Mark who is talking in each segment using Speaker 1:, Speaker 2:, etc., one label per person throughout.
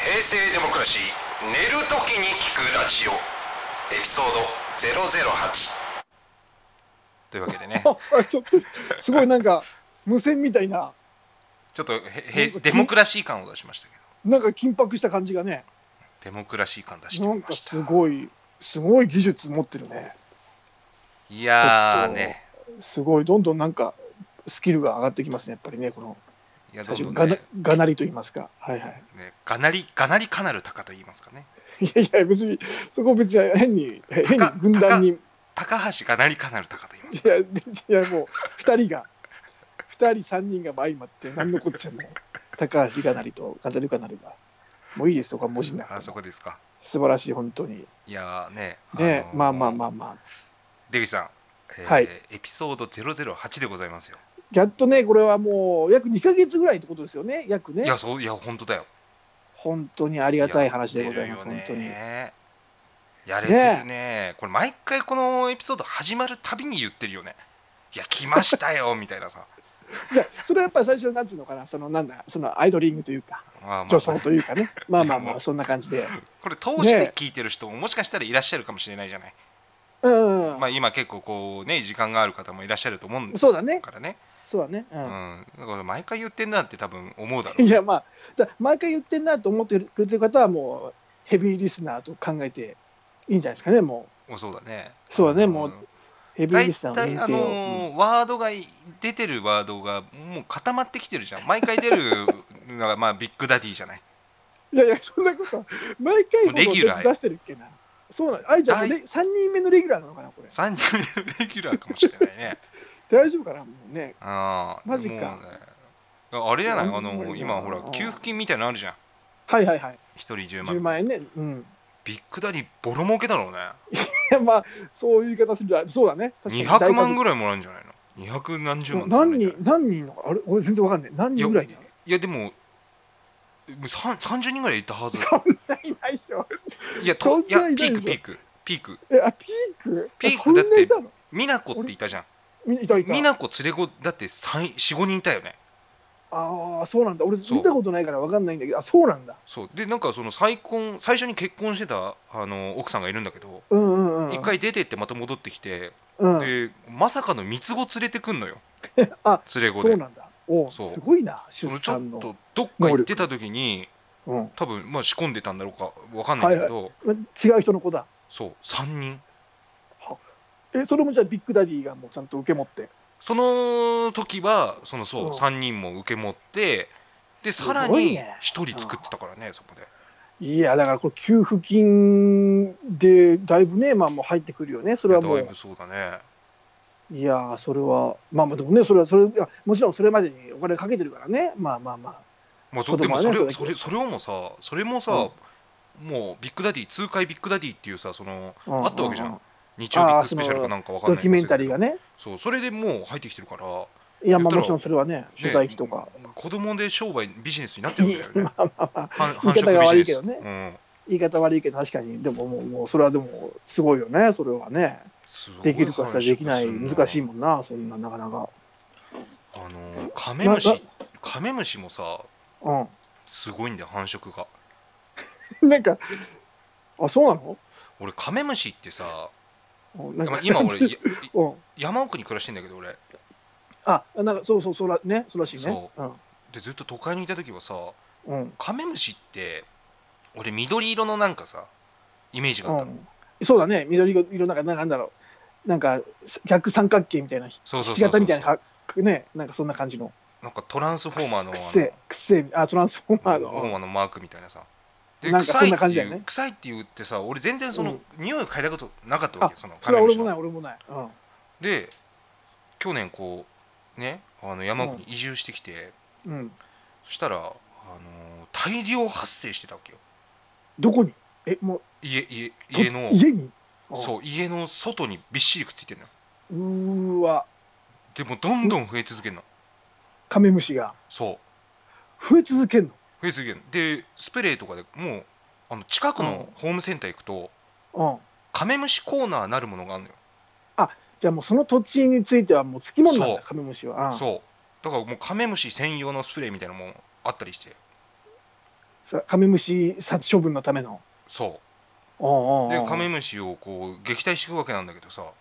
Speaker 1: 平成デモクラシー寝るときに聞くラジオエピソード008というわけで ね
Speaker 2: あちょっとすごいなんか無線みたいな
Speaker 1: ちょっとへへデモクラシー感を出しましたけど
Speaker 2: なんか緊迫した感じがね
Speaker 1: デモクラシー感出して
Speaker 2: な
Speaker 1: み
Speaker 2: ん
Speaker 1: ま
Speaker 2: か
Speaker 1: した
Speaker 2: すごいすごい技術持ってるね
Speaker 1: いやーね
Speaker 2: すごいどんどんなんかスキルが上がってきますねやっぱりねこの
Speaker 1: いやど
Speaker 2: 最
Speaker 1: ん
Speaker 2: 初
Speaker 1: どん
Speaker 2: がな
Speaker 1: ね
Speaker 2: がなりと言いますかはいはい
Speaker 1: ねがなりがなりかなる高と言いますかね
Speaker 2: いやいや別にそこ別に変に変に軍団にい
Speaker 1: 高橋がなりかなる高と言います
Speaker 2: やいやもう2人が2人3人が相まって何のこっちゃない高橋がなりとがなりかなりがもういいですそこは文字にな
Speaker 1: あ
Speaker 2: くて
Speaker 1: そ
Speaker 2: も
Speaker 1: こですか
Speaker 2: 素晴らしい本当に
Speaker 1: いやーね
Speaker 2: ね
Speaker 1: のー
Speaker 2: まあまあまあまあ
Speaker 1: 出口さん、えー
Speaker 2: はい
Speaker 1: エピソード008でございますよ、
Speaker 2: やっとね、これはもう約2か月ぐらいってことですよね、約ね
Speaker 1: い、やそういや本当だよ
Speaker 2: 本当にあり
Speaker 1: あ
Speaker 2: がたい話でございます、本当に。
Speaker 1: やれてるねこれ毎回このエピソード始まるたびに言ってるよねいや来ましたよみたいなさ
Speaker 2: いや、それはやっぱり最初、なんていうのかな、そのなんだ、そのアイドリングというか、
Speaker 1: まあまあ
Speaker 2: 女装というかね、まあまあまあ、そんな感じで、
Speaker 1: これ通して聞いてる人ももしかしたらいらっしゃるかもしれないじゃない、
Speaker 2: うん、
Speaker 1: まあ今結構こうね時間がある方もいらっしゃると思うんだ
Speaker 2: そうだね、
Speaker 1: からね
Speaker 2: そうだね、う。
Speaker 1: うんんだから毎回言ってんなって多分思うだろう
Speaker 2: いや、まあ、だ毎回言ってんなと思ってくれてる方は、もうヘビーリスナーと考えていいんじゃないですかね、も
Speaker 1: おそうだね
Speaker 2: そうだね
Speaker 1: ん
Speaker 2: もうう、ヘビー
Speaker 1: 大
Speaker 2: リスナー
Speaker 1: 体
Speaker 2: の認
Speaker 1: あ
Speaker 2: 定を。うん
Speaker 1: のーワードがい出てるワードがもう固まってきてるじゃん毎回出るのがまあビッグダディじゃない
Speaker 2: いやいや、そんなこと、毎回この
Speaker 1: レギュラーや
Speaker 2: 出してるっけな。そうなの。あれじゃあ、
Speaker 1: 大
Speaker 2: 3人目のレギュラーなのかな、これ。
Speaker 1: 3人目のレギュラーかもしれない ね
Speaker 2: 大丈夫かな、もうね。
Speaker 1: ああ
Speaker 2: マジか
Speaker 1: あれじゃないあ
Speaker 2: あんまり
Speaker 1: の
Speaker 2: な
Speaker 1: 今ほら
Speaker 2: うん
Speaker 1: 給付金みたいなのあるじゃん
Speaker 2: はいはいはい。
Speaker 1: 1人10万
Speaker 2: 10万円ね。うん。
Speaker 1: ビッグダディボロ儲けだろうね
Speaker 2: いやまあ、そういう言い方すると、そうだね。確かに
Speaker 1: 200万ぐらいもらえるんじゃないの200何十万とか
Speaker 2: 何
Speaker 1: ね
Speaker 2: 人、何人の、あれ、俺全然わかんない。何
Speaker 1: い
Speaker 2: 人
Speaker 1: や
Speaker 2: ぐらい
Speaker 1: い
Speaker 2: なの
Speaker 1: やでもさん30人ぐらいいたはず
Speaker 2: そんないないでしょ。
Speaker 1: いやと
Speaker 2: そん
Speaker 1: いや
Speaker 2: ないない
Speaker 1: ピークピ
Speaker 2: でしょ
Speaker 1: ークピーク
Speaker 2: え、あ、ピーク
Speaker 1: ピーク
Speaker 2: そんないたの
Speaker 1: 美奈子っていたじゃん
Speaker 2: みいたいた。
Speaker 1: 美奈子連れ子だって45人いたよね
Speaker 2: ああ、そうなんだ。俺、
Speaker 1: そう
Speaker 2: 見たことないからわかんないんだけど、あ、そうなんだ。
Speaker 1: そうでなんかその再婚最初に結婚してたあの奥さんがいるんだけど
Speaker 2: うんうんうん。
Speaker 1: 一、回出てってまた戻ってきて、
Speaker 2: うん、
Speaker 1: でまさかの三つ子連れてくんのよ
Speaker 2: あ
Speaker 1: 連れ子
Speaker 2: そう
Speaker 1: で
Speaker 2: なんだ。おう
Speaker 1: そう
Speaker 2: すごいな、
Speaker 1: そ
Speaker 2: 出
Speaker 1: のちょ
Speaker 2: 産
Speaker 1: っ
Speaker 2: の。
Speaker 1: とどっか行ってた時に
Speaker 2: うん、
Speaker 1: 多分まあ仕込んでたんだろうかわかんないけど、
Speaker 2: ま違う人の子だ。
Speaker 1: そう3人
Speaker 2: え、それもじゃあ、ビッグダディがもうちゃんと受け持って。
Speaker 1: その時はそのそう、
Speaker 2: うん
Speaker 1: 3人も受け持ってでさら
Speaker 2: すごい
Speaker 1: に1
Speaker 2: ね
Speaker 1: 人作ってたからねそこで
Speaker 2: いや、だからこれ、給付金でだいぶね、まあ、もう入ってくるよね、それはも
Speaker 1: いやだいうぶ。そうだね
Speaker 2: いやー、それは、まあまあ、でもね、それは、それ、いやもちろんそれまでにお金かけてるからね、まあまあまあ。
Speaker 1: まあ、そう
Speaker 2: 子
Speaker 1: でも
Speaker 2: 供は
Speaker 1: そ
Speaker 2: ね
Speaker 1: れそ
Speaker 2: そ
Speaker 1: れ
Speaker 2: れ
Speaker 1: それをもさそれもさ、もうビッグダディ痛快ビッグダディっていうさその
Speaker 2: うんうん
Speaker 1: あったわけじゃん
Speaker 2: うん
Speaker 1: 日曜ビッグスペシャルかなんかわかんない
Speaker 2: ドキュメンタリー
Speaker 1: が
Speaker 2: がね、
Speaker 1: そうそれでもう入ってきてるから、ね、
Speaker 2: いや、
Speaker 1: 言
Speaker 2: ま
Speaker 1: ったら
Speaker 2: あもちろんそれはね、取材費とか、
Speaker 1: 子供で商売ビジネスになってるわけだよね
Speaker 2: まあまあまあ、
Speaker 1: 繁繁
Speaker 2: 言い方
Speaker 1: 殖
Speaker 2: が
Speaker 1: ビジ
Speaker 2: 悪
Speaker 1: ネ
Speaker 2: い
Speaker 1: ス
Speaker 2: けどね
Speaker 1: うん、
Speaker 2: 言い方悪いけど、確かに、でももう、もうそれはでも、すごいよね、それはね。
Speaker 1: すごい
Speaker 2: できるかしたらできない、
Speaker 1: 繁殖する
Speaker 2: 難しいもんな、そんな、なかなか。
Speaker 1: あのカメムシ
Speaker 2: なな
Speaker 1: カメムシもさ
Speaker 2: う
Speaker 1: すごいんだよ繁殖が
Speaker 2: ん。 なんか、あ、そうなの
Speaker 1: 俺カメムシってさ
Speaker 2: うんなん
Speaker 1: まあ
Speaker 2: か
Speaker 1: 今俺や
Speaker 2: うん。
Speaker 1: 山奥に暮らしてんだけど俺
Speaker 2: あ、なんか、そうそう、そうら、ね、そうらしいね。
Speaker 1: でずっと都会にいた時はさ
Speaker 2: うん。うん。
Speaker 1: カメムシって俺緑色のなんかさイメージがあった
Speaker 2: う
Speaker 1: の、
Speaker 2: ん、そうだね緑色なんかなんかなんだろうなんか逆三角形みたいなひ
Speaker 1: そうそうそうそう
Speaker 2: ひし形みたいなかねなんかそんな感じの
Speaker 1: なんかトランスフォーマーの
Speaker 2: くせくせあトランスフォーマ
Speaker 1: あ
Speaker 2: ー
Speaker 1: のフォーマ
Speaker 2: の
Speaker 1: ーのマークみたいなさで
Speaker 2: なんかそん
Speaker 1: 臭
Speaker 2: な
Speaker 1: い
Speaker 2: 感
Speaker 1: っ
Speaker 2: じ
Speaker 1: て
Speaker 2: だ
Speaker 1: い
Speaker 2: よ
Speaker 1: う、
Speaker 2: ね
Speaker 1: 臭いって言ってさ俺全然その、
Speaker 2: うん
Speaker 1: 匂いを嗅いだことなかったわけ
Speaker 2: あ
Speaker 1: その
Speaker 2: それは俺も
Speaker 1: の
Speaker 2: ない俺もない、うん、
Speaker 1: で去年こうねあの山奥に移住してきて、
Speaker 2: うん、
Speaker 1: そしたら、あのー大量発生してたわけよ
Speaker 2: どこにえもう
Speaker 1: 家家
Speaker 2: と
Speaker 1: 家の
Speaker 2: 家に
Speaker 1: そう家の外にびっしりくっついてるのよ
Speaker 2: ううーわ
Speaker 1: でもどんどん増え続けるの
Speaker 2: カメムシが
Speaker 1: そう
Speaker 2: 増え続けんの
Speaker 1: 増えすぎるでスプレーとかでもうあの近くの
Speaker 2: うん
Speaker 1: ホームセンター行くと、
Speaker 2: うん
Speaker 1: カメムシコーナーなるものがあるのよ、
Speaker 2: じゃあもうその土地についてはもうつきもんなん
Speaker 1: そう
Speaker 2: だカメムシは、うん、
Speaker 1: そうだからもうカメムシ専用のスプレーみたいなのもあったりして
Speaker 2: さカメムシ殺処分のための
Speaker 1: そ
Speaker 2: お
Speaker 1: う
Speaker 2: うおうおう
Speaker 1: でカメムシをこう撃退していくわけなんだけどさ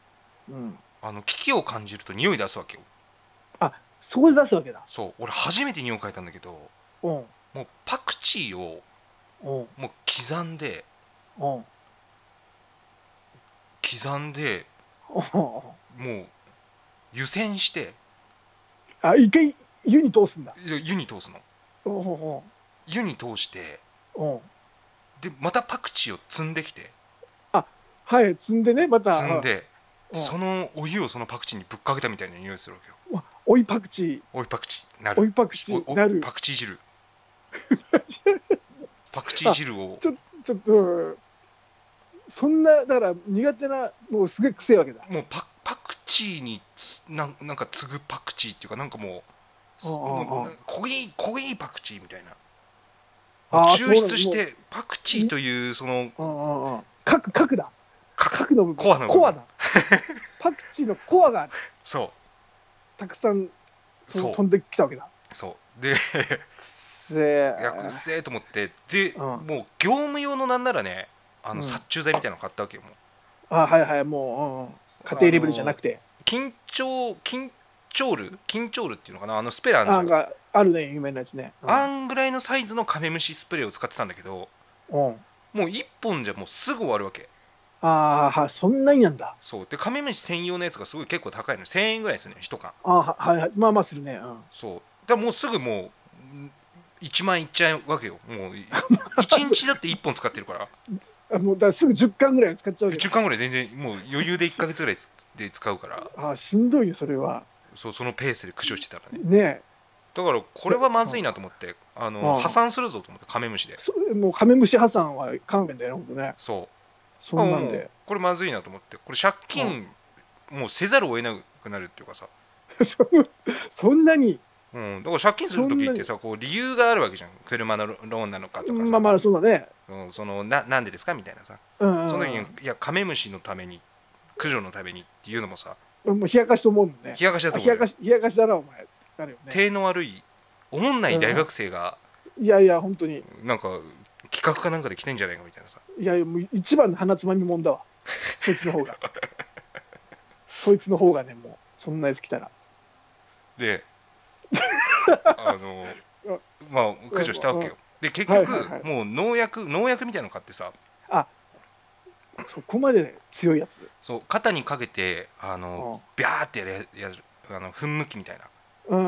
Speaker 2: うん、
Speaker 1: あの危機を感じると匂い出すわけよ
Speaker 2: そこで出すわけだ
Speaker 1: そう俺初めて匂い嗅いたんだけど
Speaker 2: うん
Speaker 1: もうパクチーを
Speaker 2: うん
Speaker 1: もう刻んで
Speaker 2: うんうん
Speaker 1: 刻んで
Speaker 2: うん
Speaker 1: もう湯煎して
Speaker 2: あ一回湯に通すんだ
Speaker 1: いや湯に通すの
Speaker 2: おうお
Speaker 1: 湯に通して
Speaker 2: うおううん
Speaker 1: でまたパクチーを積んできて
Speaker 2: はい積んでねまた
Speaker 1: 積んで
Speaker 2: うん
Speaker 1: そのお湯をそのパクチーにぶっかけたみたいな匂いするわけよ
Speaker 2: 追いパクチ
Speaker 1: おいパクチーな
Speaker 2: ー追
Speaker 1: る
Speaker 2: いパクチ
Speaker 1: お
Speaker 2: ー
Speaker 1: お
Speaker 2: なる
Speaker 1: パクチー 汁パクチー汁を
Speaker 2: ちょちょっとうんそんなだから苦手なもうすげえ癖わけだ
Speaker 1: もうパパクチーにつなんなんか次ぐパクチーっていうかなんかもう
Speaker 2: うんうんうん
Speaker 1: もう濃い濃いパクチーみたいな
Speaker 2: あー
Speaker 1: 抽出し
Speaker 2: そうなん
Speaker 1: てパクチーというその
Speaker 2: うんうんうん核核だ
Speaker 1: 価
Speaker 2: 核の部分
Speaker 1: コアの部分
Speaker 2: コアだパクチーのコアが
Speaker 1: そ
Speaker 2: たくさん
Speaker 1: うそう
Speaker 2: 飛んできたわけだ
Speaker 1: そうで
Speaker 2: くっせ
Speaker 1: いやくっ
Speaker 2: え
Speaker 1: せえと思ってで、
Speaker 2: ん
Speaker 1: もう業務用のなんならねあの
Speaker 2: うん
Speaker 1: 殺虫剤みたいなの買ったわけよもう
Speaker 2: あはいはいもう、うんうん、家庭レベルじゃなくて
Speaker 1: 緊張緊張ル緊張ルっていうのかなあのスペラ
Speaker 2: あ
Speaker 1: ーの
Speaker 2: なんかあるね有名なやつねうん
Speaker 1: あんぐらいのサイズのカメムシスプレーを使ってたんだけど
Speaker 2: うん
Speaker 1: もう1本じゃもうすぐ終わるわけ
Speaker 2: あーはそんなになんだ
Speaker 1: そうでカメムシ専用のやつがすごい結構高いの1000円ぐらいですね1缶
Speaker 2: あーははいはいまあまあするねうん
Speaker 1: そうだからもうすぐもうん1万いっちゃうわけよもう1 日だって1本使ってるから
Speaker 2: あもうだからすぐ10巻ぐらい使っちゃうわけ
Speaker 1: 10
Speaker 2: だ
Speaker 1: 巻ぐらい全然もう余裕で1ヶ月ぐらいで使うから
Speaker 2: あーしんどいよそれは
Speaker 1: そうそのペースで駆使してたらね
Speaker 2: ねえ
Speaker 1: だからこれはまずいなと思ってあの
Speaker 2: うん
Speaker 1: 破産するぞと思ってカメムシで
Speaker 2: そもうカメムシ破産は勘弁だよねほんとね
Speaker 1: そう
Speaker 2: そんなん
Speaker 1: あも
Speaker 2: で
Speaker 1: うこれまずいなと思ってこれ借金もうせざるを得なくなるっていうかさ、
Speaker 2: そそんなに
Speaker 1: うん、だから借金する時ってさこう理由があるわけじゃん車のローンなのかとかさ、
Speaker 2: まあまあそうだね
Speaker 1: うんそのななんでですかみたいなさ
Speaker 2: うん
Speaker 1: その
Speaker 2: う
Speaker 1: 時
Speaker 2: ん
Speaker 1: にいやカメムシのために駆除のためにっていうのもさ
Speaker 2: うんもう冷やかしと思うもんね
Speaker 1: 冷やかしだと
Speaker 2: 冷
Speaker 1: 思う
Speaker 2: や
Speaker 1: よ
Speaker 2: かし冷やかしだなお前なるよね
Speaker 1: 手の悪いおもんない大学生が
Speaker 2: いやいや本当に
Speaker 1: なんか企画かなんかで来てんじゃないかみたいなさ
Speaker 2: いやいやもう一番の鼻つまみもんだわそいつ の方がそいつの方がねもうそんなやつ来たら
Speaker 1: であのまあ駆除したわけよで結局、
Speaker 2: はいはいはい
Speaker 1: もう農薬農薬みたいなの買ってさ
Speaker 2: そこまで強いやつ
Speaker 1: そう肩にかけてあ
Speaker 2: う
Speaker 1: の
Speaker 2: ん
Speaker 1: ビャーってやるやるあの噴霧器みたいな
Speaker 2: うー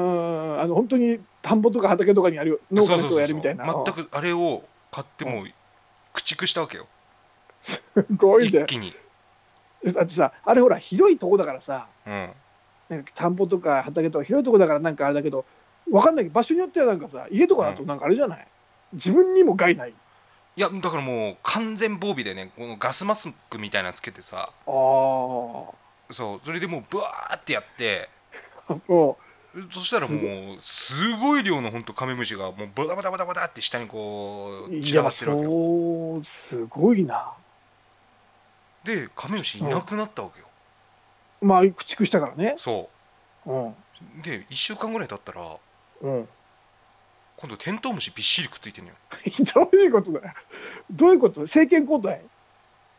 Speaker 2: んあの本当に田んぼとか畑とかにあるよ農家の人がやるみたいな
Speaker 1: そうそうそうそう全くあれを買ってもう駆逐したわけよ
Speaker 2: うんすごい
Speaker 1: 一
Speaker 2: ね
Speaker 1: 気に、
Speaker 2: だってさあれほら広いとこだからさ
Speaker 1: うん、
Speaker 2: なんか田んぼとか畑とか広いとこだからなんかあれだけどわかんないけど場所によってはなんかさ家とかだとなんかあれじゃない、自分にも害ない
Speaker 1: いやだからもう完全防備でねこのガスマスクみたいなのつけてさ
Speaker 2: あ あ
Speaker 1: そうそれでもうブワーってやって
Speaker 2: も
Speaker 1: そしたらもうすごい量のほんとカメムシがもうバタバタバタバタって下にこ
Speaker 2: う
Speaker 1: う
Speaker 2: い
Speaker 1: 散らば
Speaker 2: や
Speaker 1: ってるわけよ
Speaker 2: そうすごいな
Speaker 1: でカメムシいなくなったわけよ
Speaker 2: まあ駆逐したからね
Speaker 1: そ
Speaker 2: うん
Speaker 1: うで1週間ぐらい経ったら
Speaker 2: うん
Speaker 1: 今度テントウムシびっしりくっついてんのよ
Speaker 2: どういうことだよどういうこと政権交代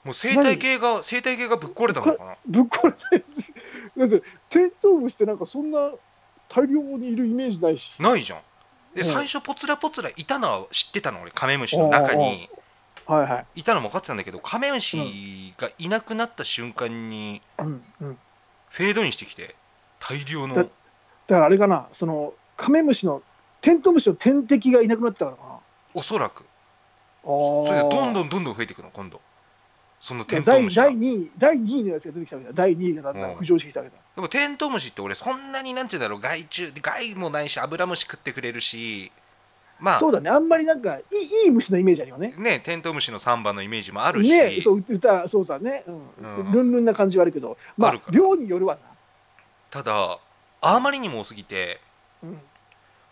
Speaker 1: もう生態系が生態系がぶっ壊れたのかな
Speaker 2: ぶっ壊れたやつだってテントウムシってなんかそんな大量にいるイメージないし
Speaker 1: ないじゃんで
Speaker 2: うん
Speaker 1: 最初ポツラポツラいたのは知ってたの俺カメムシの中
Speaker 2: おうおう
Speaker 1: に
Speaker 2: はいはい
Speaker 1: いたのも分かってたんだけどカメムシがいなくなった瞬間に
Speaker 2: うんうん
Speaker 1: フェードインしてきて大量の
Speaker 2: だだからあれかなそのカメムシのテントウムシの天敵がいなくなったからかな
Speaker 1: おそらく
Speaker 2: そ
Speaker 1: それでどん
Speaker 2: ん
Speaker 1: どんどんどん増えていくの今度そのテント
Speaker 2: 第
Speaker 1: ウムシが
Speaker 2: 第2位第2位のやつが出てきたわけだ第2位がだんだ
Speaker 1: うん
Speaker 2: ん浮上してきたわけだ、
Speaker 1: でもテントウムシって俺そんなになんて言うんだろう害虫害もないしアブラムシ食ってくれるしまあ
Speaker 2: そうだねあんまりなんかいいいい虫のイメージあるよね
Speaker 1: ねテントウムシのサンバのイメージもあるし、
Speaker 2: ねそう歌そうだね、うん
Speaker 1: うん
Speaker 2: ルンルンな感じはあるけどま
Speaker 1: ある
Speaker 2: あ
Speaker 1: から
Speaker 2: 量によるわ
Speaker 1: ただあまりにも多すぎて
Speaker 2: なうん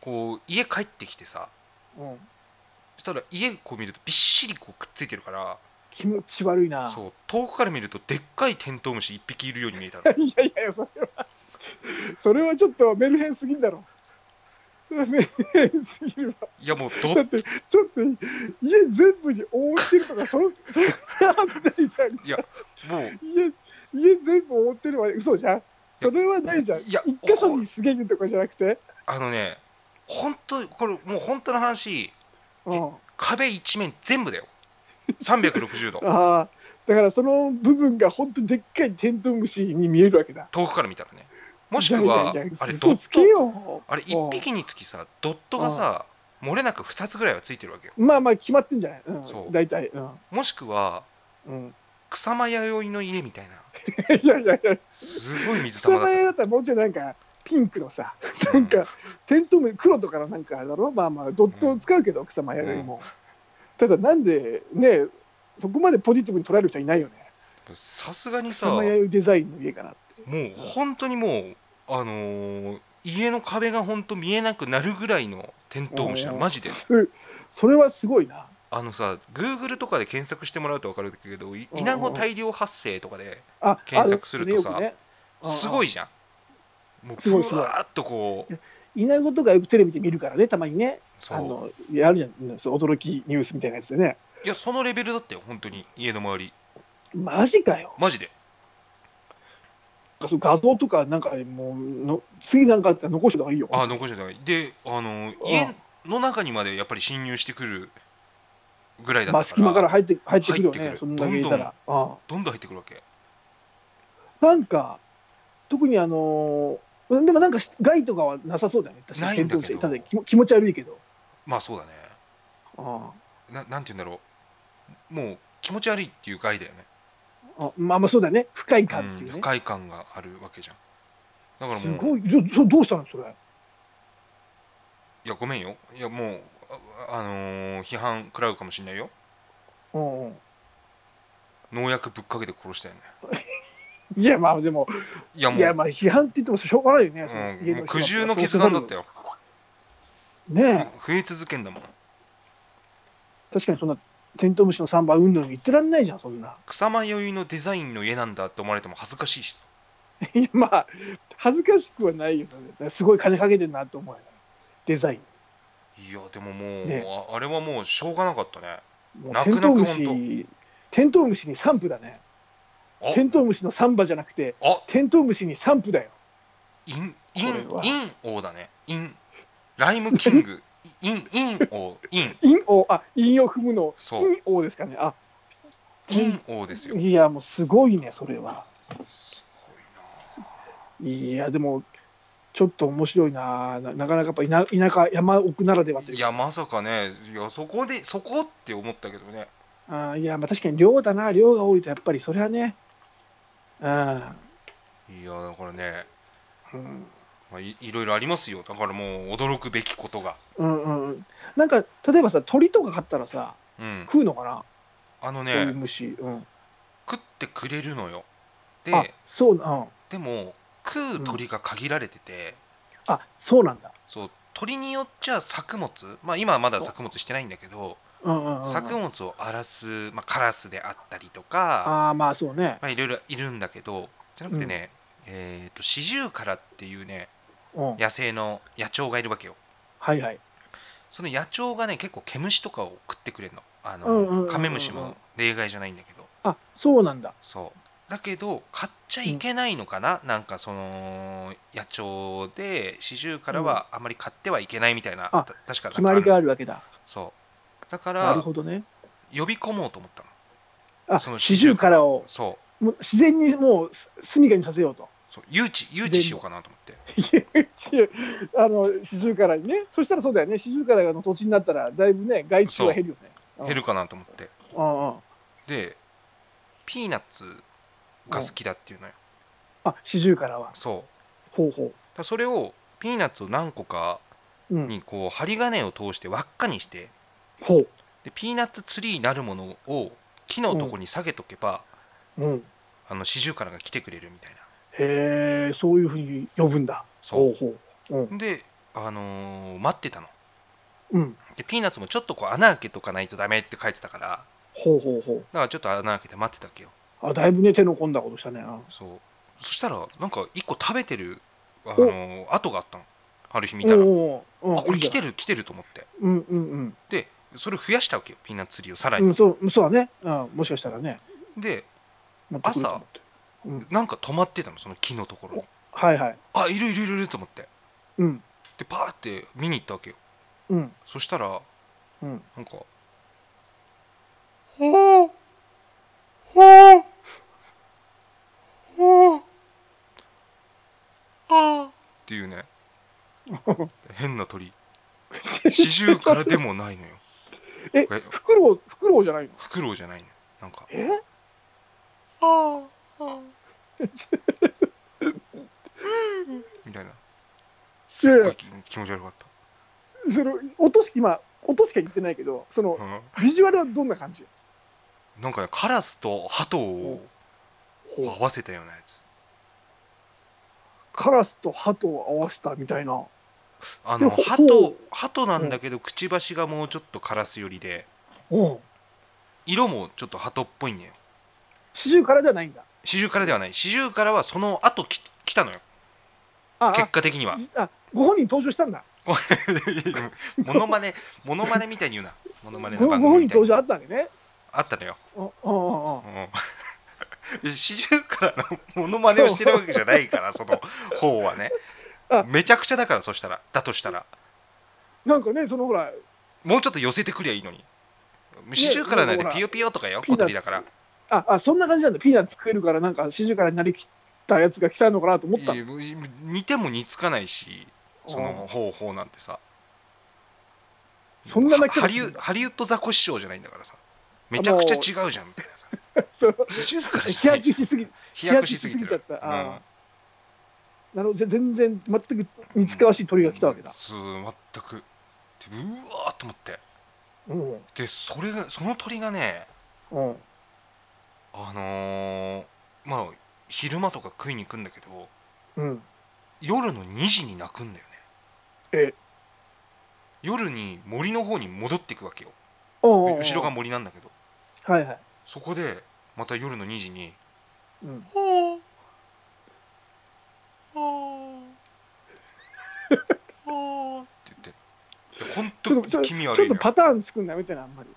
Speaker 1: こう家帰ってきてさ
Speaker 2: うん
Speaker 1: そしたら家こう見るとびっしりこうくっついてるから
Speaker 2: 気持ち悪いな
Speaker 1: そう遠くから見るとでっかいテントウムシ1匹いるよう に見えたの
Speaker 2: いやいやいやそれはそれはちょっとメルヘンすぎんだろ名言すぎるわ
Speaker 1: いやもうど
Speaker 2: だってちょっと家全部に覆ってるとかそのそんなはずないじゃん
Speaker 1: もう
Speaker 2: 家家全部覆ってるわ嘘じゃんそれはないじゃん
Speaker 1: いや
Speaker 2: 一箇所にすげえとかじゃなくて
Speaker 1: あのね本当これもう本当の話
Speaker 2: うん
Speaker 1: 壁一面全部だよ360 度
Speaker 2: ああだからその部分が本当にでっかいテントウムシに見えるわけだ
Speaker 1: 遠くから見たらねもしくはい
Speaker 2: やいやいや
Speaker 1: あれド
Speaker 2: 嘘つ
Speaker 1: ット
Speaker 2: けよ
Speaker 1: あれ
Speaker 2: うん
Speaker 1: 1匹につきさドットがさ漏れなく2つぐらいはついてるわけよ
Speaker 2: まあまあ決まってんじゃない、うん、
Speaker 1: そう
Speaker 2: 大体うん、
Speaker 1: もしくは
Speaker 2: うん、
Speaker 1: 草間弥生の家みたいない
Speaker 2: やいやいや
Speaker 1: すごい水
Speaker 2: 草
Speaker 1: 玉だっ
Speaker 2: 前だったらもうちょいなんかピンクのさなんかテントウムシ黒とかのなんかあれだろまあまあドットを使うけど草前よりも、ただなんでねそこまでポジティブに捉える人はいないよね
Speaker 1: たさすがにさ
Speaker 2: 草間弥生デザインの家かなって
Speaker 1: もう本当にもうあのー家の壁が本当見えなくなるぐらいのテントウムシなのマジです
Speaker 2: それはすごいな
Speaker 1: あのさ Google とかで検索してもらうと分かるけどい
Speaker 2: うん
Speaker 1: イナゴ大量発生とかで
Speaker 2: あ
Speaker 1: 検索するとさ
Speaker 2: あよくねうんうん
Speaker 1: すごいじゃんもう
Speaker 2: す
Speaker 1: ブ
Speaker 2: ご
Speaker 1: ワ
Speaker 2: いすごい
Speaker 1: ーっとこう
Speaker 2: イナゴとかよくテレビで見るからねたまにねあ
Speaker 1: そう
Speaker 2: のやるじゃんうんそう驚きニュースみたいなやつでね
Speaker 1: いやそのレベルだったよ本当に家の周り
Speaker 2: マジかよ
Speaker 1: マジで
Speaker 2: そう画像とかなんかもうの次なんかあったら残してた方がいいよ
Speaker 1: あ残してないであのー家の中にまでやっぱり侵入してくるぐらいだったか
Speaker 2: ま
Speaker 1: ら
Speaker 2: あ隙間から入って入ってくるよ
Speaker 1: 入って
Speaker 2: ね
Speaker 1: くる
Speaker 2: そんなにいたらあ
Speaker 1: どんどん入ってくるわけ
Speaker 2: あなんか特にあのーでもなんかし害とかはなさそうだよね確か
Speaker 1: な
Speaker 2: に
Speaker 1: いんだけど
Speaker 2: ただ気持気持ち悪いけど
Speaker 1: まあそうだね
Speaker 2: あ
Speaker 1: ななんて言うんだろうもう気持ち悪いっていう害だよね
Speaker 2: ああまあまあそうだよね不快感って
Speaker 1: う
Speaker 2: い
Speaker 1: ん
Speaker 2: うね、
Speaker 1: 不快感があるわけじゃんだから
Speaker 2: す
Speaker 1: もう
Speaker 2: ごいどどどうしたのそれ
Speaker 1: いやごめんよいやもうあ、あのー批判食らうかもしんないよ
Speaker 2: うんうん
Speaker 1: 農薬ぶっかけて殺したよね
Speaker 2: いやまあでも
Speaker 1: いやもう
Speaker 2: いやまあ批判って言ってもしょうがないよね、その
Speaker 1: うん、
Speaker 2: 家
Speaker 1: もう苦
Speaker 2: の人だったら
Speaker 1: 渋の決断だったよ
Speaker 2: ねえ
Speaker 1: 増え続けんだもん
Speaker 2: 確かにそんなテントウムシの3番うんぬん言ってらんないじゃんそんな
Speaker 1: 草間弥生のデザインの家なんだって思われても恥ずかしいしさ
Speaker 2: いやまあ恥ずかしくはないよそれだからすごい金かけてるなと思うよデザイ
Speaker 1: いやでももう、
Speaker 2: ね
Speaker 1: ああれはもうしょうがなかったね
Speaker 2: ンもう
Speaker 1: 泣
Speaker 2: テ
Speaker 1: く
Speaker 2: ント
Speaker 1: 泣
Speaker 2: ウ
Speaker 1: く
Speaker 2: ム
Speaker 1: ほ
Speaker 2: シテントウムシに散布だね
Speaker 1: あ
Speaker 2: テントウムシのサンバじゃなくて
Speaker 1: あ
Speaker 2: テントウムシに散布だよ
Speaker 1: インイン
Speaker 2: これは
Speaker 1: イン王だねインライムキングインイン王イン
Speaker 2: 陰王あ陰を踏むの
Speaker 1: そう
Speaker 2: 陰王ですかねあ
Speaker 1: イン王ですよ
Speaker 2: いやもうすごいねそれは
Speaker 1: す
Speaker 2: いやでもちょっと面白いなななかなかやっぱ田田舎山奥ならでは
Speaker 1: ごい
Speaker 2: と
Speaker 1: な
Speaker 2: いう
Speaker 1: い
Speaker 2: か
Speaker 1: やまさかねいやそこでそこって思ったけどね
Speaker 2: あーいやまあ確かに量だな量が多いとやっぱりそれはねあ
Speaker 1: いやだからね、
Speaker 2: ー、うん、
Speaker 1: まあ、いいろいろありますよだからもう驚くべきことが
Speaker 2: うんうんうんなんか例えばさ鳥とか買ったらさ
Speaker 1: うん
Speaker 2: 食うのかな、
Speaker 1: あの
Speaker 2: こういう
Speaker 1: ね
Speaker 2: 虫、うん、
Speaker 1: 食ってくれるのよ
Speaker 2: あ
Speaker 1: で
Speaker 2: そうな、うん、
Speaker 1: でも食う鳥が限られてて、
Speaker 2: あそうなんだ
Speaker 1: そう鳥によっちゃ作物まあ今はまだ作物してないんだけど
Speaker 2: うんうん、うん、
Speaker 1: 作物を荒らす、まあ、カラスであったりとか
Speaker 2: ああまあそうね
Speaker 1: まあ、いろいろいるんだけどじゃなくてね、えー、とシジュウカラっていうね
Speaker 2: うん
Speaker 1: 野生の野鳥がいるわけよ
Speaker 2: はいはい
Speaker 1: その野鳥がね結構毛虫とかを食ってくれるのあの、
Speaker 2: うんうんうんうん
Speaker 1: カメムシも例外じゃないんだけど
Speaker 2: あそうなんだ
Speaker 1: そうだけど買っちゃいけないのかな、なんかその野鳥でシジュウカラはあまり買ってはいけないみたいな、
Speaker 2: あ
Speaker 1: た確か
Speaker 2: 決まりが
Speaker 1: あ
Speaker 2: あ
Speaker 1: る
Speaker 2: るわけだ
Speaker 1: そうだか
Speaker 2: なる
Speaker 1: ら
Speaker 2: ほどね
Speaker 1: 呼び込もうと思ったの
Speaker 2: あ
Speaker 1: その
Speaker 2: 四十からを
Speaker 1: そう
Speaker 2: もう自然にもうす住みかにさせようと
Speaker 1: そう誘致誘
Speaker 2: 自然
Speaker 1: 致
Speaker 2: に
Speaker 1: しようかなと思って
Speaker 2: あの四十からにねそしたらそうだよね四十からの土地になったらだいぶね害虫は減るよねうん
Speaker 1: 減るかなと思って
Speaker 2: うんうん
Speaker 1: でピーナッツが好きだっていうのよ
Speaker 2: あ四十からは
Speaker 1: そう
Speaker 2: ほうほ
Speaker 1: だからそれをピーナッツを何個か
Speaker 2: う、うん、
Speaker 1: にこう針金を通して輪っかにして
Speaker 2: ほう、
Speaker 1: でピーナッツツリーになるものを木のとこに下げとけば、
Speaker 2: うん、
Speaker 1: あのシジュウカラが来てくれるみたい
Speaker 2: へえそういうふうに呼ぶんだほ
Speaker 1: そう
Speaker 2: ほううん
Speaker 1: なで、あのー待ってたの
Speaker 2: うん
Speaker 1: でピーナッツもちょっとこう穴開けとかないとダメって書いてたからだ
Speaker 2: ほうほうほ
Speaker 1: からちょっと穴開けて待ってたわけよ
Speaker 2: うあだいぶね手の込んだことしたねあ
Speaker 1: そうそしたらなんか一個食べてる、あのー跡があったのある日見たら
Speaker 2: おうおううん、
Speaker 1: あこれ来
Speaker 2: いいじ
Speaker 1: て
Speaker 2: ゃ
Speaker 1: る来てると思って
Speaker 2: んうんうん
Speaker 1: でそれ増やしたわけよピーナッツリーをさら
Speaker 2: うん、う
Speaker 1: に
Speaker 2: ん、そうそうだね、うん、もしかしたらね、
Speaker 1: で
Speaker 2: 持ってくると思って
Speaker 1: なんか止まってたのその木のところに
Speaker 2: はいはい、
Speaker 1: あいるいるいるいると思って
Speaker 2: うん
Speaker 1: でパーって見に行ったわけよ
Speaker 2: うん
Speaker 1: そしたら
Speaker 2: うん、
Speaker 1: なんか「ほーほーほーあー」っていう ね変な 鳥四十からでもないのよ
Speaker 2: え
Speaker 1: これ
Speaker 2: フクロウフクロウじゃないの
Speaker 1: フクロウじゃないのよなんか
Speaker 2: え
Speaker 1: 「あーあー」みたいなすっごいき気持ち悪かった
Speaker 2: その音し今音しか言ってないけどその
Speaker 1: うん
Speaker 2: ビジュアルはどんな感じ
Speaker 1: なんかねカラスと鳩を合わせたようなやつ
Speaker 2: カラスと鳩を合わせたみたいな
Speaker 1: あ
Speaker 2: で
Speaker 1: の
Speaker 2: ほ
Speaker 1: 鳩鳩なんだけどくちばしがもうちょっとカラス寄りで
Speaker 2: うん
Speaker 1: 色もちょっと鳩っぽいんだよ
Speaker 2: 四十からじゃないんだ
Speaker 1: 四十からではない四十からはその後き来たのよ
Speaker 2: ああ
Speaker 1: 結果的には
Speaker 2: あご本人登場したんだ
Speaker 1: モノマネモノマネみたいに言うなモノマネ
Speaker 2: ご
Speaker 1: の
Speaker 2: ご
Speaker 1: 番
Speaker 2: 本
Speaker 1: 組
Speaker 2: 人
Speaker 1: みたい
Speaker 2: 登
Speaker 1: に
Speaker 2: 場あったんでね
Speaker 1: あったのよ
Speaker 2: うんうんうんうん
Speaker 1: うん四十からのモノマネをしてるわけじゃないからその方はね
Speaker 2: あ
Speaker 1: めちゃくちゃだからそしたらだとしたら
Speaker 2: なんかねそのほら
Speaker 1: もうちょっと寄せてくりゃいいのに四十からなんてピヨピヨとかよ
Speaker 2: ピ
Speaker 1: 小
Speaker 2: ーナッ
Speaker 1: 鳥
Speaker 2: ツ
Speaker 1: だから
Speaker 2: ああそんな感じなんだピーナッツ食えるからなんか四十からになりきったやつが来たのかなと思った
Speaker 1: い
Speaker 2: の
Speaker 1: やもう似ても似つかないしその方法なんてさ
Speaker 2: そんな泣き
Speaker 1: ハ
Speaker 2: 方
Speaker 1: リ
Speaker 2: す
Speaker 1: ウ
Speaker 2: る
Speaker 1: ハリウッドザコシショウじゃないんだからさめちゃくちゃ違うじゃんみたいなさ
Speaker 2: そう
Speaker 1: 四十から
Speaker 2: 飛
Speaker 1: じゃない
Speaker 2: 躍しすぎ
Speaker 1: 飛躍しすぎてる
Speaker 2: 飛躍しすぎちゃったあ
Speaker 1: う
Speaker 2: ー
Speaker 1: ん
Speaker 2: なるほどぜ全然全く似つかわしい鳥が来たわけだ、
Speaker 1: そう全くでうわーっと思って
Speaker 2: うん
Speaker 1: でそれがその鳥がね
Speaker 2: うん、
Speaker 1: あのーまあ昼間とか食いに行くんだけど
Speaker 2: うん、
Speaker 1: 夜の2時に鳴くんだよね
Speaker 2: え
Speaker 1: 夜に森の方に戻っていくわけよ
Speaker 2: おうおうおう
Speaker 1: 後ろが森なんだけど
Speaker 2: はいはい、
Speaker 1: そこでまた夜の2時に
Speaker 2: うん、
Speaker 1: ほうほうほうって言ってで本
Speaker 2: ちょ
Speaker 1: 当
Speaker 2: っとちょっと
Speaker 1: 気味
Speaker 2: ち
Speaker 1: 悪
Speaker 2: ょ
Speaker 1: いの
Speaker 2: っと
Speaker 1: よ
Speaker 2: パターン作んなみたいなあんまり
Speaker 1: い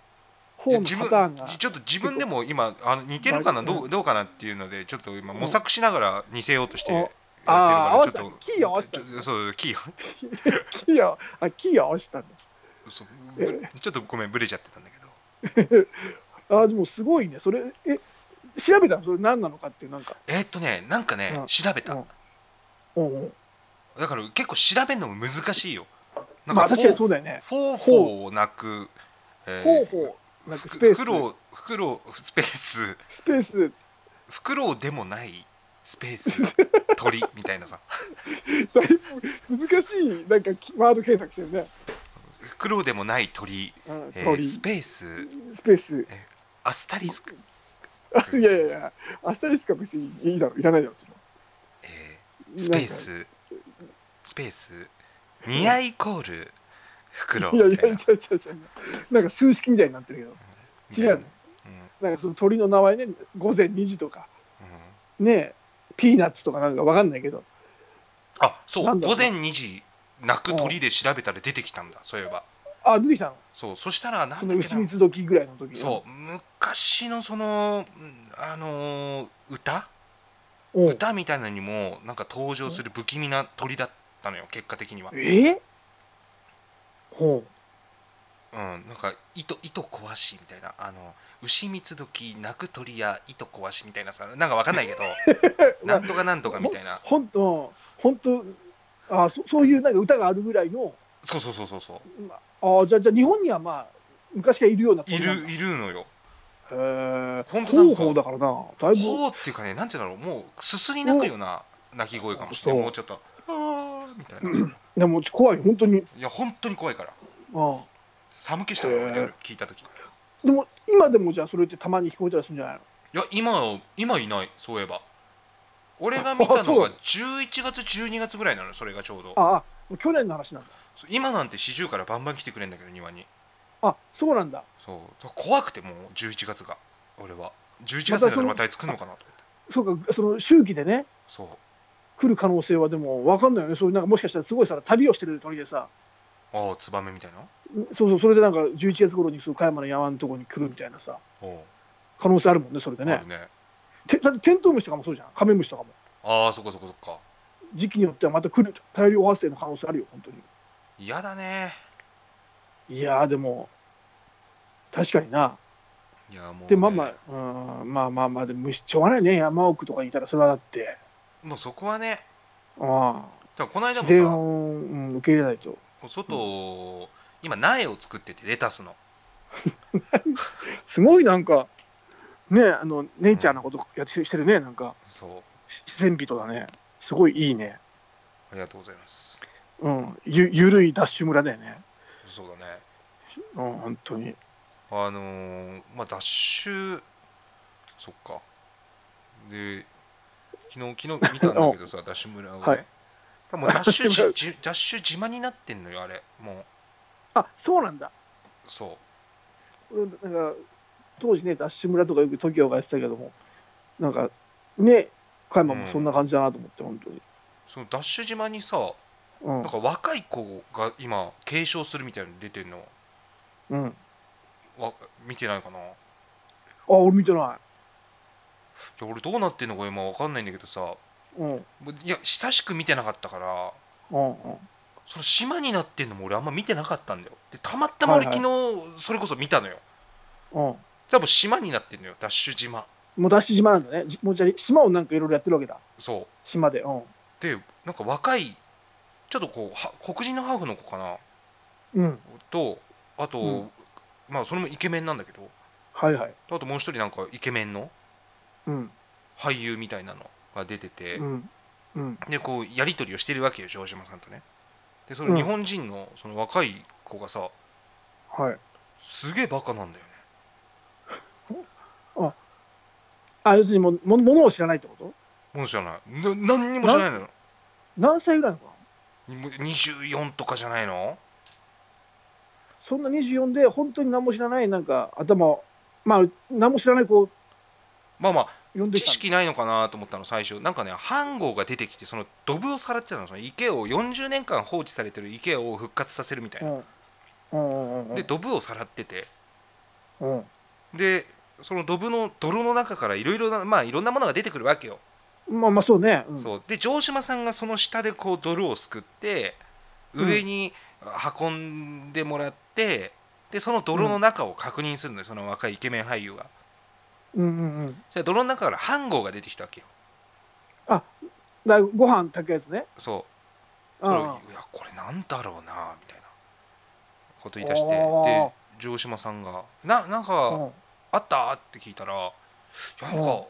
Speaker 2: 方
Speaker 1: や
Speaker 2: の
Speaker 1: 自
Speaker 2: パターン
Speaker 1: 分
Speaker 2: が
Speaker 1: ちょっと自分でも今あの似てるかな
Speaker 2: 結構
Speaker 1: どうどうかなっていうのでちょっと今模索しながら似せようとして
Speaker 2: お
Speaker 1: やってる
Speaker 2: あー
Speaker 1: からちょっと
Speaker 2: 合わせたキー合わせた
Speaker 1: ちょそうキー
Speaker 2: 木をあ木を合わせたんだ
Speaker 1: そうぶちょっとごめんブレちゃってたんだけど
Speaker 2: あでもすごいねそれえ調べたのそれ何なのかっていうなんか
Speaker 1: えーっとねなんかね
Speaker 2: うん
Speaker 1: 調べた
Speaker 2: うんうん
Speaker 1: だから結構調べるのも難しいよなん
Speaker 2: まあ
Speaker 1: かフ
Speaker 2: 確か
Speaker 1: ォ
Speaker 2: に
Speaker 1: ー
Speaker 2: そうだよね
Speaker 1: フォーフォーをなくえー
Speaker 2: ほうほうなんかスペース
Speaker 1: フクロウフクロウスペース
Speaker 2: スペース
Speaker 1: フクロウでもないスペース 鳥みたいなさ
Speaker 2: だいぶ難しいなんかきワード検索してるね、
Speaker 1: フクロウでもない鳥、
Speaker 2: うん、
Speaker 1: えー
Speaker 2: 鳥
Speaker 1: ス
Speaker 2: ス
Speaker 1: ペース
Speaker 2: ペース
Speaker 1: アスタリスク、
Speaker 2: あいやいやいやアスタリスクは別にいいだろいらないだろそれは
Speaker 1: えースペーススペース似合いイコールフクロ
Speaker 2: いや
Speaker 1: ウ
Speaker 2: い
Speaker 1: み
Speaker 2: や、
Speaker 1: たいうな
Speaker 2: 違違う違う。なんか数式みたいになってるけど、
Speaker 1: みたいな
Speaker 2: 違う
Speaker 1: ね
Speaker 2: なんかその鳥の名前ね、午前2時とか、
Speaker 1: うんうん
Speaker 2: ねえ、ピーナッツとかなんかわかんないけど、
Speaker 1: あそ
Speaker 2: な
Speaker 1: うん
Speaker 2: だろ
Speaker 1: 午
Speaker 2: うな
Speaker 1: 前2時鳴く鳥で調べたら出てきたんだそういえば
Speaker 2: あ、出てきたの
Speaker 1: そうそしたらなんだっ
Speaker 2: そ
Speaker 1: け
Speaker 2: の
Speaker 1: な
Speaker 2: 牛蜜時ぐらいの時
Speaker 1: そう昔のそのうんあのー歌
Speaker 2: うん。
Speaker 1: 歌みたいなのにもなんか登場する不気味な鳥だったのよ結果的には、うん、
Speaker 2: えほ
Speaker 1: なんか糸糸壊しみたいなあの牛蜜時鳴く鳥や糸壊しみたいなさなんかわかんないけど なんとかなんとかみたいな
Speaker 2: う。ほんと、ほんと、あそそういうなんか歌があるぐらいの、
Speaker 1: そうそうそうそうそ
Speaker 2: あじゃあじゃあ日本にはまあ、昔からいるような
Speaker 1: うい
Speaker 2: なんだ
Speaker 1: るいるのよ
Speaker 2: へえ。
Speaker 1: ほんとなんか
Speaker 2: 方法だからな、だいぶ。
Speaker 1: ほうっていうかねなんていうんだろうもうすすり泣くような鳴き声かもしれない
Speaker 2: そ
Speaker 1: うもうちょっとあーみたい な
Speaker 2: でも怖い、本当に。
Speaker 1: いや本当に怖いから
Speaker 2: あ
Speaker 1: 寒気したの
Speaker 2: へー
Speaker 1: 夜聞いた時
Speaker 2: でも、今でもじゃあそれってたまに聞こえたりするんじゃないの
Speaker 1: いや今今いないそういえば俺が見た
Speaker 2: あ
Speaker 1: の
Speaker 2: そうな
Speaker 1: が
Speaker 2: の
Speaker 1: 11月12月ぐらいなのよそれがちょうど
Speaker 2: ああ、去年の話なんだ。
Speaker 1: そう今なんて四十からバンバン来てくれんだけど庭に
Speaker 2: あ、そうなんだ。
Speaker 1: そうだから怖くてもう11月が俺は11月だからまたあいつ来るのかなと思って
Speaker 2: そうか、その周期でね、
Speaker 1: そう
Speaker 2: 来る可能性はでも分かんないよね。そういうなんかもしかしたらすごいさ、旅をしてる鳥でさ、
Speaker 1: ああツバメみたいな
Speaker 2: そうそう、それでなんか11月頃にその加山の山のところに来るみたいなさ、
Speaker 1: おう
Speaker 2: 可能性あるもんね、それで
Speaker 1: あ
Speaker 2: ね
Speaker 1: る。ね
Speaker 2: てだってテントウムシとかもそうじゃん、カメムシとかも。
Speaker 1: ああそっかそっかそっか
Speaker 2: 時期によってはまた来る大量発生の可能性あるよ、本当に。
Speaker 1: 嫌だね
Speaker 2: いやー、でも、確かにな。
Speaker 1: いやもう、
Speaker 2: で、
Speaker 1: ね、
Speaker 2: まあまあ、うん、まあまあまあ、でも虫、しょうがないね、山奥とかにいたら、それはだって、
Speaker 1: もうそこはね
Speaker 2: あ
Speaker 1: だからこの
Speaker 2: あ
Speaker 1: 間
Speaker 2: 自然
Speaker 1: も
Speaker 2: を、うん、受け入れないと。
Speaker 1: さ外を、今苗を作っててレタスの
Speaker 2: すごいなんか、ね、あの、ネイチャーなことやってしてるね、なんか、
Speaker 1: そう
Speaker 2: し自然人だね。すごいいいね。
Speaker 1: ありがとうございます
Speaker 2: うん、ゆゆるいダッシュ村だよね。
Speaker 1: そうだね
Speaker 2: うん、本当に。
Speaker 1: あのーまあダッシュそっかで昨日昨日見たんだけど さダッシュ村をね、
Speaker 2: はい
Speaker 1: もうダッ シュ
Speaker 2: ダッシュ村
Speaker 1: じじダッシュ島になってんのよあれもう
Speaker 2: あ、そうなんだ。
Speaker 1: そう
Speaker 2: 俺なんか当時ねダッシュ村とかよく TOKIO がやってたけどもなんかね加山もそんな感じだなと思って、本当に、
Speaker 1: そのダッシュ島にさ
Speaker 2: うん
Speaker 1: なんか若い子が今継承するみたいなの出てんの
Speaker 2: うん、あ
Speaker 1: わ見てないかないや
Speaker 2: 俺見てな
Speaker 1: 俺どうなってんのか今わかんないんだけどさ
Speaker 2: いうんうん
Speaker 1: もういや親しく見てなかったから
Speaker 2: うん
Speaker 1: その島になってんのも俺あんま見てなかったんだよでたまたま俺
Speaker 2: はい
Speaker 1: 昨日それこそ見たのよ、
Speaker 2: うん
Speaker 1: 多分島になってんのよダッシュ島
Speaker 2: もうダッシュ島なんだねじもうじゃあ島をなんかいろいろやってるわけだ
Speaker 1: そう
Speaker 2: 島でうん
Speaker 1: でなんか若いちょっとこうは黒人のハーフの子かな
Speaker 2: うん
Speaker 1: とあと、
Speaker 2: うん
Speaker 1: まあそれもイケメンなんだけど
Speaker 2: はいはい
Speaker 1: あともう一人なんかイケメンの
Speaker 2: うん
Speaker 1: 俳優みたいなのが出てて、
Speaker 2: うんうん
Speaker 1: でこうやり取りをしてるわけよ城島さんとねでそうの
Speaker 2: ん
Speaker 1: 日本人のその若い子がさ
Speaker 2: はい
Speaker 1: すげえバカなんだよね
Speaker 2: あ要するにもうもものを知らないってこと
Speaker 1: もう知らないな何にも知らないのよ
Speaker 2: 何歳ぐらいなのかな
Speaker 1: もう24とかじゃないの
Speaker 2: そんな24で本当に何も知らないなんか頭まあ何も知らない子を
Speaker 1: まあまあ
Speaker 2: 呼んで
Speaker 1: 知
Speaker 2: きた
Speaker 1: 識ないのかなと思ったの最初なんかね飯号が出てきてそのドブをさらってたのその池を40年間放置されてる池を復活させるみたいな、
Speaker 2: のうんうんうんうん
Speaker 1: でドブをさらってて
Speaker 2: うん
Speaker 1: でそのドブの泥の中からいろいろなまあいろんなものが出てくるわけよ、
Speaker 2: まあまあそうね。うん、
Speaker 1: そうで城島さんがその下でこう泥をすくって上に運んでもらって、でその泥の中を確認するのよその若いイケメン俳優が
Speaker 2: うんうんうん。
Speaker 1: そしたら泥の中から飯号が出てきたわけよ
Speaker 2: だご飯炊くやつね。
Speaker 1: そう
Speaker 2: うんうん
Speaker 1: これいやこれなんだろうなみたいなこと言い出して
Speaker 2: おー
Speaker 1: で城島さんが「ななんかあった?」って聞いたら「いやなん
Speaker 2: う
Speaker 1: か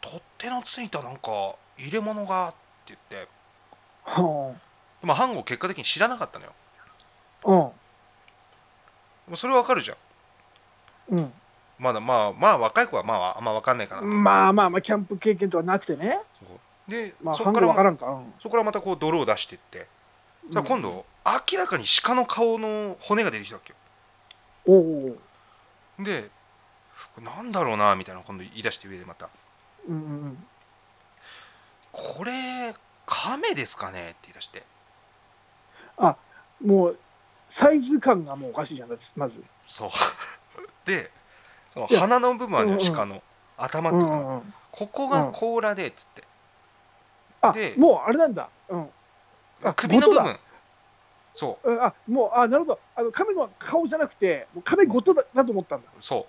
Speaker 1: 取っ手のついたなんか入れ物が」って言ってでもハンゴ結果的に知らなかったのよ
Speaker 2: うん
Speaker 1: もうそれわかるじゃん
Speaker 2: うん
Speaker 1: まだまあまあ若い子はまああんま分かんないかなと、
Speaker 2: うん。まあまあまあキャンプ経験とかなくてね。
Speaker 1: そうで、
Speaker 2: まあ
Speaker 1: そこ
Speaker 2: 半
Speaker 1: か
Speaker 2: 分わかららんか。うん
Speaker 1: そこからまたこう泥を出してって、そしたら今度明らかに鹿の顔の骨が出てきたわけよ
Speaker 2: おお。
Speaker 1: でこれなんだろうなみたいなの今度言い出して上でまた
Speaker 2: うんうんうん。
Speaker 1: これ亀ですかねって言い出して
Speaker 2: もうサイズ感がもうおかしいじゃんまず。
Speaker 1: そう でその
Speaker 2: いや
Speaker 1: 鼻の部分あるよ
Speaker 2: うんうん
Speaker 1: 鹿の頭
Speaker 2: う
Speaker 1: と
Speaker 2: んう
Speaker 1: かの
Speaker 2: んうん。
Speaker 1: ここが甲羅でっつって
Speaker 2: あ
Speaker 1: で
Speaker 2: もうあれなんだ。うん。あ
Speaker 1: 首の部
Speaker 2: 元
Speaker 1: 分そう
Speaker 2: うんあもうあなるほど。あの亀の顔じゃなくてもう亀ごとだだと思ったんだ。
Speaker 1: そ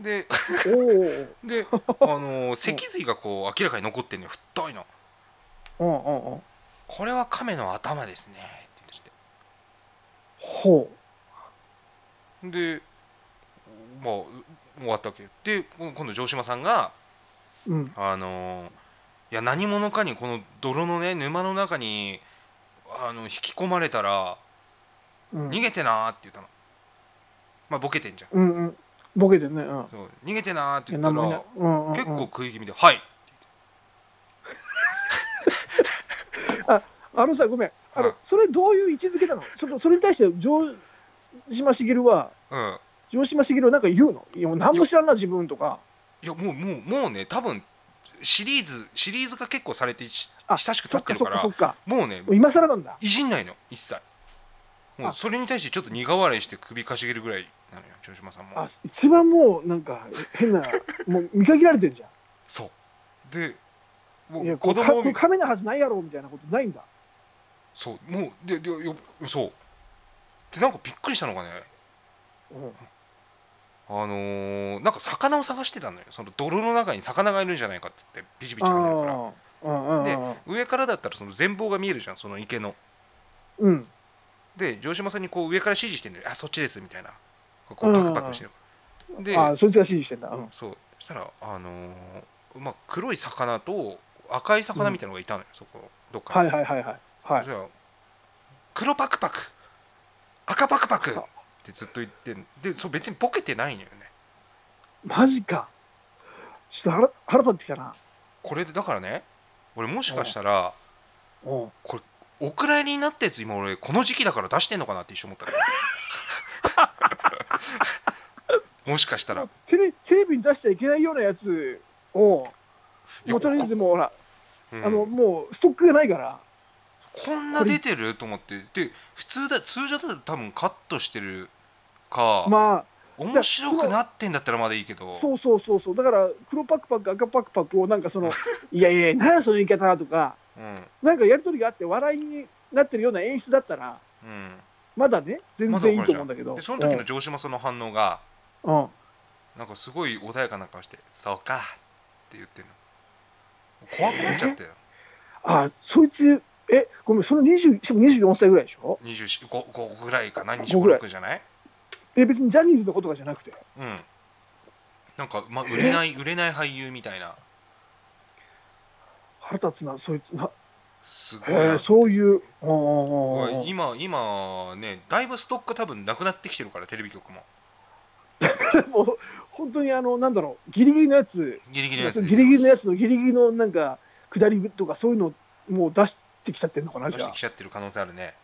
Speaker 1: うで
Speaker 2: おー
Speaker 1: で、あのー脊髄がこう明らかに残ってんのよ太いの
Speaker 2: おー。うんうんうん。
Speaker 1: これは亀の頭ですねって言い出して
Speaker 2: ほ
Speaker 1: でまあ終わったわけよで今度城島さんが
Speaker 2: う。うん
Speaker 1: あのーいや何者かにこの泥のね沼の中にあの引き込まれたら
Speaker 2: うん。
Speaker 1: 逃げてなーって言ったのまあボケてんじゃん
Speaker 2: うんうん。ボケてるね。うん。
Speaker 1: そう逃げてなーって
Speaker 2: いや
Speaker 1: 言った
Speaker 2: 何もいない
Speaker 1: ら
Speaker 2: うんうんうん
Speaker 1: 結構食い気味で「はい!」
Speaker 2: あのさ、ごめん。あの、
Speaker 1: うん
Speaker 2: それどういう位置づけなのそれそれに対して城島茂は、
Speaker 1: うん
Speaker 2: 城島茂はなんか言うのいや、もう何も知らんな、自分とか。
Speaker 1: いやもうもうもうね多分シリーズシリーズが結構されてし
Speaker 2: あ
Speaker 1: 親しく経ってるから
Speaker 2: そっかそっかそっか。
Speaker 1: もうね
Speaker 2: もう今更なんだ。
Speaker 1: いじんないの一切もうそれに対してちょっと苦笑いして首かしげるぐらいなのよ城島さんも
Speaker 2: あ一番もうなんか変な もう見限られてんじゃ
Speaker 1: そうでも
Speaker 2: んいや
Speaker 1: う
Speaker 2: こ
Speaker 1: 子
Speaker 2: うか
Speaker 1: 供
Speaker 2: こ
Speaker 1: を
Speaker 2: う
Speaker 1: 見
Speaker 2: カメなはずないやろみたいなことないんだ
Speaker 1: そうもうででよそうでなんかびっくりしたのがね
Speaker 2: うん
Speaker 1: あのーなんか魚を探してたのよその泥の中に魚がいるんじゃないかって言ってビチビチ跳ねるから
Speaker 2: ああうんうんうん
Speaker 1: 上からだったらその前方が見えるじゃんその池の
Speaker 2: うん
Speaker 1: で城島さんにこう上から指示してるのよあそっちですみたいなこうパクパクしてる、で
Speaker 2: ああそいつが指示してんだうん
Speaker 1: そうそしたらあのーまあ、黒い魚と赤い魚みたいなのがいたのよ、そこどっか
Speaker 2: はい
Speaker 1: に、
Speaker 2: はいはいはいはい
Speaker 1: そしたら黒パクパク赤パクパクってずっと言ってんでそう別にボケてないのよね
Speaker 2: マジかちょっと腹腹立ってきたな
Speaker 1: これでだからね俺もしかしたら
Speaker 2: うん
Speaker 1: これお蔵入りになったやつ今俺この時期だから出してんのかなって一瞬思ったのよ もしかしたら
Speaker 2: テレテレビに出しちゃいけないようなやつを
Speaker 1: いや
Speaker 2: もうとりあえずもうほら、
Speaker 1: うん
Speaker 2: あのもうストックがないから
Speaker 1: こんな出てると思ってで普通だ通常だと多分カットしてるか、
Speaker 2: ま
Speaker 1: 面白くなってんだったらまだいいけど
Speaker 2: あそうそうそうそうだから黒パクパク赤パクパクをなんかその いやいや何やその言い方とか
Speaker 1: うん
Speaker 2: なんかやり取りがあって笑いになってるような演出だったらまだね全
Speaker 1: まだ
Speaker 2: 然
Speaker 1: わ
Speaker 2: い
Speaker 1: かる
Speaker 2: いと
Speaker 1: じゃん
Speaker 2: 思うんだけ
Speaker 1: う
Speaker 2: ど
Speaker 1: ん、でその時の城島さんの反応が
Speaker 2: うん、うん
Speaker 1: なんかすごい穏やかな顔して「そうか」って言ってんの怖くなっちゃったよ
Speaker 2: あそいつえごめんその20しかも24歳ぐらいでしょ
Speaker 1: 25 5ぐらいかな
Speaker 2: 五ぐらい
Speaker 1: 2526じゃない
Speaker 2: で別にジャニーズのことかじゃなくて
Speaker 1: うんなんか、まあ、売れない売れない俳優みたいな
Speaker 2: 腹立つなそいつな
Speaker 1: すごい
Speaker 2: へ
Speaker 1: な
Speaker 2: えそういううんうんうんうん
Speaker 1: おい今今ねだいぶストック多分なくなってきてるからテレビ局も
Speaker 2: もう本当にあのなんだろうギリギリのやつ
Speaker 1: ギリギリのやつ
Speaker 2: ギリギリのやつのギリギリのなんか下りとかそういうのもう出してきちゃってるのかな
Speaker 1: 出
Speaker 2: じ
Speaker 1: し
Speaker 2: ゃ
Speaker 1: てきちゃってる可能性あるね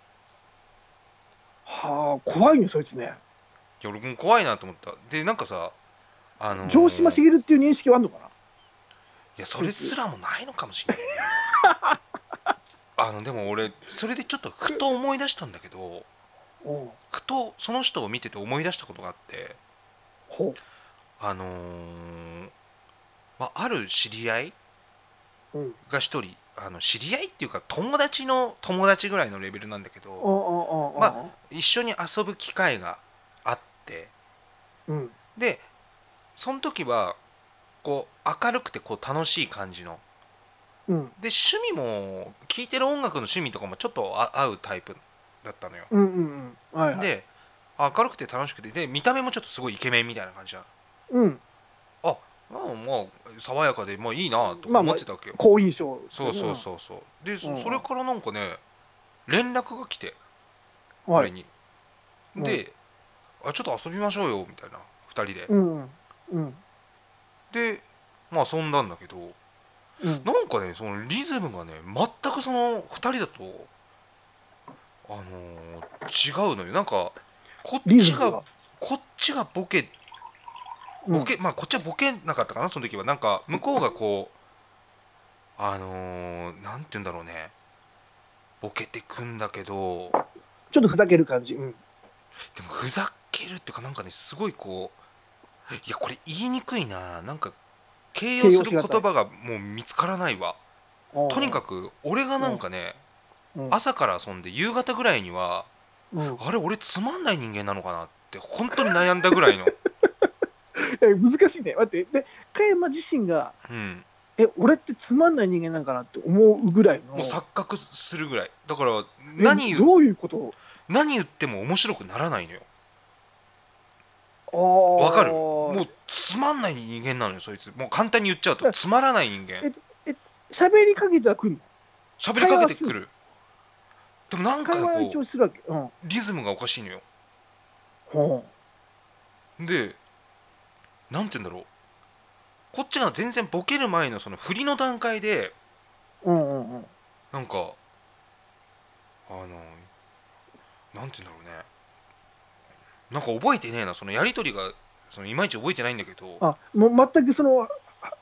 Speaker 2: あはあ怖いねそいつね
Speaker 1: いや俺も怖いなと思ったでなんかさあのー
Speaker 2: 城島茂っていう認識はあんのかない
Speaker 1: やそれすらもないのかもしれないねあのでも俺それでちょっとふと思い出したんだけど
Speaker 2: おう
Speaker 1: ふとその人を見てて思い出したことがあって
Speaker 2: ほ
Speaker 1: あのーまあ、ある知り合いう
Speaker 2: うん
Speaker 1: が一人あの知り合いっていうか友達の友達ぐらいのレベルなんだけ
Speaker 2: ああ
Speaker 1: ど
Speaker 2: ああ
Speaker 1: ま一緒に遊ぶ機会があって
Speaker 2: うん
Speaker 1: でその時はこう明るくてこう楽しい感じの
Speaker 2: うん
Speaker 1: で趣味も聴いてる音楽の趣味とかもちょっとあ合うタイプだったのよ、
Speaker 2: うんうんうんはいはい
Speaker 1: で明るくて楽しくてで見た目もちょっとすごいイケメンみたいな感じなの
Speaker 2: うん
Speaker 1: あまあまあ爽やかでまあいいなと
Speaker 2: まあ
Speaker 1: 思ってたわけよ、
Speaker 2: 好印象
Speaker 1: そうそうそうそうで、そ
Speaker 2: うん
Speaker 1: それからなんかね連絡が来て
Speaker 2: うんは
Speaker 1: 俺
Speaker 2: い
Speaker 1: に、で、あ「ちょっと遊びましょうよ」みたいな2人で、
Speaker 2: うんうん
Speaker 1: でまあ遊んだんだけど
Speaker 2: うん
Speaker 1: なんかねそのリズムがね全くその2人だとあのー違うのよなんかこっ
Speaker 2: リ
Speaker 1: ち
Speaker 2: ズム
Speaker 1: が
Speaker 2: が
Speaker 1: こっちがボケ
Speaker 2: うん
Speaker 1: ボケ、まあこっちはボケなかったかなその時はなんか向こうがこうあのー、なんて言うんだろうねボケてくんだけど
Speaker 2: ちょっとふざける感じうん
Speaker 1: でもふざけるっていうかなんかねすごいこういやこれ言いにくいななんか形容す
Speaker 2: 形容
Speaker 1: る
Speaker 2: し難い
Speaker 1: 言葉がもう見つからないわとにか
Speaker 2: く
Speaker 1: く俺がなんかね
Speaker 2: うん
Speaker 1: 朝から遊んで夕方ぐらいには
Speaker 2: うん
Speaker 1: あれ俺つまんない人間なのかなって本当に悩んだぐら いの
Speaker 2: え難しいね待ってで加山自身が
Speaker 1: うん
Speaker 2: え俺ってつまんない人間なんかなって思うぐらいの
Speaker 1: もう錯覚するぐらいだから
Speaker 2: え
Speaker 1: 何言う
Speaker 2: どういうこと
Speaker 1: 何言っても面白くならないのよわ
Speaker 2: わ
Speaker 1: かるもうつまんない人間なのよそいつもう簡単に言っちゃうとつまらない人間
Speaker 2: え喋りかけてはくんの
Speaker 1: 喋りかけてくるでもなんか
Speaker 2: 会話
Speaker 1: こ
Speaker 2: は一
Speaker 1: う
Speaker 2: 応するわけうん
Speaker 1: リズムがおかしいのよ
Speaker 2: ほ
Speaker 1: でなんて言うんだろうこっちが全然ボケる前のその振りの段階で
Speaker 2: ううんうんうん
Speaker 1: なんかあのなんて言うんだろうねなんか覚えてねえなそのやり取りがそのいまいち覚えてないんだけど
Speaker 2: あもう全くその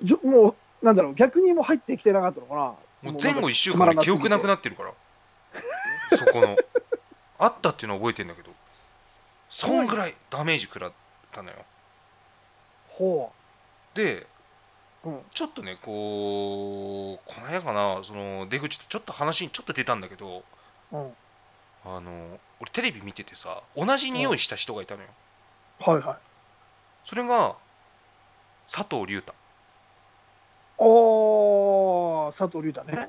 Speaker 2: じょもうなんだろう逆にもう入ってきてなかったのかな
Speaker 1: もう前後1週
Speaker 2: もう
Speaker 1: 間
Speaker 2: なんか
Speaker 1: 記憶なくなってるからそこの あったっていうのは覚えてんだけどそんぐらいダメージ食らったのよ
Speaker 2: ほ
Speaker 1: で
Speaker 2: う。うん。
Speaker 1: ちょっとねこうこの間かなその出口とちょっと話にちょっと出たんだけど
Speaker 2: うん。はい
Speaker 1: あの俺テレビ見ててさ同じ匂いした人がいたのよ
Speaker 2: はい。あ
Speaker 1: それが佐藤隆太
Speaker 2: あ、佐藤龍太ね。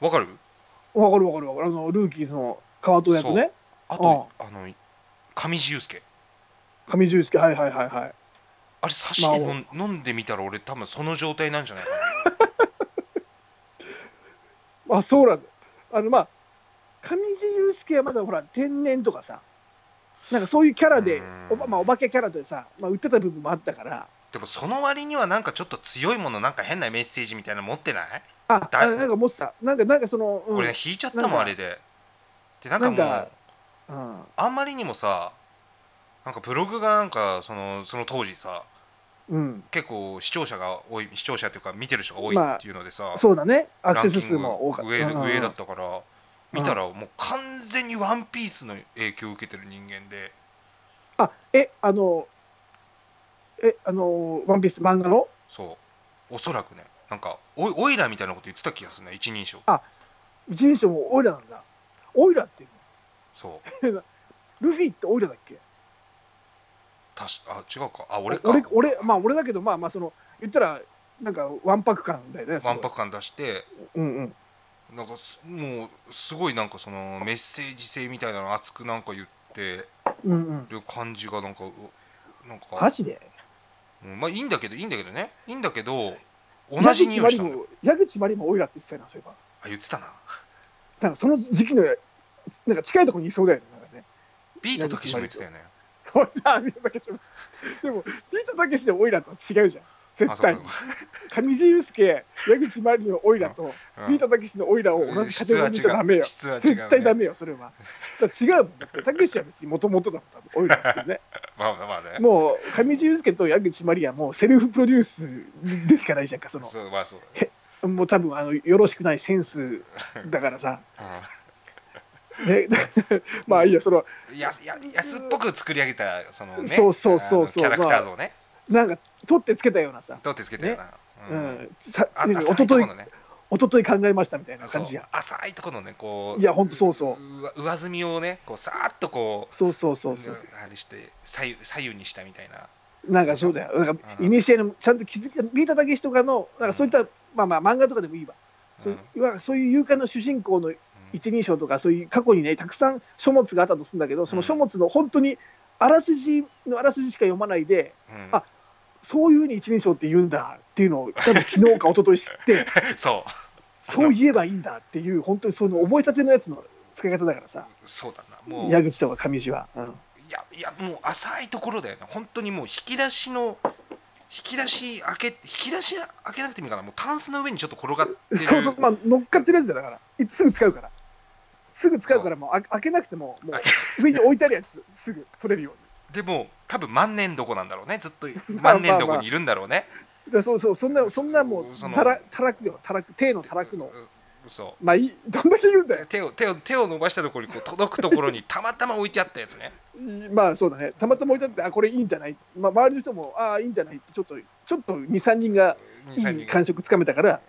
Speaker 1: わかる
Speaker 2: わかるわかるわかる。あの、ルーキーズの川戸役ね。
Speaker 1: あとあの上地雄介
Speaker 2: 上重介。はいはいはいはい。
Speaker 1: あれ刺して飲ん飲んでみたら俺多分その状態なんじゃないか な
Speaker 2: あ、そうなんだ。あの、まあ、上地雄介はまだほら、天然とかさ、なんかそういうキャラで
Speaker 1: うー、ん
Speaker 2: おばまあ、お化けキャラでさ、まあ、売ってた部分もあったから、
Speaker 1: でもその割にはなんかちょっと強いものなんか変なメッセージみたいなの持ってない、
Speaker 2: あ、
Speaker 1: だ
Speaker 2: あなんか持ってた。なんか、なんかその、うん。
Speaker 1: 俺ね引いちゃった
Speaker 2: なん
Speaker 1: もんあ
Speaker 2: か
Speaker 1: れででなんかもう
Speaker 2: なんかうん、
Speaker 1: あんまりにもさなんかブログがなんかそのその当時さ
Speaker 2: うん。
Speaker 1: 結構視聴者が多い視聴者というか見てる人が多いっていうのでさ、
Speaker 2: そうだね。アク
Speaker 1: ランキン
Speaker 2: セ
Speaker 1: グ
Speaker 2: ス数も多かった。
Speaker 1: 上
Speaker 2: うん
Speaker 1: 上だったから見たらもう完全に「ワンピースの影響を受けてる人間で
Speaker 2: あ、え、あの、え、あの、ワンピース漫画の
Speaker 1: そうおそらくねなんかおオイラみたいなこと言ってた気がするね一人称
Speaker 2: 一人称もオイラなんだ。オイラっていう
Speaker 1: そう
Speaker 2: の。ルフィってオイラだっけ
Speaker 1: たしあ違うかあ俺か
Speaker 2: 俺、俺、まあ俺だけど、まあまあその、言ったら、なんかワンパク感だよね。す
Speaker 1: わ
Speaker 2: ごい
Speaker 1: んぱく感出して
Speaker 2: うんうん。
Speaker 1: なんかすもうすごいなんかそのメッセージ性みたいなの熱くなんか言って
Speaker 2: うんうん。
Speaker 1: る感じがなんかうなん
Speaker 2: マ
Speaker 1: か、
Speaker 2: ジで
Speaker 1: うんまあいいんだけどいいんだけどねいいんだけど同じ匂いしたのよ
Speaker 2: 矢口まりもオイラって言ってたよな、そういえば。
Speaker 1: あ言ってたな
Speaker 2: なんかその時期の、なんか近いところにいそうだよね。なんかね
Speaker 1: ビートたけしも言ってたよね
Speaker 2: ほら、ビートたけしも。でも、ビートたけしのオイラとは違うじゃん。
Speaker 1: あ
Speaker 2: 絶
Speaker 1: そう
Speaker 2: 対
Speaker 1: か
Speaker 2: に。上地雄介、矢口まりのオイラと、
Speaker 1: うん
Speaker 2: ビートたけしのオイラを同じカテゴリーにしちゃダメよ。
Speaker 1: 質は違う質は違うね
Speaker 2: 絶対ダメよ、それは。だから違うもん。だって、たけしは別にもともとだったオイラって ね。
Speaker 1: まあまあまあね
Speaker 2: もう、上地雄介と矢口まりはもうセルフプロデュースでしかないじゃんか、その。
Speaker 1: そうまあそう
Speaker 2: もう多分、あの、よろしくないセンスだか らさ。
Speaker 1: だね、
Speaker 2: ね、 まあいいや、その、
Speaker 1: うん、やや安っぽく作り上げたそのね
Speaker 2: そうそうそうそう
Speaker 1: あのキャラクター像ね、
Speaker 2: なんか、取ってつけたようなさ。
Speaker 1: どうってつけてるな、
Speaker 2: う
Speaker 1: うん
Speaker 2: ん、さ
Speaker 1: あ
Speaker 2: 常に
Speaker 1: 浅
Speaker 2: 一
Speaker 1: いとこ
Speaker 2: 昨日
Speaker 1: のね
Speaker 2: 一昨日考えましたみたいな
Speaker 1: そ
Speaker 2: 感
Speaker 1: う
Speaker 2: じやん。
Speaker 1: 浅いとこのねこう
Speaker 2: いやほんとそうそう
Speaker 1: わ上積みをねこうさーっとこう
Speaker 2: そうそうそうそう。
Speaker 1: あれして左右左右にしたみたいな
Speaker 2: なんかそうだよ。なんか
Speaker 1: うん
Speaker 2: イニシエのちゃんと気づきビートたけしとかのなんかそういった、まあまあ漫画とかでもいいわ。そううんいわゆるそういう勇敢な主人公の一人称とかそういう過去にねたくさん書物があったとするんだけどその書物の本当にあらすじのあらすじしか読まないで
Speaker 1: うん
Speaker 2: あそういうふうに一人称って言うんだっていうのを多分昨日か一昨日知 って。
Speaker 1: そう
Speaker 2: そう言えばいいんだっていう、本当にその覚えたてのやつの使い方だからさ、
Speaker 1: そうだなもういや
Speaker 2: 矢口とか上地は。うん
Speaker 1: いやもう浅いところだよね本当にもう引き出しの引き出し開け引き出し開けなくてもいいかなもうタンスの上にちょっと転がってる
Speaker 2: そうそう、まあ、乗っかってるやつだから、いすぐ使うから、すぐ使うから、もうあ開けなくても、も
Speaker 1: 開
Speaker 2: う上に置いてあるやつ、すぐ取れるよう
Speaker 1: でも多分万年床なんだろうねずっと万年床にいるんだろうね、
Speaker 2: に。でそうそう、そんな、そんなもう
Speaker 1: その、
Speaker 2: たらたらくよ、たらく、手のたらくの、
Speaker 1: そ
Speaker 2: まあいい、 どんだけ言うんだ
Speaker 1: う
Speaker 2: よ。
Speaker 1: 手を手を手を伸ばしたところにこう届くところにたまたま置いてあったやつね
Speaker 2: まあそうだね、たまたま置いてあって、あ、これいいんじゃない、まあ、周りの人も、ああ、いいんじゃないって、ちょっと、ちょっと2、3人がい
Speaker 1: 23
Speaker 2: い感触つかめたから、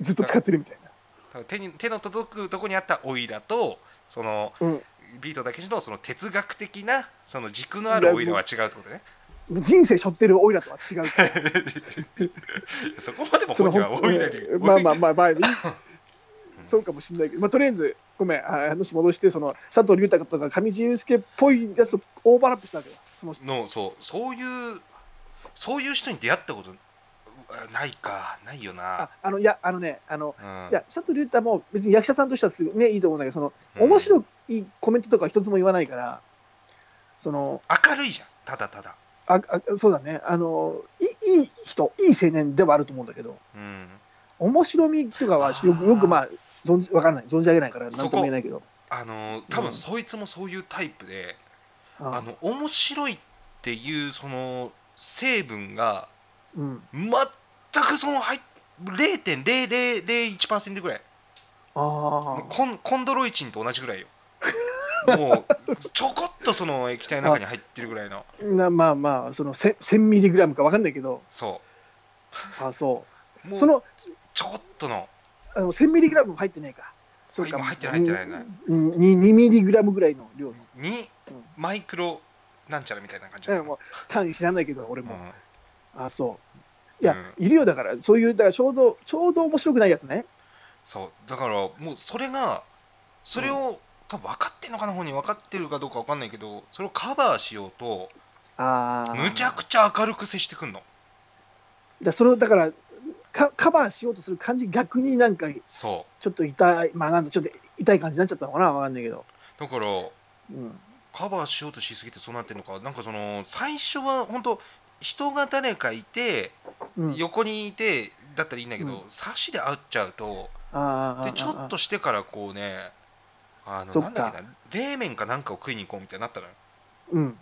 Speaker 2: ずっと使ってるみたいな。
Speaker 1: 手に手の届くところにあったオイラとその
Speaker 2: うん
Speaker 1: ビートだけしのその哲学的なその軸のあるオイラは違うってことね
Speaker 2: 人生背負ってるオイラとは違うから
Speaker 1: そこまでも
Speaker 2: そ
Speaker 1: 本
Speaker 2: の
Speaker 1: 人は
Speaker 2: 本当
Speaker 1: オイ
Speaker 2: に
Speaker 1: ラに
Speaker 2: まあまあま あまあ、 そうかもしれないけど、まあ、とりあえずごめんあ話戻してその佐藤隆太とか上地雄介っぽいやつとオーバーラップしたわけだその
Speaker 1: のそうそういうそういう人に出会ったことあないかないよ
Speaker 2: あ
Speaker 1: な、
Speaker 2: あのいやあのねあの、
Speaker 1: うん、
Speaker 2: いや佐藤隆太も別に役者さんとしてはすごいねいいと思うんだけどその
Speaker 1: うん
Speaker 2: 面白いコメントとかは一つも言わないからその
Speaker 1: 明るいじゃんただただ
Speaker 2: ああそうだねあのいいいい人いい青年ではあると思うんだけど
Speaker 1: うん
Speaker 2: 面白みとかはよくよくまあ存じわからない存じ上げないから何とも言えないけど。
Speaker 1: あの多
Speaker 2: う
Speaker 1: 分
Speaker 2: ん
Speaker 1: そいつもそういうタイプで、
Speaker 2: うん
Speaker 1: あの面白いっていうその成分が
Speaker 2: うん、
Speaker 1: 全くその入っ0.0001%ぐらい
Speaker 2: あ
Speaker 1: コンコンドロイチンと同じぐらいよもうちょこっとその液体の中に入ってるぐらいの
Speaker 2: なまあまあそのせ1000ミリグラムか分かんないけど
Speaker 1: そ
Speaker 2: あそうう
Speaker 1: もう
Speaker 2: その
Speaker 1: ちょこっとの
Speaker 2: あの1000ミリグラムも入ってないかそうか
Speaker 1: 今入ってない入ってない入って
Speaker 2: うん2ミリグラムぐらいの量の
Speaker 1: 2
Speaker 2: うん
Speaker 1: マイクロなんちゃらみたいな感じ
Speaker 2: だか
Speaker 1: だ
Speaker 2: らもう単位知らないけど俺も、
Speaker 1: うん
Speaker 2: あそういや、
Speaker 1: う
Speaker 2: いるよだからそういうだからちょうどちょうど面白くないやつね
Speaker 1: そうだからもうそれがそれを多分分かってんのかな本人分かってるかどうか分かんないけどそれをカバーしようと
Speaker 2: ああ
Speaker 1: むちゃくちゃ明るく接してくんの
Speaker 2: だそれをだからかカバーしようとする感じ逆になんか
Speaker 1: そ
Speaker 2: ちょっと痛いまあなんだちょっと痛い感じになっちゃったのかな分かんないけど、
Speaker 1: うだから
Speaker 2: うん、
Speaker 1: カバーしようとしすぎてそうなってるのかなんかその最初は本当人が誰かいて
Speaker 2: うん、
Speaker 1: 横にいてだったらいいんだけど、
Speaker 2: うん
Speaker 1: 差しで会っちゃうと
Speaker 2: あー
Speaker 1: で
Speaker 2: あー
Speaker 1: ちょっとしてからこうねあの
Speaker 2: そ
Speaker 1: な
Speaker 2: っ
Speaker 1: ん
Speaker 2: か
Speaker 1: だっけな冷麺かなんかを食いに行こうみたいになったのよ
Speaker 2: うん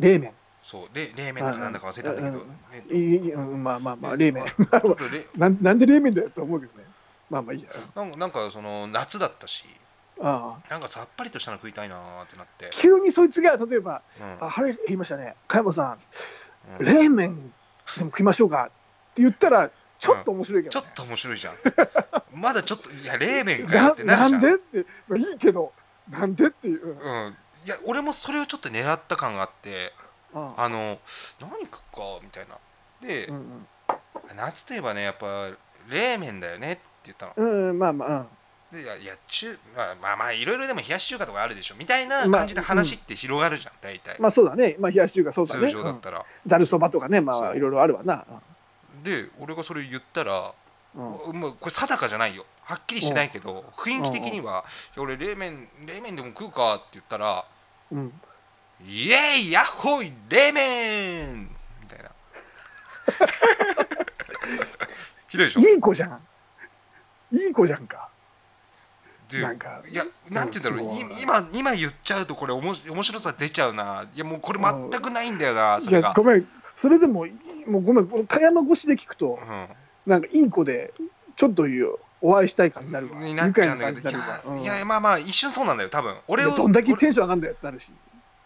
Speaker 2: 冷麺
Speaker 1: そうれ冷麺だかなんだか忘れたんだけど、ね
Speaker 2: いいいいうんまあまあまあ冷
Speaker 1: ね
Speaker 2: 麺
Speaker 1: ちょっとれ
Speaker 2: なんなんで冷麺だよと思うけどねまあまあいいじゃん
Speaker 1: なんかなんかその夏だったし
Speaker 2: ああ
Speaker 1: なんかさっぱりとしたの食いたいなーってなって、
Speaker 2: 急にそいつが例えば
Speaker 1: うん
Speaker 2: 「あ腹減りましたね加山さん
Speaker 1: うん
Speaker 2: 冷麺でも食いましょうか」って言ったらちょっと面白いけ
Speaker 1: ち
Speaker 2: ど
Speaker 1: ょっ
Speaker 2: ね、
Speaker 1: と面白いじゃん まだちょっといや冷麺かよってな
Speaker 2: な
Speaker 1: るじゃん
Speaker 2: なんでって、まあ、いいけどなんでっていう、うん
Speaker 1: うん、いや俺もそれをちょっと狙った感があって
Speaker 2: ああ
Speaker 1: あの何食うかみたいなで、
Speaker 2: うん
Speaker 1: 夏といえばねやっぱ冷麺だよねって言ったの
Speaker 2: うん、うん、まあまあ、うん
Speaker 1: でいやいや中まあまあまあいろいろでも冷やし中華とかあるでしょみたいな
Speaker 2: まあ
Speaker 1: 感じで話って広がるじゃん大体、
Speaker 2: まあそうだね、まあ、冷やし中華そうだね
Speaker 1: 通常だったら、
Speaker 2: うんざるそばとかねま
Speaker 1: そう
Speaker 2: あいろいろあるわな、
Speaker 1: で俺がそれ言ったら、
Speaker 2: うんうん
Speaker 1: もうこれ定かじゃないよはっきりしてないけど雰囲気的には「いや俺冷麺冷麺でも食うか」って言ったら
Speaker 2: うん、
Speaker 1: 「イエーイヤッホイ冷麺!」み たいなひどいでしょ
Speaker 2: いい子じゃんいい子じゃんか
Speaker 1: で
Speaker 2: なんか
Speaker 1: いやなんて言うんだろう
Speaker 2: うん
Speaker 1: い今今言っちゃうとこれおもし面白さ出ちゃうないやもうこれ全くないんだよなそ
Speaker 2: じ
Speaker 1: れ
Speaker 2: ゃ
Speaker 1: が
Speaker 2: あごめんそれでもいいもうごめんこの加山越しで聞くとなんかいい子でちょっというお会いしたい感じになる
Speaker 1: う
Speaker 2: わ
Speaker 1: んになっちゃうんだ
Speaker 2: 感
Speaker 1: け
Speaker 2: じ
Speaker 1: ど
Speaker 2: に
Speaker 1: い
Speaker 2: なるわ
Speaker 1: や,、
Speaker 2: うん
Speaker 1: いやまあまあ一瞬そうなんだよ多分俺を
Speaker 2: どんだけ
Speaker 1: 俺
Speaker 2: テンション上がるんだよってなるし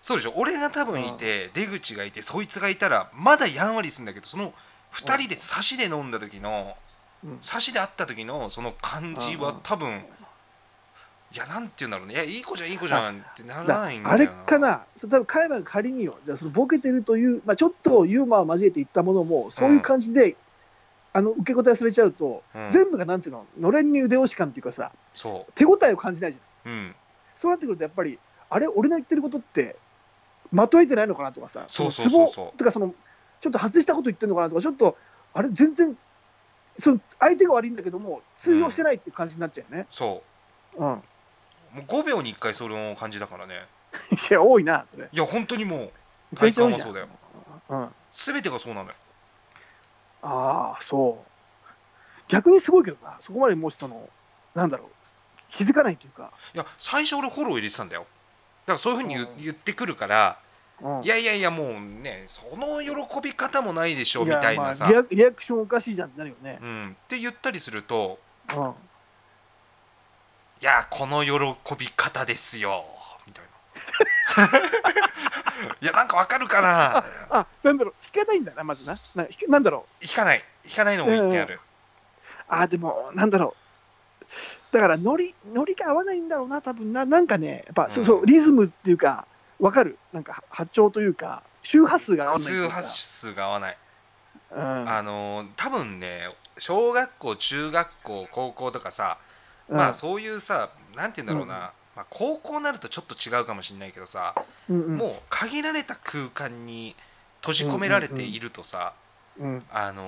Speaker 1: そうでしょ俺が多分いて出口がいてそいつがいたらまだやんわりするんだけどその2人で差しで飲んだ時の
Speaker 2: うん
Speaker 1: 差しで会った時のその感じは多分いやなんて言うんだろうねいやいい子じゃんいい子じゃんってなら
Speaker 2: だ
Speaker 1: ないんだ
Speaker 2: あ
Speaker 1: よな
Speaker 2: れかな、それ多分彼らが仮によ、じゃあそのボケてるという、まあ、ちょっとユーモアを交えていったものも、そういう感じで、あの受け答えされちゃうと、
Speaker 1: うん
Speaker 2: 全部がなんていうの、のれんに腕押し感というかさ、
Speaker 1: そ
Speaker 2: 手応えを感じないじゃん。
Speaker 1: ううん
Speaker 2: そうなってくると、やっぱり、あれ、俺の言ってることって、まとえてないのかなとかさ、
Speaker 1: そうそう
Speaker 2: の
Speaker 1: そうそう
Speaker 2: ツボとかその、ちょっと外したこと言ってるのかなとか、ちょっと、あれ、全然、その相手が悪いんだけども、通用してないって感じになっちゃうよね。
Speaker 1: そ
Speaker 2: うん。 いう
Speaker 1: もう5秒に1回その感じだからね
Speaker 2: や、多いな、それ。
Speaker 1: いや本当にもう
Speaker 2: めちゃ
Speaker 1: 体
Speaker 2: め
Speaker 1: 感は
Speaker 2: ちゃ多いじゃん
Speaker 1: そうだよ
Speaker 2: うん。
Speaker 1: 全てがそうなのよ
Speaker 2: ああそう逆にすごいけどなそこまでもうそのなんだろう気づかないというか、
Speaker 1: いや最初俺フォロー入れてたんだよだからそういうふうに言,、
Speaker 2: うん
Speaker 1: 言ってくるから
Speaker 2: うん
Speaker 1: いやいやいやもうねその喜び方もないでしょみ
Speaker 2: や
Speaker 1: たいなさ、
Speaker 2: まあリアリアクションおかしいじゃんってなるよね、
Speaker 1: うん、って言ったりすると
Speaker 2: うん、
Speaker 1: 「いやこの喜び方ですよ」みたいな 「いやなんかわかるかな?
Speaker 2: あなんだろう引かないんだなまずなな引かなんだろ」
Speaker 1: 引かない引かないのも言ってある、
Speaker 2: うあーでもなんだろうだからノリノリが合わないんだろうな多分ななんかねやっぱ、そうそうリズムっていうかわかるなんかは波長というか周波数が合わないとい
Speaker 1: 数
Speaker 2: うか
Speaker 1: 発数が合わない、
Speaker 2: うん
Speaker 1: あのー多分ね小学校中学校高校とかさ、
Speaker 2: うん
Speaker 1: まあそういうさなんて言うんだろう
Speaker 2: うん
Speaker 1: な、まあ、高校になるとちょっと違うかもしれないけどさ、
Speaker 2: うんうん
Speaker 1: もう限られた空間に閉じ込められているとさ、
Speaker 2: うん
Speaker 1: あの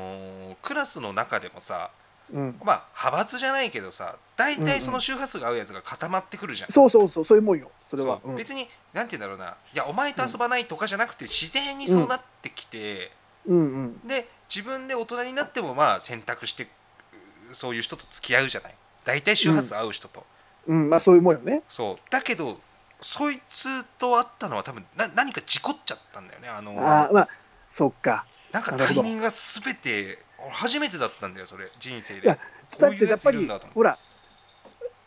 Speaker 1: ークラスの中でもさ
Speaker 2: うん
Speaker 1: まあ派閥じゃないけどさ大体その周波数が合うやつが固まってくるじゃん。
Speaker 2: そうそうそうそういうもんよそれは
Speaker 1: そう
Speaker 2: うん
Speaker 1: 別になんて言うんだろうないやお前と遊ばないとかじゃなくて自然にそうなってきて、
Speaker 2: うんうん
Speaker 1: で自分で大人になってもまあ選択してうそういう人と付き合うじゃない大体周波数合う人と、
Speaker 2: うんまあそういうもんよね
Speaker 1: そうだけどそいつと会ったのは多分な何か事故っちゃったんだよねあの
Speaker 2: あーまあそっか
Speaker 1: なんか
Speaker 2: な
Speaker 1: タ
Speaker 2: るほ
Speaker 1: イ
Speaker 2: ど
Speaker 1: ミングが全て俺初めてだったんだよそれ人生
Speaker 2: い
Speaker 1: で
Speaker 2: やだってや
Speaker 1: こうい
Speaker 2: っぱ
Speaker 1: うやついるん
Speaker 2: り
Speaker 1: だと思
Speaker 2: ほら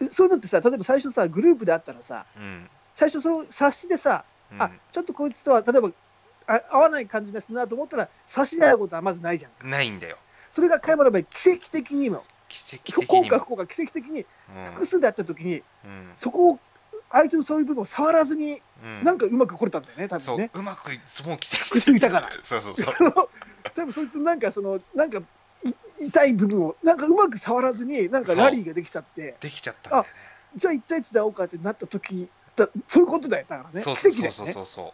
Speaker 2: そういうのってさ例えば最初さグループであったらさ
Speaker 1: ううん
Speaker 2: 最初その冊子でさ、
Speaker 1: うん
Speaker 2: あちょっとこいつとは例えばあ合わない感じですなと思ったら差し合うことはまずないじゃん
Speaker 1: ないんだよ
Speaker 2: それが加山の場合奇跡的にも
Speaker 1: 奇跡的
Speaker 2: 効
Speaker 1: に
Speaker 2: 果
Speaker 1: も
Speaker 2: 不、効果奇跡的に
Speaker 1: うん
Speaker 2: 複数であった時に
Speaker 1: うん
Speaker 2: そこを相手のそういう部分を触らずに
Speaker 1: うん
Speaker 2: なんかうまく来れたんだよね多
Speaker 1: そ
Speaker 2: 分
Speaker 1: う
Speaker 2: ね
Speaker 1: うまくもう奇跡
Speaker 2: 複 数いたから
Speaker 1: そうそうそう
Speaker 2: その多分そいつなんかそのなんかい痛い部分をなんかうまく触らずになんかラリーができちゃって
Speaker 1: できちゃったんだよね
Speaker 2: じゃあ一対一で会おうかってなった時だそういうことだよだからね
Speaker 1: そう
Speaker 2: 奇
Speaker 1: そう
Speaker 2: 跡だ
Speaker 1: そうそ
Speaker 2: よ
Speaker 1: う
Speaker 2: ね
Speaker 1: そうそう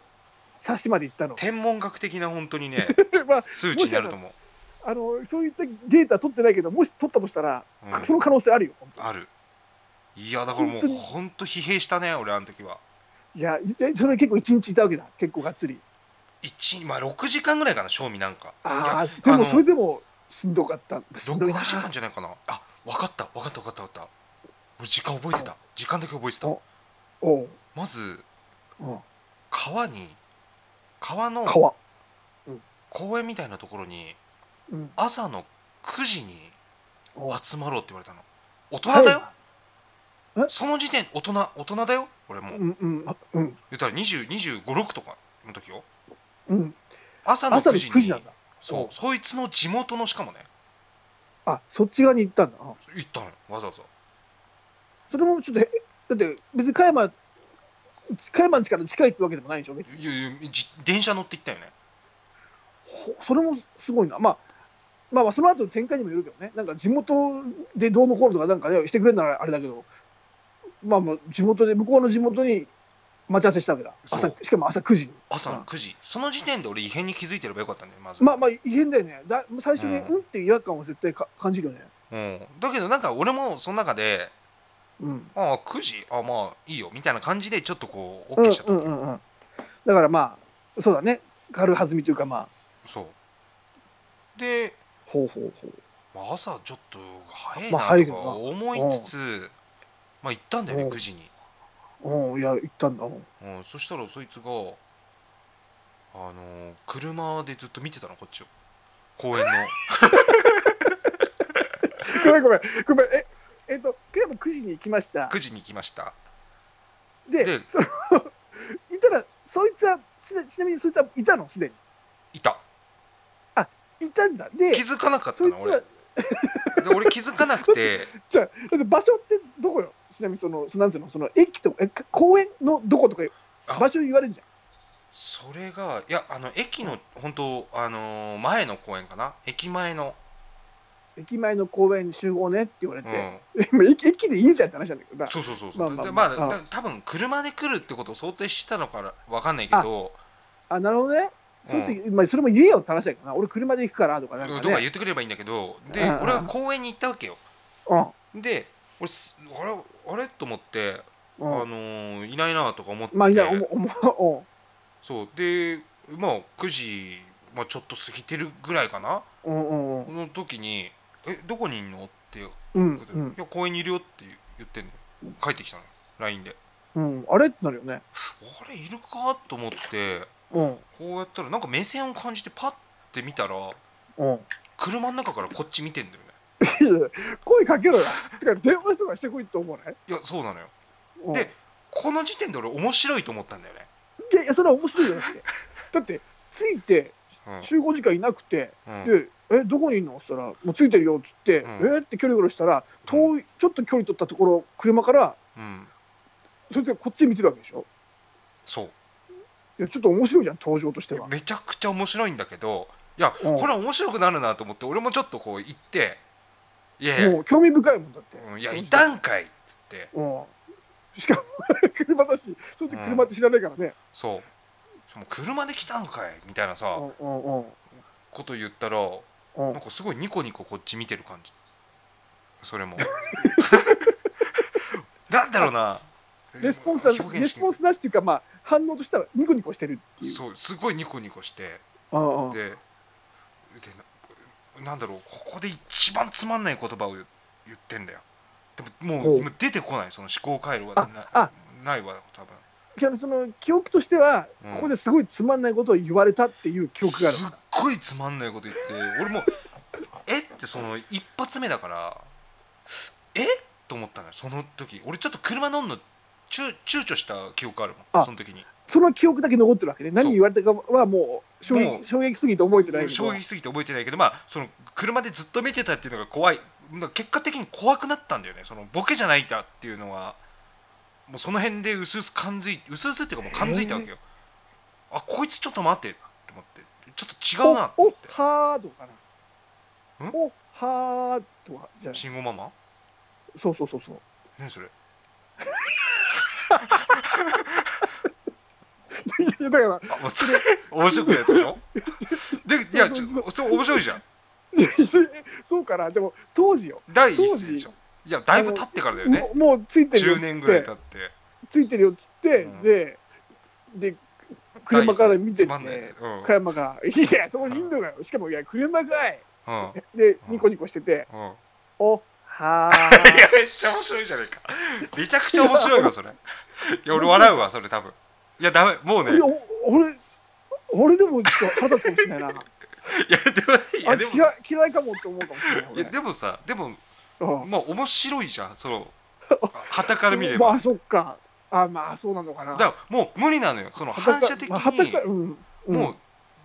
Speaker 2: 差しまで行ったの
Speaker 1: 天文学的な本当に ね
Speaker 2: まあ
Speaker 1: 数値になると思う
Speaker 2: あのそういったデータ取ってないけどもし取ったとしたら、
Speaker 1: うん
Speaker 2: その可能性あるよ本当に
Speaker 1: あるいやだからもう
Speaker 2: 本当に
Speaker 1: 本当疲弊したね俺あの時はい
Speaker 2: やでそれ結構一日いたわけだ結構がっつり
Speaker 1: 一まあ6時間ぐらいかな賞味なんかい
Speaker 2: ああで
Speaker 1: や
Speaker 2: もそれ
Speaker 1: の
Speaker 2: でもしんどかったしんど
Speaker 1: 6
Speaker 2: いな
Speaker 1: 時間じゃないかなあ分かった分かった分かった分かった俺時間覚えてた時間だけ覚えてた
Speaker 2: おおう、
Speaker 1: まず
Speaker 2: うん、
Speaker 1: 川に川の
Speaker 2: 川
Speaker 1: 公園みたいなところに
Speaker 2: うん
Speaker 1: 朝の9時に
Speaker 2: お
Speaker 1: 集まろうって言われたの大人だよ、
Speaker 2: は
Speaker 1: その時点大人大人だよ俺も、
Speaker 2: い、
Speaker 1: 言
Speaker 2: うんうんうん
Speaker 1: ったら2 0 2 5 6とかの時よ
Speaker 2: うん
Speaker 1: 朝の
Speaker 2: 朝
Speaker 1: 9
Speaker 2: の
Speaker 1: 時に
Speaker 2: 9時なんだ
Speaker 1: そう
Speaker 2: お
Speaker 1: そいつの地元のしかもね
Speaker 2: あそっち側に行ったんだあ
Speaker 1: 行ったのよわざわざ
Speaker 2: それもちょっとへだって別に加山加山の力近いってわけでもないでしょ別に
Speaker 1: いやいやじ電車乗って行ったよね
Speaker 2: ほそれもすごいなまあまあまあその後の展開にもよるけどねなんか地元でどうのこうのとかなんかねしてくれるならあれだけどまあまあ地元で向こうの地元に待ち合わせしたわけだ
Speaker 1: そう
Speaker 2: 朝しかも朝9時に
Speaker 1: 朝の
Speaker 2: うん
Speaker 1: 9時その時点で俺異変に気づいてればよかったんだよまず
Speaker 2: まあまあ異変だよねだ最初に
Speaker 1: うん
Speaker 2: うんっていう違和感を絶対か感じるよね
Speaker 1: うん、だけどなんか俺もその中で
Speaker 2: うん
Speaker 1: ああ9時あまあいいよみたいな感じでちょっとこう
Speaker 2: うん
Speaker 1: OK しちゃった
Speaker 2: う
Speaker 1: の、
Speaker 2: んうんうんだからまあそうだね軽はずみというかまあ
Speaker 1: そうで、
Speaker 2: ほうほうほう
Speaker 1: まあ、朝ちょっと早
Speaker 2: まあ早
Speaker 1: い
Speaker 2: い
Speaker 1: な
Speaker 2: け
Speaker 1: と
Speaker 2: ど
Speaker 1: か
Speaker 2: な
Speaker 1: 思いつつ、まあ行ったんだよね
Speaker 2: うん
Speaker 1: 9時に、
Speaker 2: うんいや行ったんだうん
Speaker 1: うん、そしたらそいつがあの車でずっと見てたのこっちを公園の
Speaker 2: ごめんごめんごめんええっと加山9時に行きました
Speaker 1: 9時に来ました
Speaker 2: で
Speaker 1: で
Speaker 2: その いたらそいつはちなちなみにそいつはいたのすで
Speaker 1: いた
Speaker 2: にいたんだで
Speaker 1: 気づかなかった
Speaker 2: そい
Speaker 1: の
Speaker 2: つ
Speaker 1: 俺
Speaker 2: は
Speaker 1: で俺気づかなくて
Speaker 2: じゃあだって場所ってどこよちなみにそのそのなんつうのその駅とかえか公園のどことか
Speaker 1: あ
Speaker 2: 場所言われるじゃん
Speaker 1: それがいやあの駅の本当あの前の公園かな駅前の、
Speaker 2: 駅前の公園に集合ねって言われ
Speaker 1: う
Speaker 2: て、
Speaker 1: ん、
Speaker 2: 今駅駅でいいじゃんって話なんだけどな
Speaker 1: そうそうそうそう
Speaker 2: まあまあ
Speaker 1: でまあ
Speaker 2: まあ
Speaker 1: だ多分車で来るってことを想定してたのかわかんないけど
Speaker 2: あなるほどねその時、
Speaker 1: う
Speaker 2: まあ、それも言えよって話だけどな俺車で行くからとかなん
Speaker 1: と
Speaker 2: か
Speaker 1: か
Speaker 2: ね
Speaker 1: 言ってくればいいんだけどで
Speaker 2: うんうん
Speaker 1: 俺は公園に行ったわけよ
Speaker 2: うん
Speaker 1: で俺すあれあれと思ってあ
Speaker 2: う
Speaker 1: の
Speaker 2: ん
Speaker 1: ーいないなとか思って
Speaker 2: まあいやおもおも
Speaker 1: そうでまあ9時まあちょっと過ぎてるぐらいかな
Speaker 2: うんうんうん
Speaker 1: この時に「えどこにいんの?」って
Speaker 2: うん
Speaker 1: こと
Speaker 2: う
Speaker 1: で
Speaker 2: ん
Speaker 1: いや公園にいるよ」って言ってんのよ帰ってきたのよ LINE で
Speaker 2: うんうんあれってなるよね
Speaker 1: 「あれいるか?」と思って
Speaker 2: うん
Speaker 1: こうやったらなんか目線を感じてパッて見たら
Speaker 2: うん
Speaker 1: 車の中からこっち見てんだよね
Speaker 2: いやいや 声かけろよ。てか電話とかしてこいって思わない
Speaker 1: いやそうなのよ
Speaker 2: うん
Speaker 1: でこの時点で俺面白いと思ったんだよね
Speaker 2: いやいや、それは面白いよだ って。だって、着いて集合時間いなくて、
Speaker 1: うん、うん、
Speaker 2: で、え、どこにいるのって言ったら、もう着いてるよっつって、
Speaker 1: うん
Speaker 2: えって距離ぐらいしたら、遠い、ちょっと距離取ったところ、車から、
Speaker 1: うん、
Speaker 2: そいつがこっち見てるわけでしょ。
Speaker 1: そう
Speaker 2: いや、ちょっと面白いじゃん、登場として
Speaker 1: いや
Speaker 2: は。
Speaker 1: めちゃくちゃ面白いんだけどいや
Speaker 2: うん
Speaker 1: これは面白くなるなと思って俺もちょっとこう行って「いやいや,、
Speaker 2: もう興味深いもんだって。
Speaker 1: うん、いやいたんかい」っつって
Speaker 2: うん。しかも、 車だし、その時車って知らないからね。
Speaker 1: そうしかも車で来たんかいみたいなさ、
Speaker 2: うんうんうん
Speaker 1: こと言ったら
Speaker 2: うん
Speaker 1: なんかすごいニコニコこっち見てる感じそれも なんだろうな
Speaker 2: レスポンスは
Speaker 1: 表現し
Speaker 2: レスポンスなしっていうか、まあ、反応としてはニコニコしてるっていう。
Speaker 1: そうすごいニコニコして
Speaker 2: うんうん
Speaker 1: ででななんだろうここで一番つまんない言葉を言言ってんだよでもも
Speaker 2: ほ
Speaker 1: う
Speaker 2: う
Speaker 1: もう出てこないその思考回路はな
Speaker 2: あ
Speaker 1: ないわ多分
Speaker 2: ちなみにその記憶としては、
Speaker 1: うん
Speaker 2: ここですごいつまんないことを言われたっていう記憶がある
Speaker 1: すっごいつまんないこと言って俺も「えっ?」てその一発目だから「えっ?」と思ったのよその時俺ちょっと車乗んのちゅ躊躇した記憶あるもん
Speaker 2: あ
Speaker 1: その時に
Speaker 2: その記憶だけ残ってるわけで、何言われたかはもう衝
Speaker 1: もう
Speaker 2: 撃衝撃すぎて覚えてないけど
Speaker 1: 衝撃すぎて覚えてないけどまあその車でずっと見てたっていうのが怖いなんか結果的に怖くなったんだよねそのボケじゃないんだっていうのはもうその辺でうすうす感づい薄々っていうかもう感づいたわけよ、あこいつちょっと待ってって思ってちょっと違うなって
Speaker 2: お
Speaker 1: 思
Speaker 2: お
Speaker 1: って
Speaker 2: はーとかなんおはーとかじゃない
Speaker 1: 信号ママ
Speaker 2: そうそうそうそう
Speaker 1: 何それ
Speaker 2: いや だから
Speaker 1: あもうそれ面白くないやつでしょでいやち
Speaker 2: そうそう
Speaker 1: ょそれ面白いじゃん
Speaker 2: いやそうかなでも当時よ
Speaker 1: 第
Speaker 2: 当
Speaker 1: 一声で
Speaker 2: 時
Speaker 1: しょいやだいぶ経ってからだよね
Speaker 2: もうもうついてるよっ
Speaker 1: 10
Speaker 2: つ
Speaker 1: 年
Speaker 2: っ
Speaker 1: ぐらい
Speaker 2: て
Speaker 1: 経って
Speaker 2: ついてるよっつって、
Speaker 1: うん
Speaker 2: でで車から見
Speaker 1: 第一声
Speaker 2: て
Speaker 1: つまんないね
Speaker 2: て
Speaker 1: うんうん
Speaker 2: 車が「いやそこインドがよしかもいや車かい」で
Speaker 1: うん
Speaker 2: ニコニコしてて
Speaker 1: うん
Speaker 2: 「おはー
Speaker 1: いやめっちゃ面白いじゃないかめちゃくちゃ面白いわそれいや俺笑うわそれ多分いやダメもう ねい
Speaker 2: いや
Speaker 1: や
Speaker 2: お俺俺でもちょっと腹立つかもしれ ないな
Speaker 1: でもい
Speaker 2: あ
Speaker 1: やでも
Speaker 2: 嫌
Speaker 1: さ
Speaker 2: い嫌いかもって思うかもしれない
Speaker 1: いやでもさでも
Speaker 2: 俺
Speaker 1: まあ面白いじゃんそのはたから見
Speaker 2: う
Speaker 1: れ
Speaker 2: んま
Speaker 1: ば
Speaker 2: あそっかあまあそうなのかな
Speaker 1: だからもう無理なのよその
Speaker 2: はたか
Speaker 1: 反射的
Speaker 2: まあはたか
Speaker 1: に
Speaker 2: うんうん
Speaker 1: も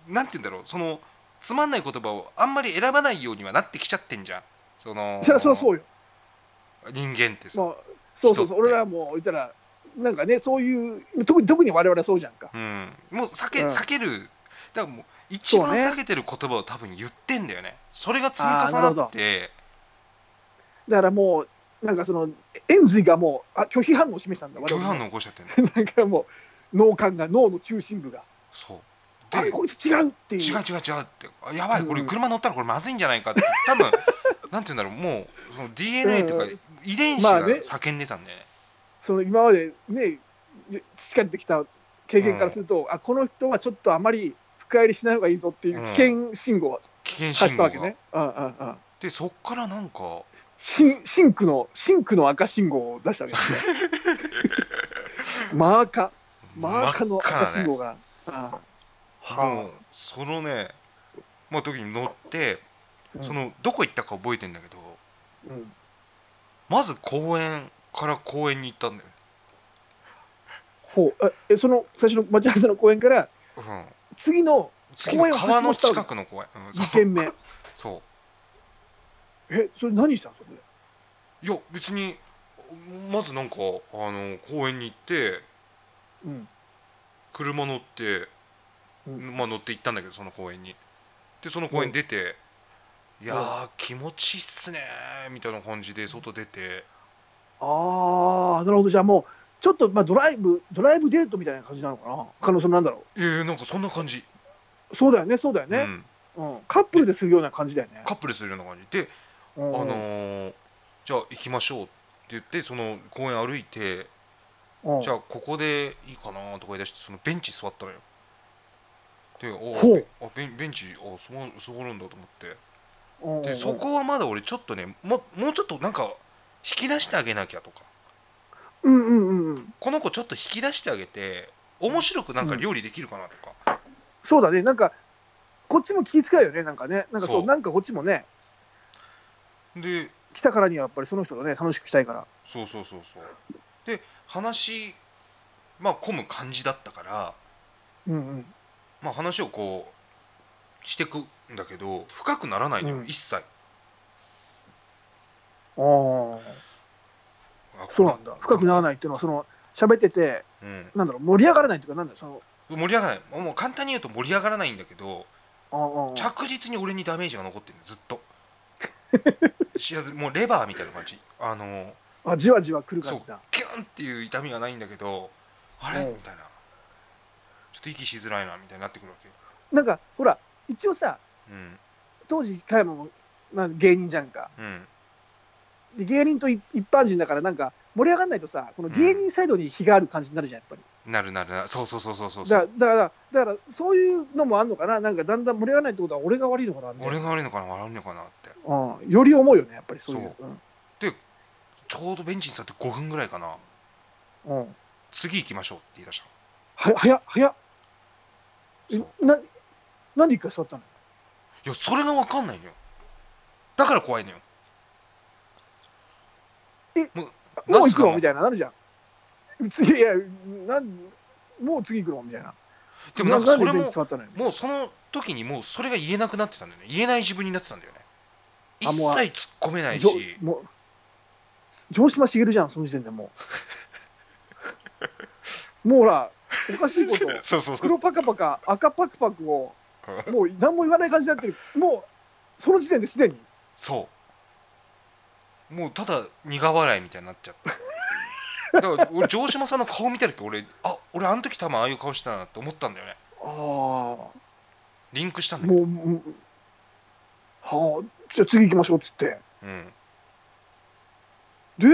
Speaker 1: うなんて言うんだろうそのつまんない言葉をあんまり選ばないようにはなってきちゃってんじゃんその
Speaker 2: そりゃそりゃそうよ
Speaker 1: 人間ってさ
Speaker 2: まあ、そうそ
Speaker 1: 人っ
Speaker 2: うそう
Speaker 1: て
Speaker 2: 俺らも言ったらなんかねそういう特に特に我々はそうじゃんか
Speaker 1: うんもう避け,、
Speaker 2: うん
Speaker 1: 避けるだからもう一
Speaker 2: そ
Speaker 1: 番
Speaker 2: うね
Speaker 1: 避けてる言葉を多分言ってんだよねそれが積み重なって
Speaker 2: だからもうなんかそのエンジがもうあ拒否反応を示したんだ
Speaker 1: 拒否反
Speaker 2: 応
Speaker 1: 応起こしちゃってんの
Speaker 2: なんかもう脳幹が脳の中心部が
Speaker 1: そう
Speaker 2: あ
Speaker 1: で
Speaker 2: こいつ違うっていう
Speaker 1: 違う違う違うってあやばいこれ
Speaker 2: うん
Speaker 1: 車乗ったらこれまずいんじゃないかって多分 なんて言うんだろうもうその DNA とか
Speaker 2: うん
Speaker 1: 遺伝子
Speaker 2: まあ
Speaker 1: が
Speaker 2: ね
Speaker 1: 叫んでたんだよね,、
Speaker 2: その今までねで培ってきた経験からすると、あこの人はちょっとあまり深入りしない方がいいぞっていう危険信号を
Speaker 1: 危険
Speaker 2: 発し
Speaker 1: 信
Speaker 2: た
Speaker 1: 号
Speaker 2: わ
Speaker 1: が、
Speaker 2: けね。うんうんうん
Speaker 1: でそっからなんか
Speaker 2: シンシンクのシンクの赤信号を出したわ けですね。マーカマーカの
Speaker 1: 真っ
Speaker 2: 赤
Speaker 1: 赤な
Speaker 2: 信
Speaker 1: ね
Speaker 2: 号が。あ
Speaker 1: もうそのねまあ時に乗って、
Speaker 2: うん
Speaker 1: そのどこ行ったか覚えてんだけど
Speaker 2: あうん
Speaker 1: まず公園から公園に行ったんだよね
Speaker 2: ほうあえその最初の待ち合わせの公園から
Speaker 1: うん、
Speaker 2: 次の
Speaker 1: 次
Speaker 2: 公園
Speaker 1: の
Speaker 2: を
Speaker 1: 川の
Speaker 2: 発信したわけ
Speaker 1: 近くの公園、うん、そ
Speaker 2: 2
Speaker 1: う
Speaker 2: 軒目。
Speaker 1: そ
Speaker 2: えそれ何したんそれ。
Speaker 1: ういや別にまずなんかあの公園に行って
Speaker 2: うん
Speaker 1: 車乗って、
Speaker 2: うん
Speaker 1: まあ乗って行ったんだけどその公園にでその公園出て、いやー気持ちいいっすねーみたいな感じで外出て
Speaker 2: ああなるほどじゃあもうちょっとまあドライブドライブデートみたいな感じなのかな。可能そのなんだろ
Speaker 1: えー、なんかそんな感じ、
Speaker 2: う。そうだよねそうだよ
Speaker 1: う
Speaker 2: ね。
Speaker 1: ん、
Speaker 2: うんカップルでするような感じだよね。
Speaker 1: カップルするような感じで、あ
Speaker 2: あ
Speaker 1: のーじゃあ行きましょうって言ってその公園歩いて、じゃあここでいいかなとか言い出してそのベンチ座ったのよでお
Speaker 2: ほう
Speaker 1: あベンベンチあ座座るんだと思ってでそこはまだ俺ちょっとねももうちょっとなんか引き出してあげなきゃとか
Speaker 2: うんうんうんうん。
Speaker 1: この子ちょっと引き出してあげて面白くなんか料理できるかなとか、
Speaker 2: そうだね、なんか、こっちも気遣うよね、なんかね、なんかそう、
Speaker 1: そう
Speaker 2: なんかこっちもね、
Speaker 1: で
Speaker 2: 来たからにはやっぱりその人とね、楽しくしたいから。
Speaker 1: そうそうそうそうで話まあ混む感じだったから、
Speaker 2: うんうん。
Speaker 1: まあ、話をこうしてくんだけど深くならないのよ、
Speaker 2: うん
Speaker 1: 一切
Speaker 2: あ
Speaker 1: あ
Speaker 2: あ、そうなんだ。深くならないっていうのは、その、喋ってて、
Speaker 1: うん
Speaker 2: なんだろう、盛り上がらないというか、なんだろう、その、
Speaker 1: 盛り上がらないもうもう簡単に言うと盛り上がらないんだけど
Speaker 2: ああああ、
Speaker 1: 着実に俺にダメージが残ってるのずっ と知らずもうレバーみたいな感じあの
Speaker 2: あじわじわ来る
Speaker 1: そ
Speaker 2: 感
Speaker 1: う
Speaker 2: じだ。
Speaker 1: キュンっていう痛みがないんだけどあれ
Speaker 2: うん
Speaker 1: みたいなちょっと息しづらいなみたいになってくるわけよ、
Speaker 2: なんか、ほら、一応さ、
Speaker 1: うん
Speaker 2: 当時、加山も、まあ、芸人じゃんか。
Speaker 1: うん、
Speaker 2: で、芸人とい一般人だから、なんか、盛り上がらないとさ、この芸人サイドに火がある感じになるじゃん、やっぱり。
Speaker 1: なるなるなるそうそうそうそうそうそ
Speaker 2: だ
Speaker 1: う
Speaker 2: だから、だから、そういうのもあんのかな、なんか、だんだん盛り上がらないってことは、俺が悪いのかな、みたいな
Speaker 1: 俺が悪いのかな悪いのかなって
Speaker 2: うん、より思うよね、やっぱりそういう。うん
Speaker 1: ちょうどベンチに座って5分ぐらいかな
Speaker 2: うん、
Speaker 1: 次行きましょうって言い出し
Speaker 2: は早っ早っ
Speaker 1: たのそう
Speaker 2: えななんで一回座ったの
Speaker 1: いやそれが分かんないのよだから怖いのよ
Speaker 2: え
Speaker 1: もう
Speaker 2: もう行くのみ
Speaker 1: い
Speaker 2: たいななるじゃん。次いやなんもう次行くのみたいな
Speaker 1: でもなんかそれ
Speaker 2: な
Speaker 1: も
Speaker 2: んで座ったのよ
Speaker 1: もうその時にもうそれが言えなくなってたんだよね言えない自分になってたんだよね一
Speaker 2: あ
Speaker 1: 切
Speaker 2: もう
Speaker 1: 突っ込めない
Speaker 2: じょ
Speaker 1: し
Speaker 2: もう城島茂じゃんその時点でも うもうほらおかしいこと
Speaker 1: そうそうそう
Speaker 2: 黒パカパカ赤パクパクをもう何も言わない感じになってるもうその時点ですでに
Speaker 1: そうもうただ苦笑いみたいになっちゃっただから俺城島さんの顔見た時俺あ俺あの時多分ああいう顔してたなって思ったんだよね
Speaker 2: ああ
Speaker 1: リンクしたんだよ、
Speaker 2: もう、もうはあ、じゃあ次行きましょうっつって。
Speaker 1: うん、
Speaker 2: で、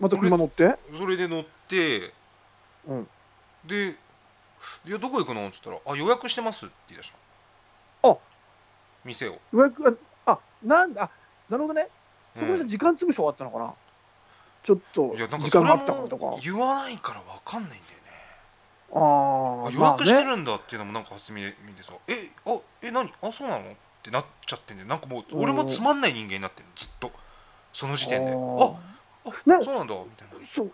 Speaker 2: また車乗って、
Speaker 1: それで乗って
Speaker 2: うん、
Speaker 1: で「いやどこ行くの?」っつったら「あ予約してます」って言い出した
Speaker 2: あ
Speaker 1: 店を
Speaker 2: 予約、あ、あなんだ、あなるほどね、そこ
Speaker 1: う
Speaker 2: で
Speaker 1: ん
Speaker 2: 時間潰し終わったのかな、ちょっと
Speaker 1: いやなんか
Speaker 2: 時
Speaker 1: そ
Speaker 2: 間
Speaker 1: れ
Speaker 2: があったからとか
Speaker 1: も。言わないから分かんないんだよね
Speaker 2: あ
Speaker 1: あ
Speaker 2: あ、
Speaker 1: 予約して
Speaker 2: ま
Speaker 1: るんだっていうのもなんか初耳でさ「えあえ何あそうなの?」ってなっちゃってんだよなんかもう
Speaker 2: うん
Speaker 1: 俺もつまんない人間になってるずっとその時点で「
Speaker 2: あ
Speaker 1: ああ
Speaker 2: な
Speaker 1: そうなんだ」みたいな
Speaker 2: あね、そう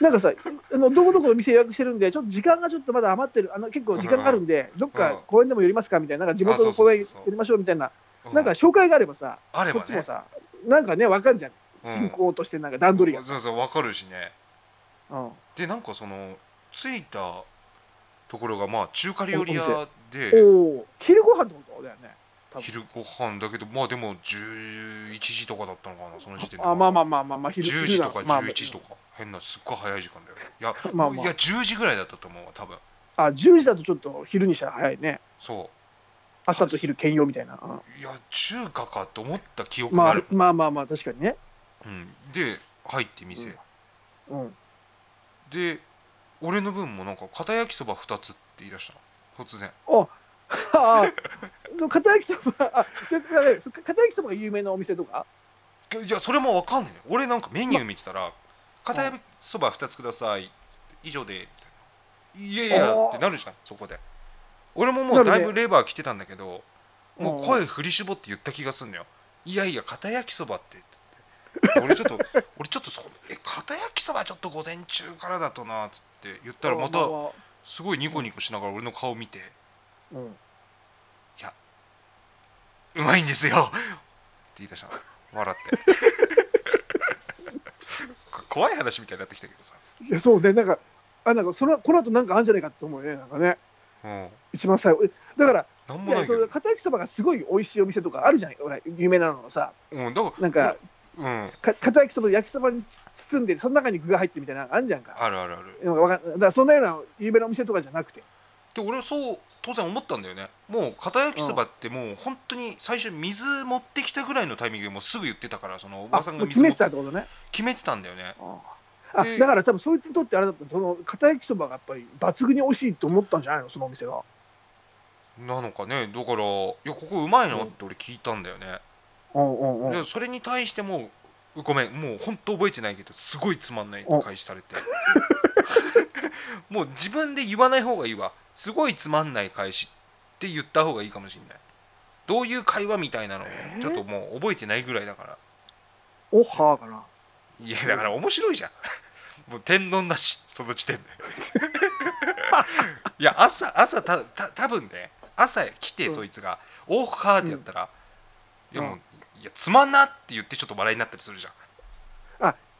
Speaker 2: なんかさ、あのどこどこの店予約してるんで、ちょっと時間がちょっとまだ余ってる、あの結構時間があるんで、どっか公園でも寄りますかみたいな、なんか地元の公園
Speaker 1: あ
Speaker 2: 寄
Speaker 1: そうそうそうそう
Speaker 2: りましょうみたいな、
Speaker 1: う
Speaker 2: なんか紹介があればさ、
Speaker 1: あれ
Speaker 2: こ
Speaker 1: ば
Speaker 2: っちも
Speaker 1: ね
Speaker 2: さ、なんかね、わかんじゃん、
Speaker 1: うん
Speaker 2: 進行としてなんか段取りが。
Speaker 1: そうそう分かるしね
Speaker 2: うん
Speaker 1: でなんかその着いたところがまあ中華料理屋で
Speaker 2: おお、昼ご飯ってことだよね。多分
Speaker 1: 昼ご飯だけどまあでも11時とかだったのかなその時点で
Speaker 2: あ、まあまあまあまあまあ、昼
Speaker 1: 10時とか
Speaker 2: まあ
Speaker 1: 11時とか変なすっごい早い時間だよいや
Speaker 2: まあまあ
Speaker 1: いや10時ぐらいだったと思うわ多分
Speaker 2: あ、10時だとちょっと昼にしたら早いね。
Speaker 1: そ
Speaker 2: 朝と昼兼用みたいな。うん
Speaker 1: ういや中華かと思った記憶が
Speaker 2: ま
Speaker 1: あ
Speaker 2: あ
Speaker 1: る、
Speaker 2: まあまあまあ、確かにね。
Speaker 1: うん、で入って店、
Speaker 2: うんうん。
Speaker 1: で俺の分もなんか片焼きそば2つって言い出したの突然
Speaker 2: ああ、の片焼きそば、あ、それあれそ片焼きそばが有名なお店とか。
Speaker 1: いやそれもわかんないよ俺なんかメニュー見てたら「片焼きそば2つください」以上でみたいな「いやいや」
Speaker 2: おー
Speaker 1: ってなるじゃんそこで俺もも
Speaker 2: な
Speaker 1: う
Speaker 2: る
Speaker 1: だ
Speaker 2: ね
Speaker 1: いぶレバー来てたんだけどもう
Speaker 2: うん
Speaker 1: 声振り絞って言った気がすんのよ「いやいや片焼きそばって」つって俺ちょっ と俺ちょっとそえ片焼きそばちょっと午前中からだとなっつって言ったらまた
Speaker 2: ああ
Speaker 1: すごいニコニコしながら俺の顔見て
Speaker 2: あう
Speaker 1: 「
Speaker 2: ん。
Speaker 1: うまいんですよ」って言い出したの笑って こ怖い話みたいになってきたけどさ
Speaker 2: いや、そうね、なんか、あ、なんか、その、この後なんかあるんじゃないかと思うね、なんかね。
Speaker 1: うん
Speaker 2: 一番最後。えだから、
Speaker 1: なん
Speaker 2: い
Speaker 1: もない
Speaker 2: や、
Speaker 1: け
Speaker 2: そ
Speaker 1: ど
Speaker 2: の片焼きそばがすごい美味しいお店とかあるじゃない、ほら有名なのさ、
Speaker 1: うん、だか
Speaker 2: なんか。
Speaker 1: ら、うん、
Speaker 2: か片焼きそば焼きそばに包んでその中に具が入ってるみたいなのあるじゃんか
Speaker 1: あるあるある。
Speaker 2: なんかわかんだからそんなような有名なお店とかじゃなくて
Speaker 1: で、俺はそう、当然思ったんだよね。もう、片焼きそばって、もう、本当に最初、水持ってきたぐらいのタイミングでもうすぐ言ってたから、そのおば
Speaker 2: あ
Speaker 1: さん
Speaker 2: も
Speaker 1: が
Speaker 2: う
Speaker 1: 水
Speaker 2: 決め
Speaker 1: 持
Speaker 2: てたってことね
Speaker 1: 決めてたんだよね。
Speaker 2: ああ
Speaker 1: で
Speaker 2: だから多分そいつにとってあれだったその片焼きそばがやっぱり抜群に美味しいと思ったんじゃないのそのお店が
Speaker 1: なのかね、だから、いや、ここうまいの
Speaker 2: うん
Speaker 1: って俺聞いたんだよね。
Speaker 2: うんうんうん
Speaker 1: でそれに対してもう、ごめん、もう本当覚えてないけど、すごいつまんないって返しされて。 もう自分で言わない方がいいわ。すごいつまんない返しって言った方がいいかもしれない。どういう会話みたいなのをちょっともう覚えてないぐらいだから。
Speaker 2: おはーかない
Speaker 1: やだから面白いじゃん もう天丼だしその時 点でいや朝朝たた多分ね朝来て
Speaker 2: うん
Speaker 1: そいつが「おうか」ってやったら「
Speaker 2: ん
Speaker 1: いやも
Speaker 2: う
Speaker 1: ういやつまんな」って言ってちょっと笑いになったりするじゃん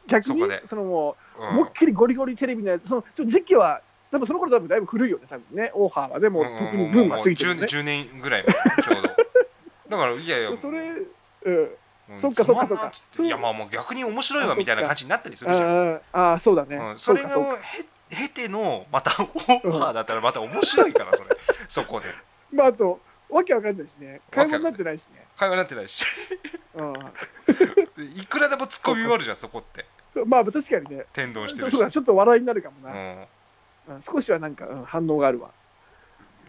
Speaker 2: 逆に
Speaker 1: そこ
Speaker 2: そ
Speaker 1: で
Speaker 2: のもう、
Speaker 1: うん
Speaker 2: もっきりゴリゴリテレビのやつそのその時期は多分その頃多分だいぶ古いよね多分ねオーハーはでも
Speaker 1: うんうん
Speaker 2: 特にブームは過ぎてるよ
Speaker 1: もう
Speaker 2: ね
Speaker 1: 10, 年10年ぐらい前ちょうど だからいやいや
Speaker 2: それうん
Speaker 1: うん
Speaker 2: そっかそっか
Speaker 1: つまんな
Speaker 2: そっか
Speaker 1: て言っていやまあもう逆に面白いわみたいな感じになったりするじゃん
Speaker 2: あああそうだね、
Speaker 1: うん、それ
Speaker 2: う
Speaker 1: を
Speaker 2: かそうか
Speaker 1: へ経てのまたオーバーだったらまた面白いからそれ そこで
Speaker 2: まああとわけわかんないしね会話になってないしね
Speaker 1: 会話になってないし
Speaker 2: う
Speaker 1: いくらでもツッコミ終わるじゃんそこって
Speaker 2: ん、まあ確かにね
Speaker 1: 天丼して
Speaker 2: そ
Speaker 1: る
Speaker 2: う
Speaker 1: し
Speaker 2: そうだちょっと笑いになるかも
Speaker 1: う
Speaker 2: な、
Speaker 1: ん
Speaker 2: うん少しはなんか、うん反応があるわ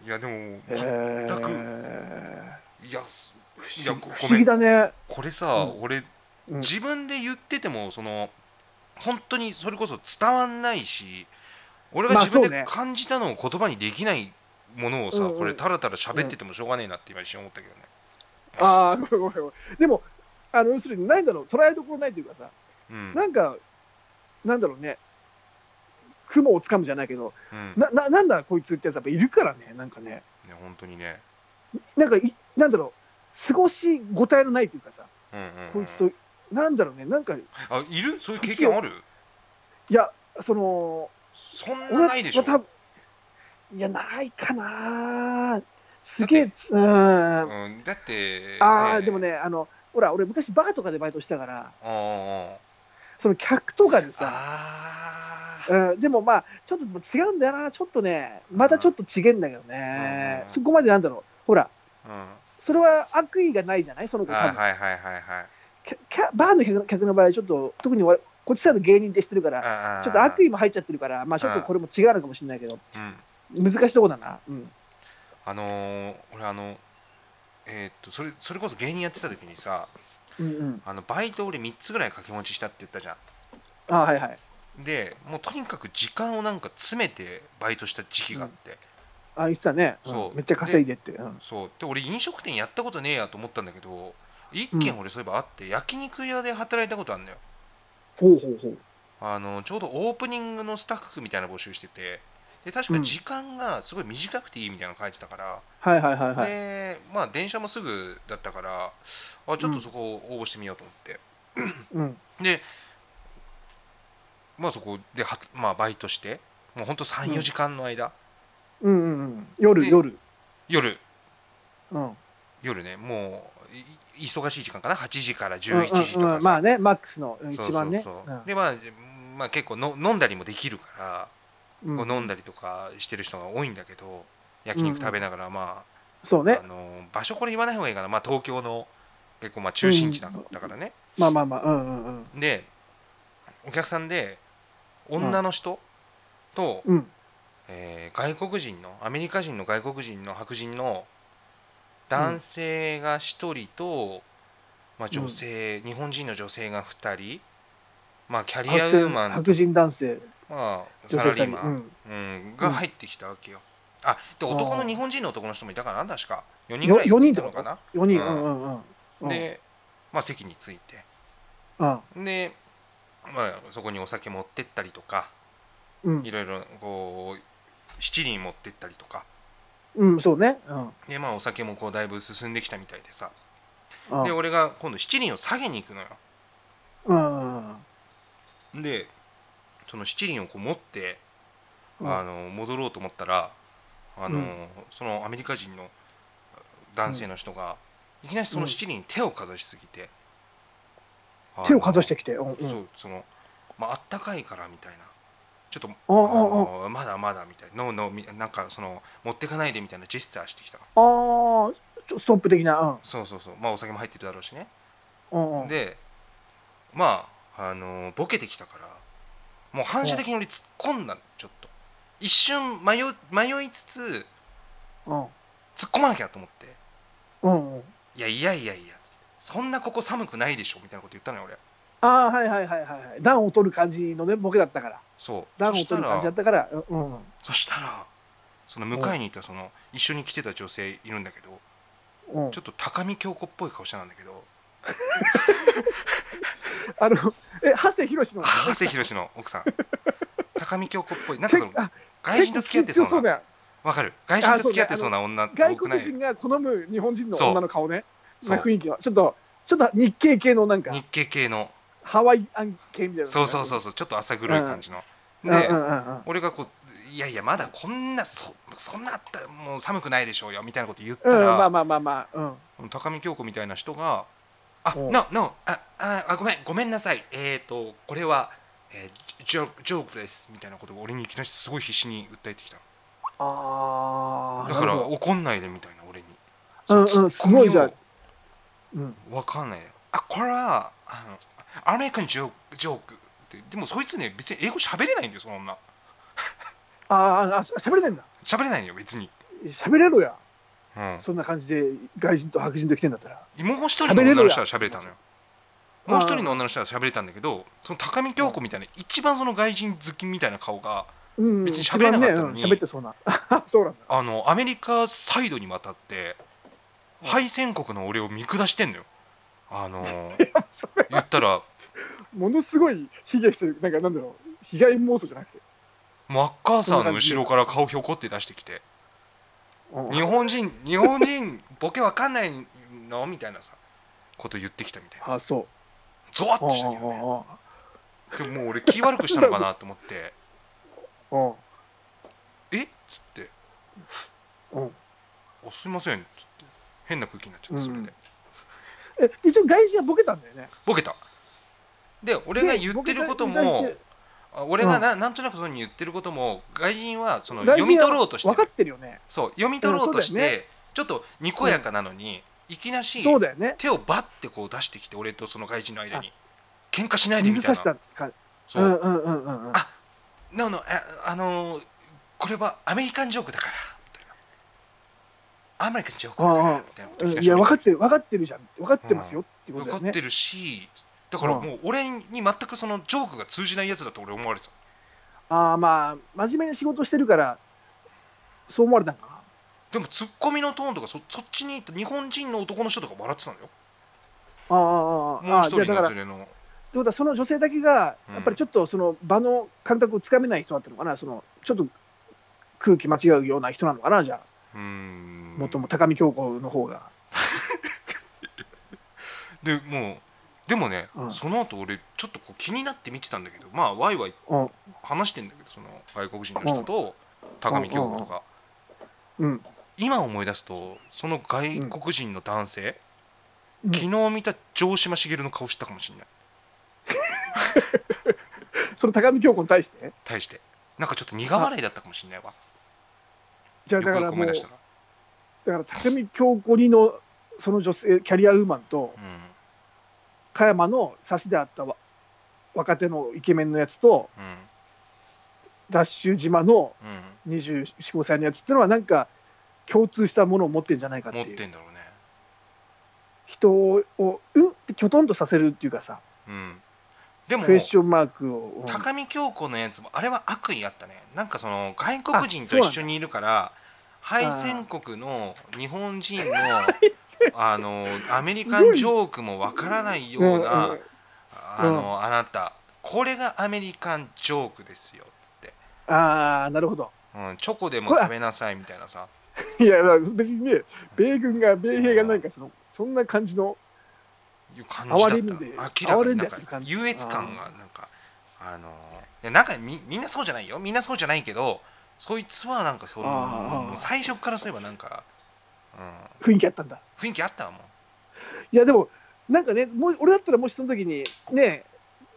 Speaker 1: いやでも
Speaker 2: へえ
Speaker 1: 全く
Speaker 2: 不
Speaker 1: いやすいや
Speaker 2: 思
Speaker 1: ご
Speaker 2: 議
Speaker 1: ご
Speaker 2: 不思議だね、
Speaker 1: これさ
Speaker 2: う
Speaker 1: 俺
Speaker 2: うん、
Speaker 1: 自分で言っててもその本当にそれこそ伝わんないし俺が
Speaker 2: まあ
Speaker 1: 自分
Speaker 2: そう
Speaker 1: で
Speaker 2: ね
Speaker 1: 感じたのを言葉にできないものをさ
Speaker 2: うんうん
Speaker 1: これたらたら喋っててもしょうがねえなって今一瞬思ったけどね
Speaker 2: ああごめんごめんごめんでもあの要するにないんだろう捉えどころないというかさ
Speaker 1: うん
Speaker 2: なんかなんだろうね雲をつかむじゃないけど、
Speaker 1: うんね
Speaker 2: なななんだこいつってやつやっぱいるからね、なんかね、
Speaker 1: 本当にね
Speaker 2: なんかい、なんだろう、過ごしごたえのないというかさ、
Speaker 1: うんうんうん
Speaker 2: こいつと、なんだろうね、なんか、い
Speaker 1: あいるそういう経験ある
Speaker 2: や、その、
Speaker 1: そんなないでしょ
Speaker 2: 俺は多分いや、ないかなすげえ、つうん。
Speaker 1: うん、だって
Speaker 2: ああ、でもね、あの、ほら、俺、昔、バーとかでバイトしてたから、
Speaker 1: うんうんうん
Speaker 2: その客とかでさ、
Speaker 1: あー
Speaker 2: うん、でもまあ、ちょっとでも違うんだよな、ちょっとね、またちょっと違うんだけどね
Speaker 1: う、ん
Speaker 2: そこまでなんだろう、ほら、
Speaker 1: うんあ
Speaker 2: それは悪意がないじゃない、その子、多
Speaker 1: ー
Speaker 2: 分
Speaker 1: はいはいはいはい
Speaker 2: キャキャバーの客の客の場合、ちょっと、特に俺こっちサイド芸人でしてるから、
Speaker 1: あー
Speaker 2: ちょっと悪意も入っちゃってるから、まあ、ちょっとこれも違うのかもしれないけど、
Speaker 1: うん
Speaker 2: 難しいとこだな、うん、
Speaker 1: あのー、俺あのえーっとそれそれこそ芸人やってた時にさ
Speaker 2: うん、うん、
Speaker 1: あのバイト俺3つぐらい掛け持ちしたって言ったじゃ
Speaker 2: あーはいはい、
Speaker 1: んでもうとにかく時間をなんか詰めてバイトした時期があって、
Speaker 2: ああ、言ってたね、うん
Speaker 1: そう
Speaker 2: めっちゃ稼いでって、うん、
Speaker 1: そうで俺飲食店やったことねえやと思ったんだけど一軒俺そういえばあって、焼肉屋で働いたことあるんだよ
Speaker 2: ほうほうほう、
Speaker 1: あのちょうどオープニングのスタッフみたいな募集しててで確か時間がすごい短くていいみたいなの書いてたから、
Speaker 2: はいはいはいはい、
Speaker 1: でまあ電車もすぐだったからあちょっとそこを応募してみようと思って、
Speaker 2: うん、
Speaker 1: でまあそこでは、まあ、バイトしてもうほんと
Speaker 2: う
Speaker 1: 34
Speaker 2: ん
Speaker 1: 時間の間、
Speaker 2: うん、うん、うん、夜、
Speaker 1: で
Speaker 2: 夜、
Speaker 1: 夜
Speaker 2: うん。
Speaker 1: 夜ねもうい忙しい時間かな8時から11時と
Speaker 2: うんうん
Speaker 1: か
Speaker 2: うん
Speaker 1: さ
Speaker 2: まあねマックスのうん
Speaker 1: そう
Speaker 2: 一
Speaker 1: そ
Speaker 2: 番
Speaker 1: う
Speaker 2: ね
Speaker 1: そうでまあまあ結構の飲んだりもできるから、
Speaker 2: うん
Speaker 1: こ
Speaker 2: うん
Speaker 1: う飲んだりとかしてる人が多いんだけど焼肉食べながらまあ,、
Speaker 2: そうね
Speaker 1: あの場所これ言わない方がいいかな、まあ、東京の結構まあ中心地だったからね、
Speaker 2: まあまあまあうんうんうん
Speaker 1: でお客さんで女の人と、
Speaker 2: うん
Speaker 1: えー外国人のアメリカ人の外国人の白人の男性が1人と、まあ、女性、日本人の女性が2人、まあ、キャリアウーマンと、
Speaker 2: 白人男性
Speaker 1: まあ、
Speaker 2: 女
Speaker 1: サ
Speaker 2: 性
Speaker 1: ラ
Speaker 2: 二
Speaker 1: リー
Speaker 2: 人
Speaker 1: マン、うんが入ってきたわけよ。あで男の日本人の男の人もいたかな確か4人ぐらい
Speaker 2: よ四人
Speaker 1: い
Speaker 2: って
Speaker 1: た
Speaker 2: こ
Speaker 1: のか
Speaker 2: と
Speaker 1: な。
Speaker 2: 4人
Speaker 1: う
Speaker 2: うんんうんうんうん
Speaker 1: で、まあ、席に着いて
Speaker 2: うん
Speaker 1: で、まあ、そこにお酒持ってったりとか
Speaker 2: うん
Speaker 1: いろいろこう七輪持ってったりとか
Speaker 2: うんそうねうん
Speaker 1: でまあお酒もこうだいぶ進んできたみたいでさ
Speaker 2: うん
Speaker 1: で俺が今度七輪を下げに行くのよ
Speaker 2: うんうん
Speaker 1: でその七輪をこう持って
Speaker 2: うん
Speaker 1: あの戻ろうと思ったらあの、
Speaker 2: うん
Speaker 1: そのアメリカ人の男性の人が、いきなりその七輪に手をかざしすぎて、あの
Speaker 2: 手をかざしてきてうんうん
Speaker 1: そうその、まああったかいからみたいなちょっと
Speaker 2: あああ
Speaker 1: あのまだまだみたいな「ノーノーみ」なんかその持ってかないでみたいなジェスチャーしてきたの
Speaker 2: ああちょストップ的な
Speaker 1: そうそうそうまあお酒も入ってるだろうしね
Speaker 2: うんうんうん
Speaker 1: でまああのボケてきたからもう反射的に俺突っ込んだのちょっと一瞬迷迷いつつ
Speaker 2: うん
Speaker 1: 突っ込まなきゃと思って
Speaker 2: うんうん
Speaker 1: 「いやいやいやいや」そんなここ寒くないでしょみたいなこと言ったのよ俺
Speaker 2: ああはいはいはいはいはい暖を取る感じのねボケだったから
Speaker 1: そう
Speaker 2: 暖
Speaker 1: そ
Speaker 2: を
Speaker 1: した
Speaker 2: 取る感じだ
Speaker 1: ら
Speaker 2: ったからうんうん
Speaker 1: そしたらその迎えにいたその一緒に来てた女性いるんだけど
Speaker 2: うん
Speaker 1: ちょっと高見京子っぽい顔してたんだけど
Speaker 2: あのえ長谷博の
Speaker 1: 長谷博の奥さん高見京子っぽいなんかその
Speaker 2: 結構あ
Speaker 1: 外人と付き合ってそ
Speaker 2: 結構強
Speaker 1: うな
Speaker 2: だよ
Speaker 1: わかる外人と付き合ってそうな女多くない
Speaker 2: 外国人が好む日本人の
Speaker 1: そう
Speaker 2: 女の顔ね、
Speaker 1: そ
Speaker 2: な
Speaker 1: う
Speaker 2: 雰囲気は、ちょっと、ちょっと日系系のなんか、
Speaker 1: 日系系の
Speaker 2: ハワイアン系みたいな、
Speaker 1: そうそうそううそうちょっと浅黒い感じの、
Speaker 2: ん
Speaker 1: で、
Speaker 2: うんうんうん
Speaker 1: 俺がこういやいやまだこんなそそんなあったらもう寒くないでしょうよみたいなこと言った
Speaker 2: うん、
Speaker 1: ら、
Speaker 2: まあまあまあまあ、うん、
Speaker 1: 高見京子みたいな人が「あ
Speaker 2: うん
Speaker 1: ななあああごめんごめんなさいえっ、ー、とこれは、えージョジョークです」みたいなことを俺にいきなりすごい必死に訴えてきた
Speaker 2: ああ、
Speaker 1: だから
Speaker 2: なるほ
Speaker 1: 怒んないでみたいな俺に
Speaker 2: うんうん
Speaker 1: そのツッコミ
Speaker 2: すごいじゃん
Speaker 1: を
Speaker 2: どうん、
Speaker 1: わかんないよあこれはあのアメリカンジョークジョークってでもそいつね別に英語喋れないんだよその女
Speaker 2: あーあ、しゃべれないんだ、
Speaker 1: 喋れないのよ別に、
Speaker 2: しゃべれろや、
Speaker 1: うん、
Speaker 2: そんな感じで外人と白人と来てんだったら、
Speaker 1: もう一人の
Speaker 2: 喋れるや
Speaker 1: 女の人は喋れたのよ
Speaker 2: うん
Speaker 1: もう一人の女の人は喋れたんだけどその高見京子みたいな一番その外人好きみたいな顔が
Speaker 2: うん、
Speaker 1: 別にしゃべれなかったのに
Speaker 2: 一番ねうん、喋ってそうな、 そうなんだ、
Speaker 1: あのアメリカサイドに渡って敗戦国の俺を見下してんのよあ のー
Speaker 2: それ、
Speaker 1: 言ったら
Speaker 2: ものすごい卑下してる、なんかなんだろう、被害妄想じゃなくて、
Speaker 1: マッカーサーの後ろから顔ひょこって出してきて
Speaker 2: うん
Speaker 1: 日本人日本人 ボケわかんないのみたいなさこと言ってきたみたいな
Speaker 2: あそう
Speaker 1: ゾワッ
Speaker 2: あ
Speaker 1: としたけどね
Speaker 2: あ
Speaker 1: でももう俺気悪くしたのかなと思 って
Speaker 2: ああ
Speaker 1: 「えっ?」つって
Speaker 2: うんうん
Speaker 1: 「あすいません」っつって変な空気になっちゃってそれ
Speaker 2: うん
Speaker 1: で
Speaker 2: え一応外人はボケたんだよね
Speaker 1: ボケたで俺が言ってること
Speaker 2: でボケた
Speaker 1: も
Speaker 2: に対して
Speaker 1: あ俺がななんとなくそうに言ってることも外人はその
Speaker 2: 外人は
Speaker 1: 読み取ろうとして
Speaker 2: 分かっ
Speaker 1: る
Speaker 2: てるよね
Speaker 1: そう読み取ろうとし
Speaker 2: うんそうだよ
Speaker 1: てちょっとにこやかなのにいきなし
Speaker 2: そうだよね
Speaker 1: 手をバッてこう出してきて俺とその外人の間に喧嘩しないでみた
Speaker 2: 水差
Speaker 1: い
Speaker 2: した
Speaker 1: な
Speaker 2: 感じ
Speaker 1: そううん
Speaker 2: うんうんうんうん
Speaker 1: あなのああのーこれはアメリカンジョークだからみたいなアメリカンジョークだからみたいなこと言い
Speaker 2: うん
Speaker 1: 出
Speaker 2: い
Speaker 1: して
Speaker 2: や分かってる分かってるじゃん分かってますよってこと
Speaker 1: 分か
Speaker 2: だよ
Speaker 1: っ
Speaker 2: ね
Speaker 1: てるしだからもう俺に全くそのジョークが通じないやつだと俺思われてた
Speaker 2: ああまあ真面目に仕事してるからそう思われたんかな
Speaker 1: でもツッコミのトーンとかそそっちに行った日本人の男の人とか笑ってたんだよ
Speaker 2: ああ
Speaker 1: もう
Speaker 2: ああああ
Speaker 1: 一
Speaker 2: じゃあ
Speaker 1: 人
Speaker 2: だか
Speaker 1: の
Speaker 2: ら
Speaker 1: 連れの
Speaker 2: ってことはその女性だけが
Speaker 1: うん
Speaker 2: やっぱりちょっとその場の感覚をつかめない人だったのかな、そのちょっと空気間違うような人なのかなじゃあ
Speaker 1: うーん
Speaker 2: もっとも高見京子の方が
Speaker 1: でもうでもね、
Speaker 2: うん
Speaker 1: その後俺ちょっとこう気になって見てたんだけどまあワイワイ
Speaker 2: うん
Speaker 1: 話してんだけどその外国人の人と高見京子とか
Speaker 2: うん
Speaker 1: 今思い出すとその外国人の男性、
Speaker 2: うん
Speaker 1: 昨日見た城島茂の顔したかもしれない
Speaker 2: その高見京子に対して
Speaker 1: 対してなんかちょっと苦笑いだったかもしれないわ
Speaker 2: じゃあ
Speaker 1: よく
Speaker 2: だか
Speaker 1: よく
Speaker 2: ら
Speaker 1: 思
Speaker 2: もう
Speaker 1: い出
Speaker 2: だ
Speaker 1: した、
Speaker 2: からら高見京子にのその女性キャリアウーマンと
Speaker 1: う
Speaker 2: 加山の差しであったわ若手のイケメンのやつと
Speaker 1: んうん
Speaker 2: ダッシュ島の
Speaker 1: うん
Speaker 2: 2425歳のやつってのはなんか共通したものを持ってるんじゃないかって
Speaker 1: 持っ
Speaker 2: いう
Speaker 1: てんだろうね
Speaker 2: 人をうんってきょとんとさせるっていうかさ
Speaker 1: うんでも
Speaker 2: クエスチョンマークを、うん
Speaker 1: 高見京子のやつもあれは悪意あったねなんかその外国人と一緒にいるから敗戦国の日本人のあのアメリカンジョークもわからないような、
Speaker 2: うんうん
Speaker 1: あのあなたこれがアメリカンジョークですよって、
Speaker 2: ああなるほど
Speaker 1: うん、チョコでも食べなさいみたいなさ
Speaker 2: いやまあ別にね米軍が米兵がなんかそのそんな感じの
Speaker 1: いう感じだった
Speaker 2: 哀れんで
Speaker 1: 明らか
Speaker 2: 哀れ
Speaker 1: に
Speaker 2: ん
Speaker 1: な
Speaker 2: でや
Speaker 1: ん
Speaker 2: ってる
Speaker 1: か
Speaker 2: 感じ
Speaker 1: 優越感がなんかあのいやなんかみみんなそうじゃないよみんなそうじゃないけどそいつはなんかその
Speaker 2: あー
Speaker 1: もう最初からそういえばなんか、うん、
Speaker 2: 雰囲気あったんだ
Speaker 1: 雰囲気あったわもん
Speaker 2: いやでもなんかねもう俺だったらもしその時にね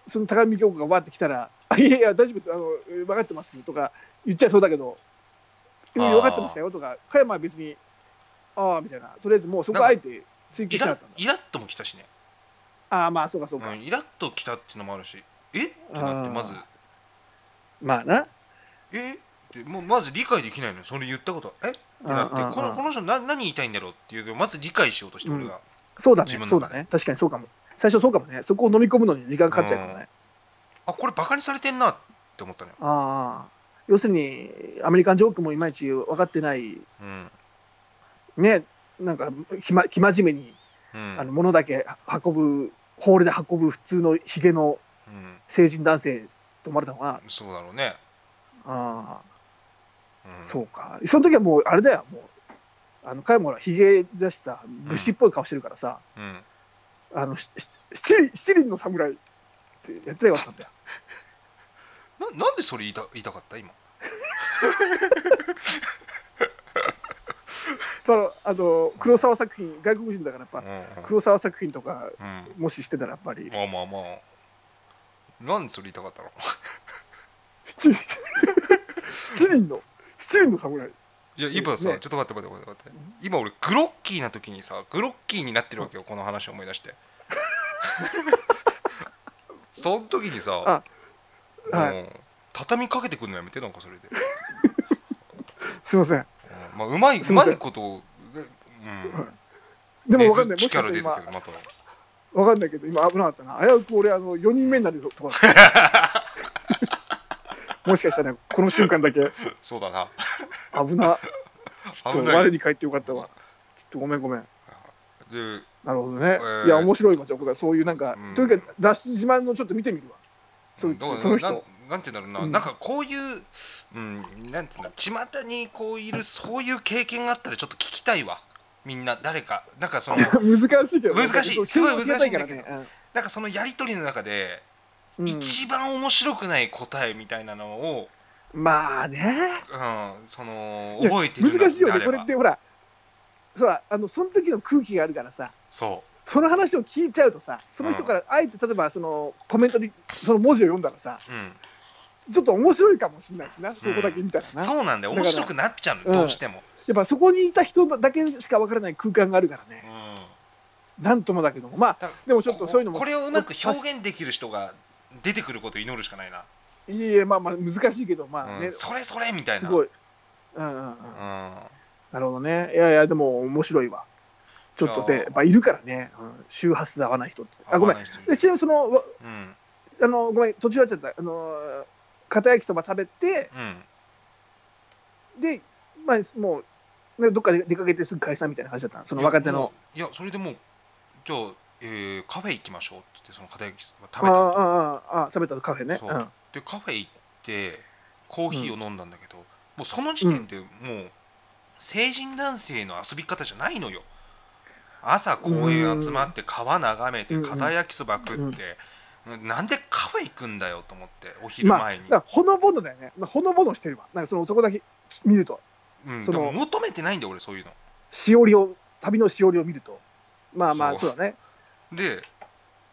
Speaker 2: その高見京子がわーってきたら「あいやいや大丈夫ですあの分かってます」とか言っちゃいそうだけど「
Speaker 1: あ
Speaker 2: うん
Speaker 1: ー
Speaker 2: 分かってましたよ」とか加山は別に「ああ」みたいなとりあえずもうそこはあえて追求
Speaker 1: イ
Speaker 2: しなか
Speaker 1: ラ
Speaker 2: ったんだ
Speaker 1: イラッともきたしね、
Speaker 2: ああまあそうかそうか、
Speaker 1: うん、イラッときたっていうのもあるしえってなって
Speaker 2: あー
Speaker 1: まず
Speaker 2: まあな
Speaker 1: えってもうまず理解できないのよそれ言ったことえってなって
Speaker 2: うんうんうん
Speaker 1: このこの人な何言いたいんだろうっていうのをまず理解しようとして俺が、
Speaker 2: そうだね
Speaker 1: 自分の
Speaker 2: そう
Speaker 1: 中
Speaker 2: だ
Speaker 1: で
Speaker 2: ね確かにそうかも最初そうかもねそこを飲み込むのに時間かかっちゃうからね、
Speaker 1: あこれバカにされてんなって思ったのよ、
Speaker 2: ああ要するにアメリカンジョークもいまいち分かってな
Speaker 1: う
Speaker 2: い
Speaker 1: ん
Speaker 2: ねなんかひま生真面目に、
Speaker 1: うん
Speaker 2: あの物だけ運ぶホールで運ぶ普通のヒゲの
Speaker 1: うん、
Speaker 2: 成人男性と思われたのかな
Speaker 1: そうだろうね、
Speaker 2: あ
Speaker 1: う
Speaker 2: あ
Speaker 1: ん、
Speaker 2: そうかその時はもうあれだよもうあの彼もほらヒゲ出しさ武士っぽい顔してるからさ、
Speaker 1: うん、
Speaker 2: あのしし七輪七輪の侍ってやってよかったんだよ
Speaker 1: ななんでそれ言いた言いたかった今
Speaker 2: ただあの黒沢作品外国人だからやっ
Speaker 1: う
Speaker 2: ぱ
Speaker 1: んうん
Speaker 2: 黒沢作品とか
Speaker 1: うん
Speaker 2: もししてたらやっぱり
Speaker 1: まあまあまあなんでそれ言いたかったの
Speaker 2: 七人七人の七人の侍
Speaker 1: いや今さ、
Speaker 2: ね
Speaker 1: ちょっと待って待って待って待って今俺グロッキーな時にさグロッキーになってるわけよこの話を思い出 してその時にさ
Speaker 2: あ
Speaker 1: もう畳みかけてくるのやめてなんかそれで、
Speaker 2: すいません
Speaker 1: うんまあうまい
Speaker 2: す
Speaker 1: う
Speaker 2: いま
Speaker 1: ま
Speaker 2: せん
Speaker 1: いことをでうん
Speaker 2: でもわかんな
Speaker 1: ね
Speaker 2: い
Speaker 1: ず
Speaker 2: もし
Speaker 1: っちか
Speaker 2: からし
Speaker 1: 出
Speaker 2: て
Speaker 1: た
Speaker 2: 今
Speaker 1: けどまた
Speaker 2: わかんないけど今危なかったな危うく俺あの4人目になると こだったもしかしたらねこの瞬間だけ
Speaker 1: そうだな
Speaker 2: 危なちょっ
Speaker 1: 危
Speaker 2: と
Speaker 1: ない
Speaker 2: 我に返ってよかったわちょっとごめんごめん
Speaker 1: で
Speaker 2: なるほどね、
Speaker 1: ー
Speaker 2: いや面白いわじゃあ僕はそういうなんか、
Speaker 1: うん
Speaker 2: というか脱出自慢のちょっと見てみるわそう
Speaker 1: だから
Speaker 2: その
Speaker 1: な
Speaker 2: 人
Speaker 1: なんて言うんだろうな、
Speaker 2: うん
Speaker 1: なんかこういう、うん、なんて言うんだ巷にこういるそういう経験があったらちょっと聞きたいわみんな誰かなんかその
Speaker 2: 難しいけどね、
Speaker 1: 難しい
Speaker 2: そう
Speaker 1: すごい難しいんだけど
Speaker 2: 急に教えたからね
Speaker 1: なんかそのやり取りの中で、
Speaker 2: うんうん
Speaker 1: 一番面白くない答えみたいなのを、
Speaker 2: まあね
Speaker 1: うん、その
Speaker 2: いや
Speaker 1: 覚えてるの
Speaker 2: 難しいよ
Speaker 1: であ
Speaker 2: ね
Speaker 1: れ
Speaker 2: こ
Speaker 1: ば
Speaker 2: れってほらそうだあのその時の空気があるからさ
Speaker 1: そ
Speaker 2: その話を聞いちゃうとさその人からあえて例えばそのコメントにその文字を読んだらさ
Speaker 1: う、うん、
Speaker 2: ちょっと面白いかもしれないしな、そこだけ見たらな、や
Speaker 1: そうなんだよ
Speaker 2: だから
Speaker 1: 面白くなっちゃうの
Speaker 2: うん
Speaker 1: どうしても、
Speaker 2: っぱそこにいた人だけしか分からない空間があるからね、
Speaker 1: うん
Speaker 2: なんともだけども、まあ
Speaker 1: だ、
Speaker 2: でもちょっとそういうのも、
Speaker 1: これをうまく表現できる人が出てくることを祈るしかないな、
Speaker 2: いいえ、まあまあ、難しいけど、まあね、
Speaker 1: うん、それそれみたいな
Speaker 2: すごい、うんうんう
Speaker 1: う
Speaker 2: ん、
Speaker 1: ん
Speaker 2: なるほどね、いやいや、でも面白いわ、ちょっと
Speaker 1: い
Speaker 2: で、
Speaker 1: やー
Speaker 2: やっぱいるからね、うん、周波数合わない人って、あ、ごめん、でちなみにその、わ
Speaker 1: うん
Speaker 2: あのごめん、途中になっちゃった、あのー、片焼きそば食べて、
Speaker 1: うん
Speaker 2: で、まあ、もう、ねどっかで出かけてすぐ解散みたいな話だったのその若手の。
Speaker 1: いやもういやそれでもうじゃあ、えーカフェ行きましょうって言ってその片焼きそば食
Speaker 2: あ
Speaker 1: べ
Speaker 2: あ
Speaker 1: た後
Speaker 2: ああああ食べたカフェね。
Speaker 1: そう
Speaker 2: うん
Speaker 1: でカフェ行ってコーヒーを飲んだんだけど、もうその時点でもう成人男性の遊び方じゃないのよ朝公園集まって川眺めて
Speaker 2: うん
Speaker 1: 片焼きそば食って、なんでカフェ行くんだよと思ってお昼
Speaker 2: まあ、
Speaker 1: 前
Speaker 2: だ
Speaker 1: に、
Speaker 2: からほのぼのだよね。まあほのぼのしてるわ。なんかそのそこだけ見ると、
Speaker 1: うん、
Speaker 2: そ
Speaker 1: で
Speaker 2: の
Speaker 1: も求めてないんだよ俺そういうの
Speaker 2: しおりを、旅のしおりを見ると。まあまあ、
Speaker 1: そ
Speaker 2: そううだね。
Speaker 1: で、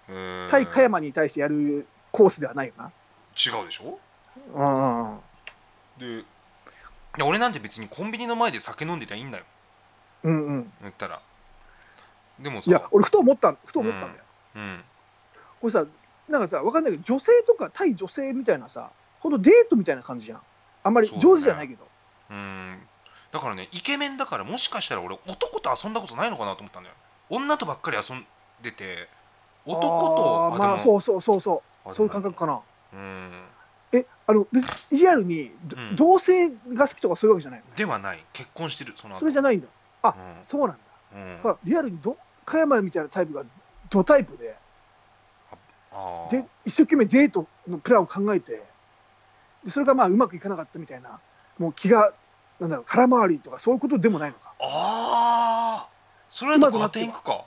Speaker 1: えー
Speaker 2: 対加山に対してやるコースではないよな。
Speaker 1: 違うでしょ
Speaker 2: うんうんうん
Speaker 1: でいや俺なんて別にコンビニの前で酒飲んでりゃいいんだよ
Speaker 2: うんうん。
Speaker 1: 言ったらでも
Speaker 2: いや
Speaker 1: さ、、
Speaker 2: 俺、ふと思った、ふと思ったんだよ。
Speaker 1: うん、
Speaker 2: これさ、なんかさ、わかんないけど、女性とか対女性みたいなさ、ほんとデートみたいな感じじゃん。あんまり上手じゃないけど。
Speaker 1: うんだからねイケメンだからもしかしたら俺男と遊んだことないのかなと思ったんだよ女とばっかり遊んでて男と
Speaker 2: あーまあ、
Speaker 1: で
Speaker 2: そ
Speaker 1: も
Speaker 2: うそうそうそ
Speaker 1: あでも
Speaker 2: う。そういう感覚かな。
Speaker 1: うん
Speaker 2: え、あの、別にリアルに、ど
Speaker 1: うん
Speaker 2: 同性が好きとかそういうわけじゃない
Speaker 1: ではない結婚してるその
Speaker 2: の
Speaker 1: 後
Speaker 2: それじゃないんだ。そうなんだ。
Speaker 1: うんうん
Speaker 2: だからリアルにど、加山みたいなタイプがドタイプで、
Speaker 1: あー
Speaker 2: で、一生懸命デートのプランを考えて、でそれがまあうまくいかなかったみたいな、もう気が、なんだろう、空回りとかそういうことでもないのか。
Speaker 1: あーそれだと勝手に行くか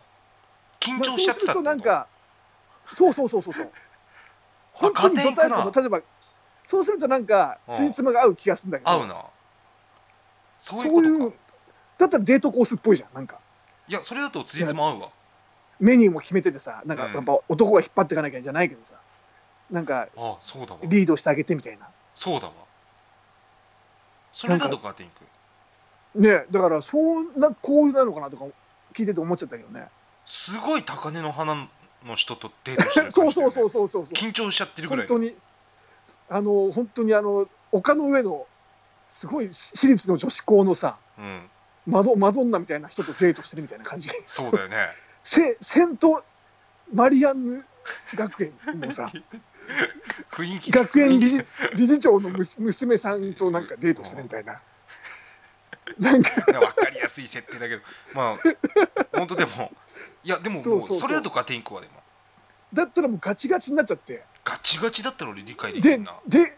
Speaker 1: 緊張しちゃってた
Speaker 2: まあそうすると
Speaker 1: こ
Speaker 2: なんか、そうそうそうそ うそう。本当にドタイプ
Speaker 1: 家庭行
Speaker 2: の、
Speaker 1: く
Speaker 2: 例えば、そうするとなんか、
Speaker 1: うん
Speaker 2: ついつまが合う気がするんだけど、
Speaker 1: 合うなそういう
Speaker 2: そうい
Speaker 1: こと
Speaker 2: う
Speaker 1: か、
Speaker 2: だったらデートコースっぽいじゃん、なんか。
Speaker 1: いやそれだとつじつま合うわ
Speaker 2: メニューも決めててさ、なんか
Speaker 1: うん
Speaker 2: やっぱ男が引っ張っていかなきゃじゃないけどさ、なんか
Speaker 1: あそうだわ
Speaker 2: リードしてあげてみたいな。
Speaker 1: そうだわそれだと勝手に行く
Speaker 2: ねだからそんなこうなのかなとか聞いてて思っちゃったけどね。
Speaker 1: すごい高根の花の人とデートしてる
Speaker 2: そ
Speaker 1: 感
Speaker 2: う
Speaker 1: じだ
Speaker 2: そ
Speaker 1: よ
Speaker 2: う
Speaker 1: ね
Speaker 2: そうそうそうそう。
Speaker 1: 緊張しちゃってるぐら
Speaker 2: 本
Speaker 1: い
Speaker 2: 当にあの本当にあの丘の上のすごい私立の女子校のさ。
Speaker 1: うん
Speaker 2: マドマドンナみたいな人とデートしてるみたいな感じ
Speaker 1: そうだよね
Speaker 2: せセントマリアンヌ学園のさ
Speaker 1: 雰囲気
Speaker 2: 学園
Speaker 1: 雰
Speaker 2: 理
Speaker 1: 囲
Speaker 2: 事理事長のむす娘さんとなんかデートしてるみたいななんか
Speaker 1: 気わかりやすい設定だけどまあ本当でもいやでも
Speaker 2: そ
Speaker 1: も
Speaker 2: う
Speaker 1: う
Speaker 2: そうそう
Speaker 1: それだと勝手に行くわでも
Speaker 2: だったらもうガチガチになっちゃって
Speaker 1: ガチガチだったら俺理解でき
Speaker 2: で
Speaker 1: るな
Speaker 2: で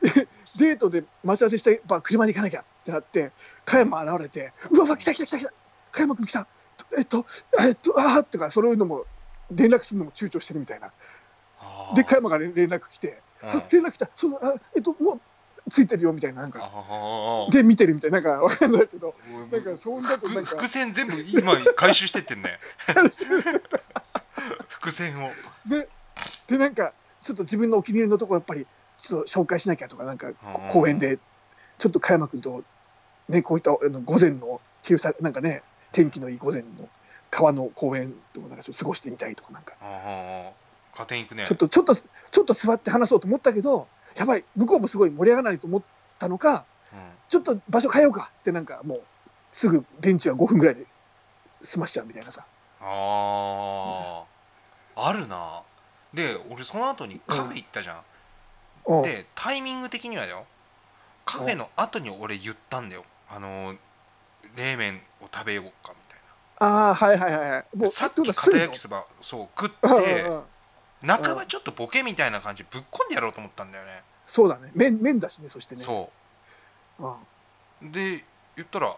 Speaker 2: デートで待ち合わせしてば車に行かなきゃってなって加山現れて「うわうわ来た来た来た来た加山君来たえっとえっとああ」とかそういうのも連絡するのも躊躇してるみたいな
Speaker 1: あー
Speaker 2: で加山が連連絡来て「
Speaker 1: うん
Speaker 2: あ連絡来たそのあえっともうついてるよ」みたいななん
Speaker 1: あ
Speaker 2: か
Speaker 1: ー
Speaker 2: で見てるみたいななんかわかんないけどなんか
Speaker 1: ふ
Speaker 2: そんなとなんか
Speaker 1: 伏線全部今回収してってんね伏線を
Speaker 2: ででなんかちょっと自分のお気に入りのとこやっぱりちょっと紹介しなきゃとかなんかこ
Speaker 1: うん
Speaker 2: 公園でちょっと加山君とねこういったあの午前の昼さなんかね天気のいい午前の川の公園とかなんかちょっと過ごしてみたいとかなんか
Speaker 1: あー勝手に行くね
Speaker 2: ちょっとちょっとちょっと座って話そうと思ったけどやばい向こうもすごい盛り上がらないと思ったのか
Speaker 1: うん
Speaker 2: ちょっと場所変えようかってなんかもうすぐベンチは5分ぐらいで済ましちゃうみたいなさ
Speaker 1: あああるなで俺その後にカフェ行ったじゃん、
Speaker 2: うん
Speaker 1: でタイミング的にはだよカフェの後に俺言ったんだよあのー冷麺を食べようかみたい
Speaker 2: ああはいはいはいはい
Speaker 1: なさっき片焼きそばそう食っ
Speaker 2: ば
Speaker 1: て半ばちょっとボケみたいな感じぶっこんでやろうと思ったんだよね
Speaker 2: そうだね麺麺だしねそしてね
Speaker 1: そ
Speaker 2: うん
Speaker 1: うで言ったら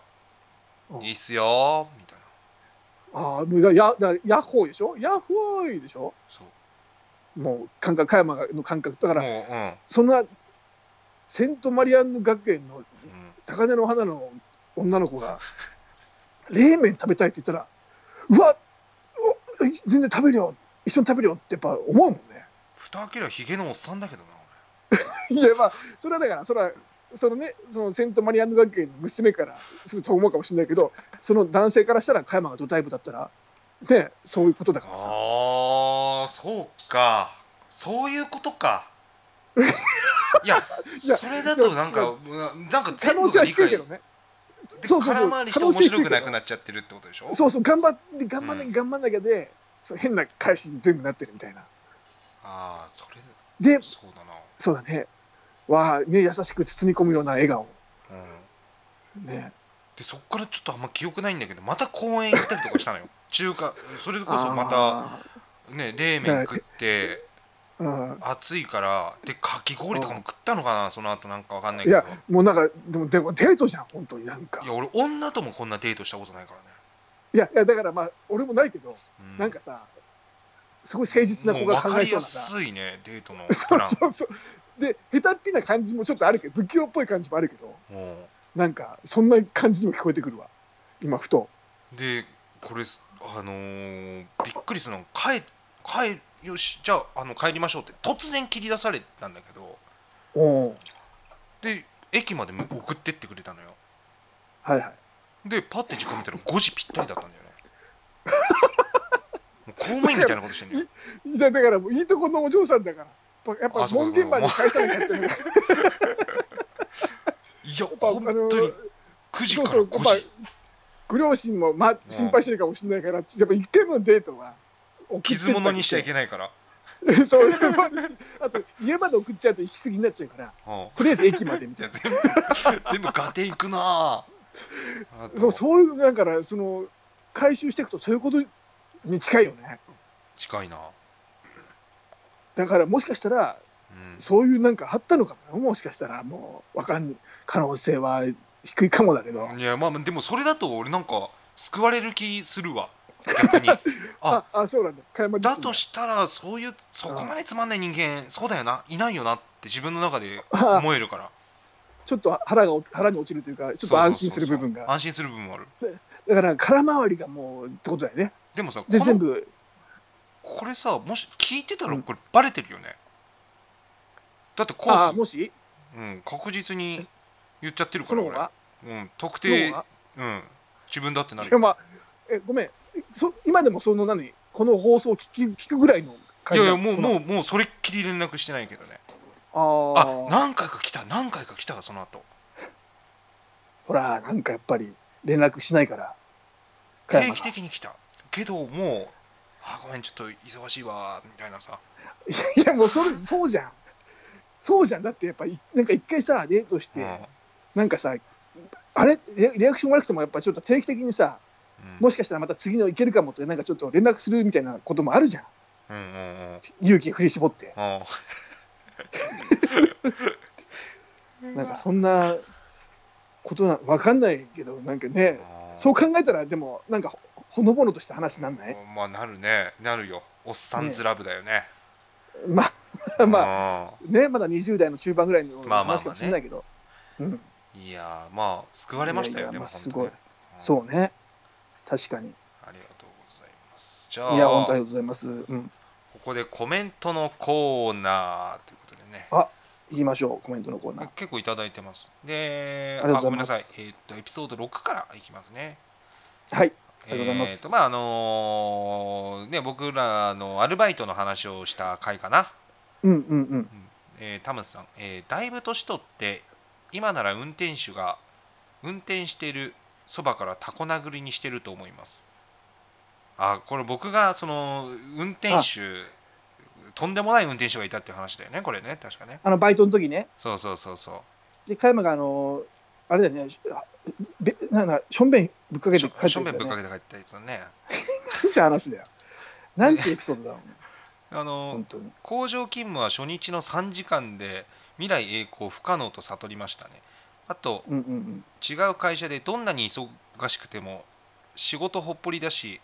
Speaker 2: う
Speaker 1: 「
Speaker 2: ん
Speaker 1: いいっすよ」みたいな
Speaker 2: ああもうだやだヤッホーでしょヤッホーイでしょ
Speaker 1: そう
Speaker 2: もう感覚加山の感覚だから
Speaker 1: もううん
Speaker 2: そんなセントマリアンヌ学園の
Speaker 1: うん
Speaker 2: 高根の花の女の子が冷麺食べたいって言ったらうわおい全然食べるよ一緒に食べるよってやっぱ思うもんね
Speaker 1: 蓋開けりゃヒゲのおっさんだけどない
Speaker 2: やまあそれはだからそれはそのねそのセントマリアンヌ学園の娘からすると思うかもしれないけどその男性からしたら加山がドタイプだったらねそういうことだからさ
Speaker 1: 俺あーそうかそういうこと かいや
Speaker 2: いや
Speaker 1: それだとなんかなんか
Speaker 2: 可
Speaker 1: 全
Speaker 2: 能
Speaker 1: 部
Speaker 2: 性
Speaker 1: が
Speaker 2: は
Speaker 1: 理
Speaker 2: 低い
Speaker 1: 解
Speaker 2: けどねそうそうそう
Speaker 1: 空回りして面白くなくなっちゃってるってことでしょ
Speaker 2: そうそう頑張って頑張んなき
Speaker 1: う
Speaker 2: ゃ頑張んなきゃで、そう変な返しに全部なってるみたいな
Speaker 1: ああそれ
Speaker 2: で
Speaker 1: そうだ
Speaker 2: そうだねわあね優しく包み込むような笑顔
Speaker 1: な、うん、
Speaker 2: ね
Speaker 1: でそっからちょっとあんま記憶ないんだけどまた公園行ったりとかしたのよ 中華それこそまたね冷麺食って
Speaker 2: たうん
Speaker 1: 暑いからでかき氷とかも食ったのかなその後なんかわかんない
Speaker 2: い
Speaker 1: けどい
Speaker 2: や
Speaker 1: や
Speaker 2: もうなんかでもでもデートじゃん本当になんかいや
Speaker 1: 俺女ともこんなデートしたことないからね、
Speaker 2: いやだからまあ俺もないけど、
Speaker 1: うん
Speaker 2: なんかさすごい誠実な子が
Speaker 1: もう
Speaker 2: 考
Speaker 1: 分か
Speaker 2: え
Speaker 1: り
Speaker 2: そ
Speaker 1: や
Speaker 2: うなさ
Speaker 1: すいねデートのプ
Speaker 2: そう
Speaker 1: ラン
Speaker 2: そうそうで下手っぴな感じもちょっとあるけど不器用っぽい感じもあるけど
Speaker 1: も
Speaker 2: なんかそんな感じにも聞こえてくるわ今ふと
Speaker 1: うでこれあのーびっくりするのが帰帰よしじゃああの帰りましょうって突然切り出されたんだけど
Speaker 2: おお
Speaker 1: で駅まで送ってってくれたのよ
Speaker 2: はいはい
Speaker 1: でパッて時間見たら5時ぴったりだったんだよね もう公務員みたいなことしてんのよ
Speaker 2: いやだからもういいとこのお嬢さんだからやっぱや
Speaker 1: あ
Speaker 2: っぱ
Speaker 1: そうか
Speaker 2: 門限まで返さなきゃっていうのが
Speaker 1: いや
Speaker 2: ぱ
Speaker 1: 本当に9時から5
Speaker 2: そうそう
Speaker 1: 時
Speaker 2: ご両親も、ま、心配してるかもしれないから、やっぱ一回目のデートは
Speaker 1: 傷物にしちゃい
Speaker 2: ない
Speaker 1: けないから、
Speaker 2: けそうそれもあるしあと家まで送っちゃうと行き過ぎになっちゃうから
Speaker 1: うん、い
Speaker 2: とりあえず駅までみたい
Speaker 1: や
Speaker 2: な
Speaker 1: 全部全部ガテいくなぁあと
Speaker 2: そうそういうだからその回収していくとそういうことに近いよね
Speaker 1: 近いな、
Speaker 2: だからもしかしたら
Speaker 1: うん、
Speaker 2: そういうなんかあったのかもよもしかしたらもうわかん可能性は低いかもだけど、
Speaker 1: いやまあでもそれだと俺なんか救われる気するわ逆 にあ
Speaker 2: ああそうなんだ加山自
Speaker 1: だ
Speaker 2: 身
Speaker 1: としたらそういうそこまでつまんない人間そうだよないないよなって自分の中で
Speaker 2: あ
Speaker 1: 思えるから
Speaker 2: ちょっと腹が腹に落ちるというかちょっと安心する部分
Speaker 1: そうそうそうそう
Speaker 2: が
Speaker 1: 安心する部分もある
Speaker 2: だから空回りがもうってことだよね
Speaker 1: でもさこ
Speaker 2: で全
Speaker 1: の
Speaker 2: 部
Speaker 1: これさもし聞いてたら
Speaker 2: うん
Speaker 1: これバレてるよね、だってコ
Speaker 2: ああ
Speaker 1: ース
Speaker 2: もし
Speaker 1: うん、確実に言っちゃってるか
Speaker 2: そ
Speaker 1: ら
Speaker 2: の方が
Speaker 1: 俺、うん、特
Speaker 2: で
Speaker 1: 定、うん、自分だってないる
Speaker 2: や
Speaker 1: よ
Speaker 2: まあえごめんそ今でもその何この放送を聞き聞くぐらいの
Speaker 1: い
Speaker 2: 感
Speaker 1: や
Speaker 2: じ
Speaker 1: いやもうも
Speaker 2: う
Speaker 1: うもうそれっきり連絡してないけどね
Speaker 2: あ
Speaker 1: あ
Speaker 2: ー
Speaker 1: 何回か来た何回か来たその後
Speaker 2: ほらなんかやっぱり連絡しないから加
Speaker 1: 定
Speaker 2: 山
Speaker 1: 期
Speaker 2: が
Speaker 1: 的に来たけどもうあごめんちょっと忙しいわみたいなさ
Speaker 2: い やいやもうそれそうじゃんそうじゃんだってやっぱりなんか一回さデートして、
Speaker 1: うん
Speaker 2: なんかさあれリアリアクション悪くてもやっぱちょっと定期的にさ
Speaker 1: うん
Speaker 2: もしかしたらまた次の行けるかもってなんかちょっと連絡するみたいなこともあるじゃん
Speaker 1: うんうんうん
Speaker 2: 勇気振り絞って
Speaker 1: あ
Speaker 2: なんかそんなことなわかんないけどなんかね
Speaker 1: ー
Speaker 2: そう考えたらでもなんかほほのぼのとした話なんない、
Speaker 1: まあなるねなるよおっさんずラブだよね
Speaker 2: ま あまあ
Speaker 1: あ
Speaker 2: ねまだ20代の中盤ぐらいの
Speaker 1: まあまあまあね
Speaker 2: 話かもしれないけど、うん
Speaker 1: いやーまあ救われましたよ
Speaker 2: いやい
Speaker 1: で
Speaker 2: やま
Speaker 1: も
Speaker 2: あ
Speaker 1: 本当
Speaker 2: す
Speaker 1: に
Speaker 2: ごい
Speaker 1: うん
Speaker 2: そうね確かに
Speaker 1: ありがとうございますじゃあ
Speaker 2: いや本当ありがとうございます、うん、
Speaker 1: ここでコメントのコーナーということでね
Speaker 2: 行きましょうコメントのコーナー
Speaker 1: 結構いただいてますで
Speaker 2: ありがとうござい
Speaker 1: あ
Speaker 2: ます
Speaker 1: ごめんなさいえーっとエピソード6からいきますね
Speaker 2: はいありがとうございます
Speaker 1: えーとまああのーね僕らのアルバイトの話をした回かな、
Speaker 2: うんうんうん
Speaker 1: えータムスさん、えーだいぶ年取って今なら運転手が運転してるそばからタコ殴りにしてると思いますあこれ僕がその運転手とんでもない運転手がいたっていう話だよねこれね確かね
Speaker 2: あのバイトの時ね
Speaker 1: そうそうそうそう
Speaker 2: で加山があのあれだよねあべなんかしょんべんぶっかけ
Speaker 1: してょ
Speaker 2: 帰って
Speaker 1: しょ
Speaker 2: き
Speaker 1: んべ
Speaker 2: た
Speaker 1: んぶっ
Speaker 2: よ
Speaker 1: かけ
Speaker 2: ね
Speaker 1: て帰ったやつだね
Speaker 2: なんて話だよなんてエピソードだろう
Speaker 1: あの
Speaker 2: 本当に
Speaker 1: 工場勤務は初日の3時間で未来栄光不可能と悟りましたねあと
Speaker 2: うんうんうん
Speaker 1: 違う会社でどんなに忙しくても仕事ほっぽりだし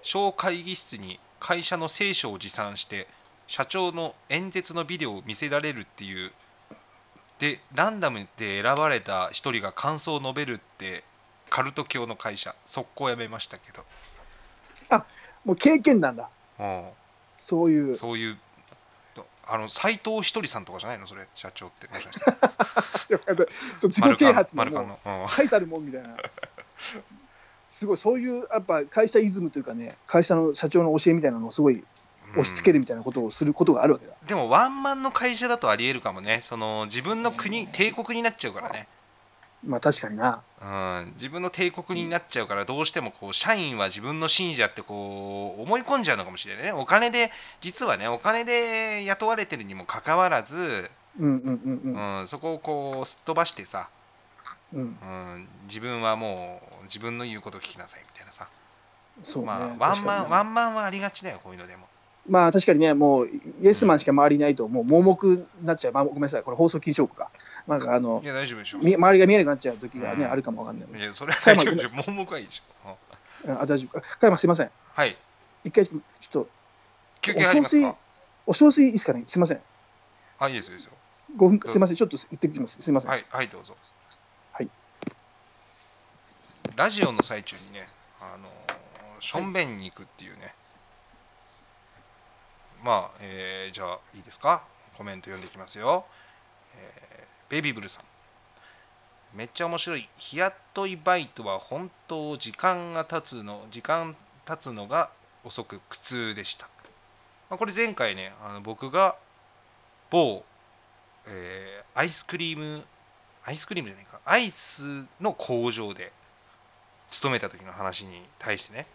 Speaker 1: 小会議室に会社の聖書を持参して社長の演説のビデオを見せられるっていうでランダムで選ばれた一人が感想を述べるってカルト教の会社速攻辞めましたけど
Speaker 2: もう経験なんだ
Speaker 1: うん
Speaker 2: そういう
Speaker 1: そういうあの斎藤ひとりさんとかじゃないのそれ社長ってもしかして
Speaker 2: そう自
Speaker 1: マ
Speaker 2: 己
Speaker 1: ルカ
Speaker 2: 啓
Speaker 1: ン
Speaker 2: 発
Speaker 1: マ
Speaker 2: の
Speaker 1: ル
Speaker 2: も
Speaker 1: カ
Speaker 2: う
Speaker 1: ンの、うん
Speaker 2: 書いてあるもんみたいな。すごいそういうやっぱ会社イズムというかね会社の社長の教えみたいなのをすごい押し付けるみたいなことをすることがあるわけだ、
Speaker 1: でもワンマンの会社だとありえるかもねその自分の国帝国になっちゃうからね、
Speaker 2: まあ確かにな
Speaker 1: うん、自分の帝国になっちゃうからどうしてもこう社員は自分の信者ってこう思い込んじゃうのかもしれないねお金で実はねお金で雇われてるにもかかわらず、
Speaker 2: うんうんうんうん
Speaker 1: うん、そこをこうすっ飛ばしてさ、
Speaker 2: うん
Speaker 1: うん、自分はもう自分の言うことを聞きなさいみたいなさ、
Speaker 2: そうね、
Speaker 1: まあワンマン
Speaker 2: 確かにな
Speaker 1: ワンマンはありがちだよこういうのでも。
Speaker 2: まあ確かにねもうイエスマンしか周りにいないともう盲目になっちゃう、まあ、ごめんなさいこれ放送禁止用語かなんかあの
Speaker 1: いや大丈夫でしょ
Speaker 2: み周りが見えなくなっちゃう時がね、
Speaker 1: うん
Speaker 2: あるかもわかんない
Speaker 1: いやそれは大丈夫でしょ盲目はいいでしょ。うん
Speaker 2: あ大丈夫加山すいません
Speaker 1: はい
Speaker 2: 一回ちょっと
Speaker 1: 休憩入りますか
Speaker 2: お小水いいですかねすいません
Speaker 1: あいいですよいいですよ。
Speaker 2: 5分すいませんちょっと行ってきますすいません、
Speaker 1: はい、はい、どうぞ。
Speaker 2: はい。
Speaker 1: ラジオの最中にね、あのー、しょんべんに行くっていうね。まあ、えーじゃあ、いいですか。コメント読んでいきますよ。えーベビーブルーさん。めっちゃ面白い。日雇いバイトは本当時間が経つの、時間経つのが遅く苦痛でした。まあ、これ前回ね、あの僕が某、えーアイスクリームアイスクリームじゃないかアイスの工場で勤めた時の話に対してね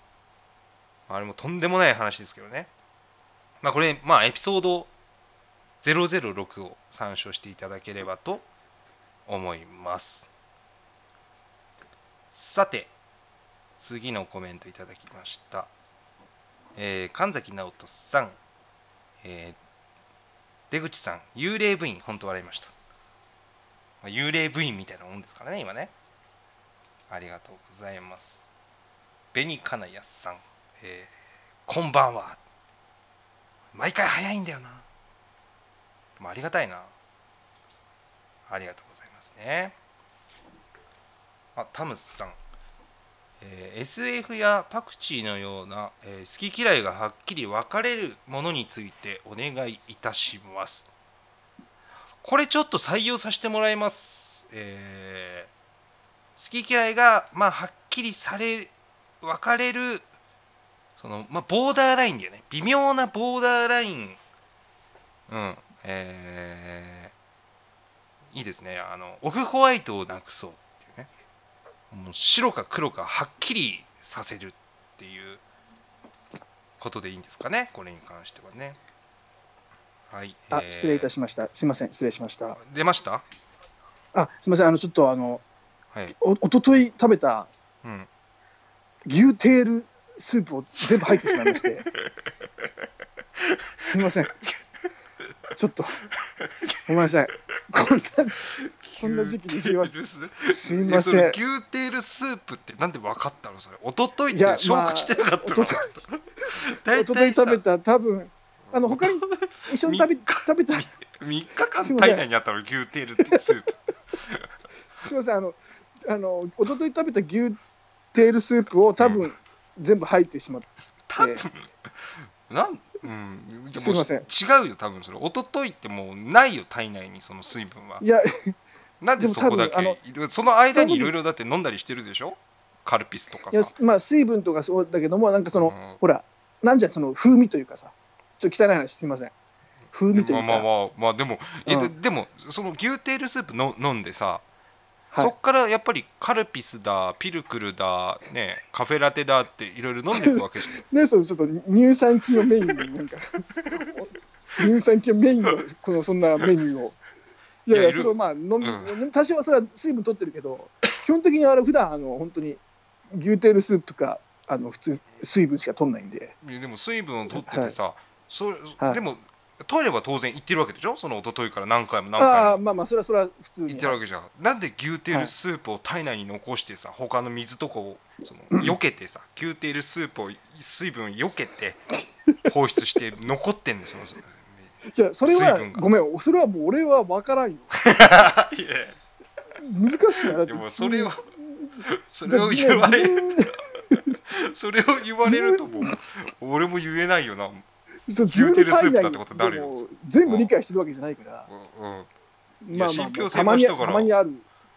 Speaker 1: あれもとんでもない話ですけどねまあこれまあエピソード006を参照していただければと思いますさて次のコメントいただきました、えー神崎直人さん、えー出口さん幽霊部員本当笑いましたまあ幽霊部員みたいなもんですからね今ねありがとうございます紅金谷さん、えーこんばんは毎回早いんだよな、まあ、ありがたいなありがとうございますねあタムスさん、えー SF やパクチーのような、えー好き嫌いがはっきり分かれるものについてお願いいたしますこれちょっと採用させてもらいます。えー好き嫌いが、まあ、はっきりされ、分かれる、その、まあ、ボーダーラインだよね。微妙なボーダーライン。うん。えーいいですね。あの、オフホワイトをなくそうっていうね。もう白か黒かはっきりさせるっていうことでいいんですかね。これに関してはね。はい。
Speaker 2: あ失礼いた
Speaker 1: し
Speaker 2: しましたすいません失礼しました
Speaker 1: 出ました
Speaker 2: あすいませんあのちょっとあの
Speaker 1: はい、
Speaker 2: おおととい食べた
Speaker 1: うん、
Speaker 2: 牛テールスープを全部入ってしまいまして すいませんちょっとごめんなさいこんなこんな時期にすいませ
Speaker 1: んす
Speaker 2: んすい
Speaker 1: い
Speaker 2: ま
Speaker 1: やそ
Speaker 2: せ
Speaker 1: れ
Speaker 2: ん
Speaker 1: 牛テールスープってなんで分かったのそれ一昨日っ
Speaker 2: いや
Speaker 1: て消化してなかったの、
Speaker 2: まあ一
Speaker 1: 大
Speaker 2: おとと
Speaker 1: 体
Speaker 2: い
Speaker 1: さ
Speaker 2: 食べた多分あの他に一緒に食べ
Speaker 1: 三日
Speaker 2: 食べた
Speaker 1: 3日間体内にあったの牛テールってスープ
Speaker 2: すいませんあのあのおととい食べた牛テールスープを多分全部入ってしまって
Speaker 1: 多分なんうんやもう
Speaker 2: すいません
Speaker 1: 違うよ多分それ一昨日ってもうないよ体内にその水分はい
Speaker 2: や
Speaker 1: なんでそこだ
Speaker 2: でも
Speaker 1: けその間にい
Speaker 2: 多分
Speaker 1: ろいろだって飲んだりしてるでしょカルピスとか
Speaker 2: いや
Speaker 1: さ
Speaker 2: まあ水分とかそうだけどもなんかその、
Speaker 1: うん
Speaker 2: ほらなんじゃその風味というかさちょっと汚い話すいません風味という
Speaker 1: まあ
Speaker 2: か、
Speaker 1: まあまあまあでも、え
Speaker 2: う
Speaker 1: でもその牛テールスープの飲んでさ、
Speaker 2: はい
Speaker 1: そっからやっぱりカルピスだピルクルだねカフェラテだっていろいろ飲んでいくわけじゃ
Speaker 2: ねそのちょっと乳酸菌をメインになん か乳酸菌をメインのこのそんなメニューをいやい
Speaker 1: いや
Speaker 2: や
Speaker 1: いる
Speaker 2: それをまあ飲み、
Speaker 1: う
Speaker 2: 多少はそれは水分取ってるけど基本的にあれ普段あの本当に牛テールスープとか あの普通水分しか取んないんで
Speaker 1: んでも水分を取っててさ、それ
Speaker 2: はい
Speaker 1: でもトイレは当然行ってるわけでしょその一昨日から何回も何回
Speaker 2: あ
Speaker 1: も
Speaker 2: あまあまあそれはそれは普通
Speaker 1: 行っ
Speaker 2: に
Speaker 1: てるわけじゃんなんで牛テールスープを体内に残してさ他の水とかをその避けてさ牛テールスープを水分を避けて放出して残ってんですよその
Speaker 2: いやそれは
Speaker 1: 水分が
Speaker 2: ごめんそれはもう俺は分からんよ
Speaker 1: いやいや
Speaker 2: 難しくないだって
Speaker 1: でもそれをそ
Speaker 2: じ
Speaker 1: れ
Speaker 2: ゃあ
Speaker 1: を言われ
Speaker 2: 自分
Speaker 1: それを言われるともう俺も言えないよな、うん
Speaker 2: そう自分の体
Speaker 1: 牛テールスープ
Speaker 2: 内
Speaker 1: だってことになるよ
Speaker 2: でも全部理解してるわけじゃないから、
Speaker 1: うん、いいや
Speaker 2: まあまあ
Speaker 1: 信憑性
Speaker 2: たまに
Speaker 1: の人から
Speaker 2: たまにある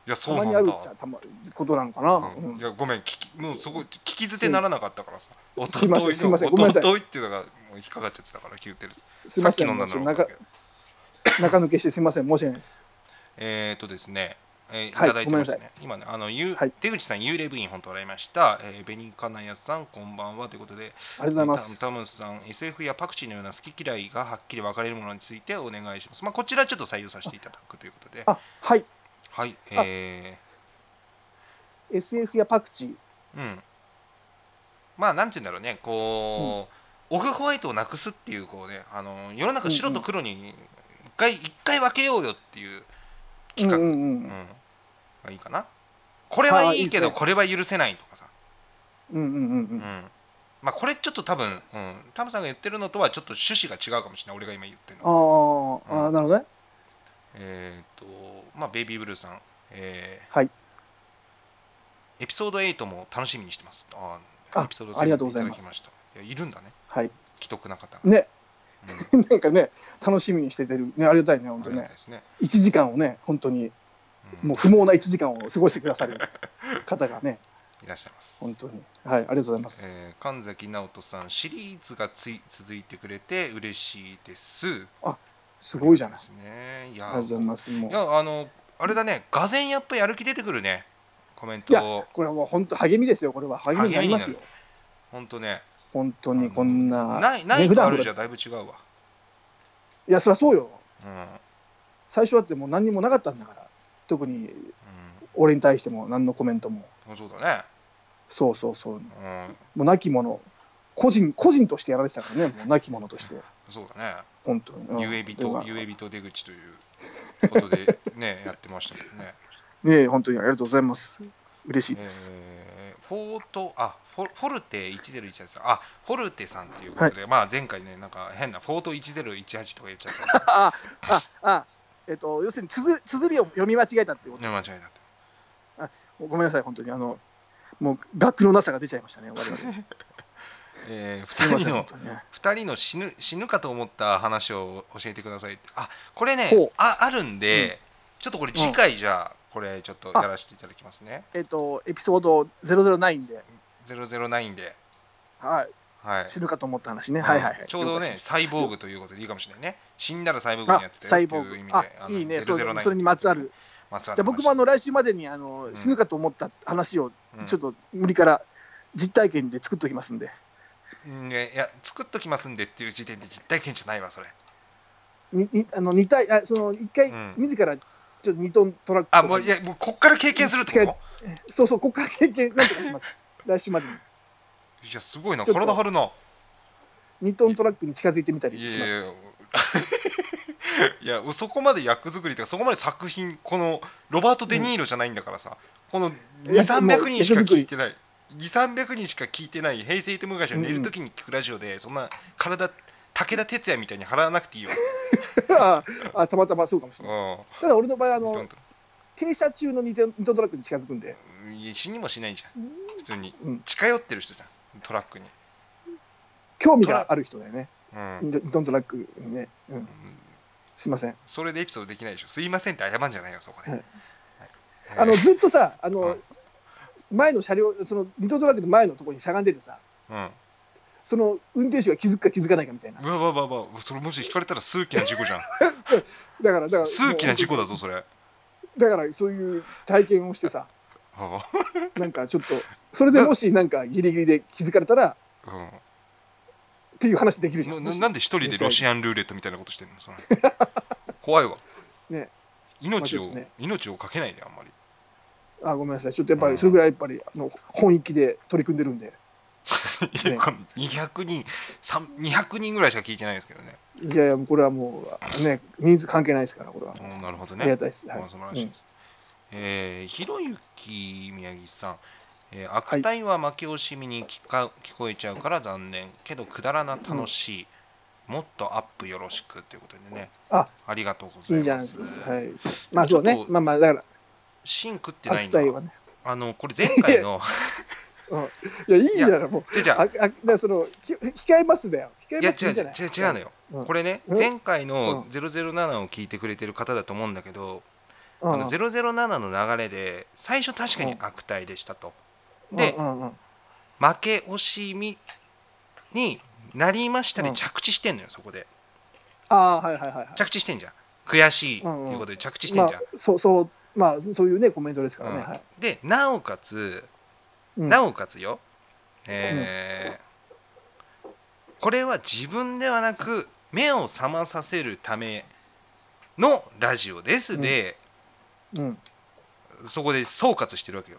Speaker 1: や
Speaker 2: た
Speaker 1: そう
Speaker 2: まに
Speaker 1: な
Speaker 2: あ
Speaker 1: ん
Speaker 2: る
Speaker 1: だ
Speaker 2: っちゃたまことなんかな、うん
Speaker 1: うんいやごめん聞きもうそこ聞き捨てならなかったからさおととい
Speaker 2: い
Speaker 1: の
Speaker 2: ま
Speaker 1: お
Speaker 2: せんすいませんごめんな
Speaker 1: と
Speaker 2: さい
Speaker 1: といっていうのがもう引っかかっちゃってたから聞いてる
Speaker 2: すい
Speaker 1: さ
Speaker 2: ま
Speaker 1: っき
Speaker 2: せん
Speaker 1: 飲んだ
Speaker 2: ちょ
Speaker 1: の
Speaker 2: っ
Speaker 1: だろう
Speaker 2: と中
Speaker 1: けど
Speaker 2: 中抜けしてすいません申し訳ないです
Speaker 1: えー、とですね、えー、い
Speaker 2: はい
Speaker 1: ただいてました
Speaker 2: ごめん
Speaker 1: ね。今ね、あの、ゆう
Speaker 2: はい
Speaker 1: 出口さん、幽霊部員、本当笑いました。えー、紅金谷さん、こんばんはということで、
Speaker 2: ありがとうございます
Speaker 1: タムタムスさん、SF やパクチーのような好き嫌いがはっきり分かれるものについてお願いします。まあ、こちらちょっと採用させていただくということで、
Speaker 2: あはい
Speaker 1: はい、え
Speaker 2: SF やパクチー
Speaker 1: ー、うん。まあ、なんて言うんだろうね、こう、オフホワイトをなくすっていう、こうね、あの、世の中白と黒に一回、一回分けようよっていう企画。
Speaker 2: うんうん
Speaker 1: う
Speaker 2: うんん、
Speaker 1: まあいいかなこれはい
Speaker 2: あいい
Speaker 1: い
Speaker 2: です
Speaker 1: け
Speaker 2: ね
Speaker 1: どこれは許せないとかさ、
Speaker 2: うんうんうんう
Speaker 1: うん
Speaker 2: ん
Speaker 1: まあこれちょっと多分、うん、タムさんが言ってるのとはちょっと趣旨が違うかもしれない俺が今言ってるの
Speaker 2: あーあーなるほどね
Speaker 1: えっ、とまあベイビーブルーさんえ
Speaker 2: はい
Speaker 1: ーエピソード8も楽しみにしてますあー
Speaker 2: あ
Speaker 1: エピソード
Speaker 2: ありがとうございます
Speaker 1: ただきしたいやいるんだね
Speaker 2: はい
Speaker 1: 既得な方が、
Speaker 2: ね
Speaker 1: うん
Speaker 2: なんかね楽しみにしててるねありがたいね本
Speaker 1: あ
Speaker 2: 当
Speaker 1: りが
Speaker 2: ね
Speaker 1: たいですね、
Speaker 2: 1時間をね本当に
Speaker 1: うん
Speaker 2: もう不毛な1時間を過ごしてくださ る方がね
Speaker 1: いらっしゃいます
Speaker 2: 本当にはいありがとうございます、
Speaker 1: えー神崎直人さんシリーズがつい続いてくれて嬉しいです
Speaker 2: すごいじゃない
Speaker 1: ですねいや
Speaker 2: ありがとうございますもう
Speaker 1: いやあのあれだねがぜんやっぱりやる気出てくるねコメン
Speaker 2: いや
Speaker 1: ト
Speaker 2: これはもう本当励みですよこれは励みになりますよ
Speaker 1: 本当ね
Speaker 2: 本当にこんな
Speaker 1: ないな
Speaker 2: ね
Speaker 1: い
Speaker 2: 普
Speaker 1: と
Speaker 2: 段
Speaker 1: あ
Speaker 2: ほ
Speaker 1: る
Speaker 2: ら
Speaker 1: じゃだいぶ違うわ
Speaker 2: いやそりゃそうよ
Speaker 1: うん、うん、
Speaker 2: 最初だってもう何にもなかったんだから特に俺に対しても何のコメントも
Speaker 1: そうだね
Speaker 2: そうそうそうも
Speaker 1: うん
Speaker 2: う亡き者個人個人としてやられてたからねもう亡き者として
Speaker 1: そうだ
Speaker 2: 本当に、うん
Speaker 1: ねゆえび
Speaker 2: だ
Speaker 1: と
Speaker 2: から
Speaker 1: ゆえびと出口ということでね やってましたけどね
Speaker 2: ねえ本当にありがとうございます嬉しいです、
Speaker 1: えーフォートあフォフォルテ1018さんあフォルテさんっていうことで、まあ前回ねなんか変なフォート1018とか言っちゃったんで
Speaker 2: あああえっと要するにつづつづりを読み間違えたってこ
Speaker 1: ね間違いなく
Speaker 2: とごめんなさい本当にあのもう学のなさが出ちゃいましたね我 々
Speaker 1: えー、
Speaker 2: すいま
Speaker 1: 2
Speaker 2: せん
Speaker 1: 人
Speaker 2: 本
Speaker 1: の
Speaker 2: 当にね
Speaker 1: 2人の死ぬ死ぬかと思った話を教えてくださいってあこれね
Speaker 2: ほう
Speaker 1: ああるんで、ちょっとこれ次回じゃあこれちょっとやらせていただきますね
Speaker 2: えっとエピソード009で、
Speaker 1: 009で、
Speaker 2: はい、
Speaker 1: はい
Speaker 2: 死ぬかと思った話ね、はいはいはい
Speaker 1: ちょうど
Speaker 2: 了解し
Speaker 1: ね
Speaker 2: ました
Speaker 1: サイボーグということでいいかもしれないね死んだらサイボーグに
Speaker 2: あ
Speaker 1: やってた
Speaker 2: サ
Speaker 1: よ
Speaker 2: イ
Speaker 1: って
Speaker 2: ボー
Speaker 1: いう
Speaker 2: グ
Speaker 1: 意味
Speaker 2: あ
Speaker 1: であの
Speaker 2: いいねそれ
Speaker 1: 009
Speaker 2: それにまつわる
Speaker 1: まつわる
Speaker 2: じゃあ僕もあの来週までにあの
Speaker 1: ん
Speaker 2: 死ぬかと思った話を
Speaker 1: うん
Speaker 2: ちょっと無理から実体験で作っときますんで、
Speaker 1: うんねいや作っときますんでっていう時点で実体験じゃないわそれ
Speaker 2: ににあの二体あその一回
Speaker 1: うん
Speaker 2: 自らちょっと二トントラック
Speaker 1: あもういやもうこっから経験するってこ
Speaker 2: そうそうここから経験なんとかします 来週までに
Speaker 1: といやすごいな
Speaker 2: ちょっと
Speaker 1: 体張るな
Speaker 2: 二トントラックに近づいてみた
Speaker 1: い
Speaker 2: り
Speaker 1: や
Speaker 2: し
Speaker 1: いや
Speaker 2: ま
Speaker 1: い
Speaker 2: す
Speaker 1: や いやそこまで役作りとかそこまで作品このロバート・デ・ニーロじゃないんだからさ、この
Speaker 2: いやも
Speaker 1: 2300
Speaker 2: う
Speaker 1: 人しか
Speaker 2: 役作
Speaker 1: 聞
Speaker 2: り
Speaker 1: いてない2300人しか聞いてない平成イテム会社を寝るときに聞くラジオで、そんな体武田鉄矢みたいに払わなくていいよ、
Speaker 2: あ あたまたまそうかもし
Speaker 1: う
Speaker 2: れないただ俺の場合あ
Speaker 1: んど
Speaker 2: の
Speaker 1: んど
Speaker 2: 停車中の二トン二トントラックに近づくんで
Speaker 1: んいや死にもしないじゃん普通に、
Speaker 2: うん
Speaker 1: 近寄ってる人じゃんトラックに、
Speaker 2: 興味がある人だよね
Speaker 1: うん
Speaker 2: 二ト二トントラックにね、うん、すいません
Speaker 1: それでエピソードできないでしょすいませんって謝んじゃないよそこで、
Speaker 2: はい
Speaker 1: はい
Speaker 2: あのずっとさ、あ
Speaker 1: う
Speaker 2: の
Speaker 1: ん
Speaker 2: 前の車両、そのリトトラックの前のところにしゃがんでてさ、
Speaker 1: うん
Speaker 2: その運転手が気づくか気づかないかみたいな。
Speaker 1: うわうわうわうわそれもし引かれたら数奇な事故じゃん
Speaker 2: だから、だから、
Speaker 1: 数奇な事故だぞ
Speaker 2: も
Speaker 1: それ
Speaker 2: う。だから、そういう体験をしてさ、
Speaker 1: あ
Speaker 2: なんかちょっと、それでもし、なんかギリギリで気づかれたら
Speaker 1: あ
Speaker 2: っていう話できるじゃ。
Speaker 1: うんん
Speaker 2: も
Speaker 1: な
Speaker 2: し
Speaker 1: なんで一人でロシアンルーレットみたいなことしてんのそ の怖いわ
Speaker 2: ね
Speaker 1: 命を、
Speaker 2: まあちょっとね
Speaker 1: 命をかけないであんまり
Speaker 2: あごめんなさい、ちょっとやっぱり、それぐらいやっぱりあの本意気で取り組んでるんで、
Speaker 1: いやこの200人3 200人ぐらいしか聞いてないですけどね
Speaker 2: いやいや、もうこれはもう、ね、人数関係ないですから、これは。
Speaker 1: おなるほど
Speaker 2: あ
Speaker 1: ね
Speaker 2: りがたいです。はい
Speaker 1: あ素晴らしいです、えーひろゆき宮城さん、えー悪態は負け惜しみに聞か聞こえちゃうから残念けどくだらな楽しい、もっとアップよろしくということでね
Speaker 2: あ
Speaker 1: ありがとうご
Speaker 2: う
Speaker 1: ざ
Speaker 2: んいい
Speaker 1: い
Speaker 2: んじゃな
Speaker 1: ま
Speaker 2: いですすか。はい。まあそうね。まあまあ、だか
Speaker 1: シン食って
Speaker 2: ら、
Speaker 1: ない
Speaker 2: 秋
Speaker 1: ん
Speaker 2: 田
Speaker 1: だ
Speaker 2: 絵はね。
Speaker 1: あのこれ前回の
Speaker 2: うんいや、いいじゃない、もう。
Speaker 1: じゃあじゃあ
Speaker 2: ああだからそのき控えますだよ。控
Speaker 1: い
Speaker 2: え
Speaker 1: や
Speaker 2: ます
Speaker 1: 違う
Speaker 2: で
Speaker 1: 違
Speaker 2: いいじゃ
Speaker 1: う
Speaker 2: ない。
Speaker 1: 違う違うのよ、
Speaker 2: うん
Speaker 1: これね
Speaker 2: うん
Speaker 1: 前回
Speaker 2: う
Speaker 1: の
Speaker 2: ん
Speaker 1: 007を聞いてくれてる方だと思うんだけど、
Speaker 2: うん
Speaker 1: あの007の流れで最初確かに悪態でしたと、で、
Speaker 2: うんうん
Speaker 1: 負け惜しみになりましたで
Speaker 2: うん
Speaker 1: 着地してんのよ、そこで
Speaker 2: ああはいはいはいはい。
Speaker 1: 着地してんじゃん悔しいっていうことで着地してん
Speaker 2: ま
Speaker 1: じゃん、
Speaker 2: あそうそうまあそういうねコメントですからね。
Speaker 1: うん
Speaker 2: はい
Speaker 1: でなおかつ
Speaker 2: うん
Speaker 1: なおかつよ、えーこれは自分ではなく目を覚まさせるためのラジオですで、
Speaker 2: うん
Speaker 1: そこで総括してるわけよ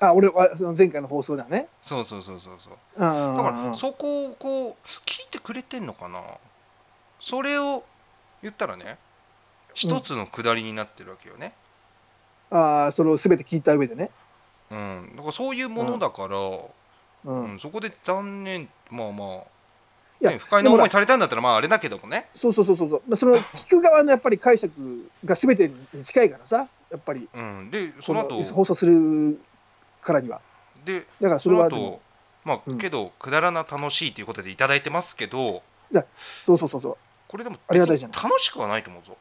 Speaker 2: あ俺はその前回の放送だね。
Speaker 1: そうそうそうそうそう
Speaker 2: だか
Speaker 1: だからそこをこう聞いてくれてんのかなそれを言ったらね一つのくだりになってるわけよね、
Speaker 2: ああそれを全て聞いた上でね。
Speaker 1: うんだからそういうものだから、
Speaker 2: う
Speaker 1: うん
Speaker 2: ん。
Speaker 1: そこで残念まあま
Speaker 2: い
Speaker 1: あ、
Speaker 2: や
Speaker 1: ね、不快な思いされたんだったらまああれだけどもね
Speaker 2: そうそうそうそうそう。まあ その聞く側のやっぱり解釈が全てに近いからさやっぱり
Speaker 1: うん、でそ
Speaker 2: こ
Speaker 1: の
Speaker 2: の
Speaker 1: 後
Speaker 2: 放送するからには
Speaker 1: で
Speaker 2: だからそ
Speaker 1: そ
Speaker 2: れ
Speaker 1: の
Speaker 2: はでも
Speaker 1: 後まあ、
Speaker 2: うん
Speaker 1: けどくだらな楽しいということでいただいてますけど
Speaker 2: そうそうそうそう。
Speaker 1: これでも
Speaker 2: ありがたいじゃん
Speaker 1: 楽しくはないと思うぞ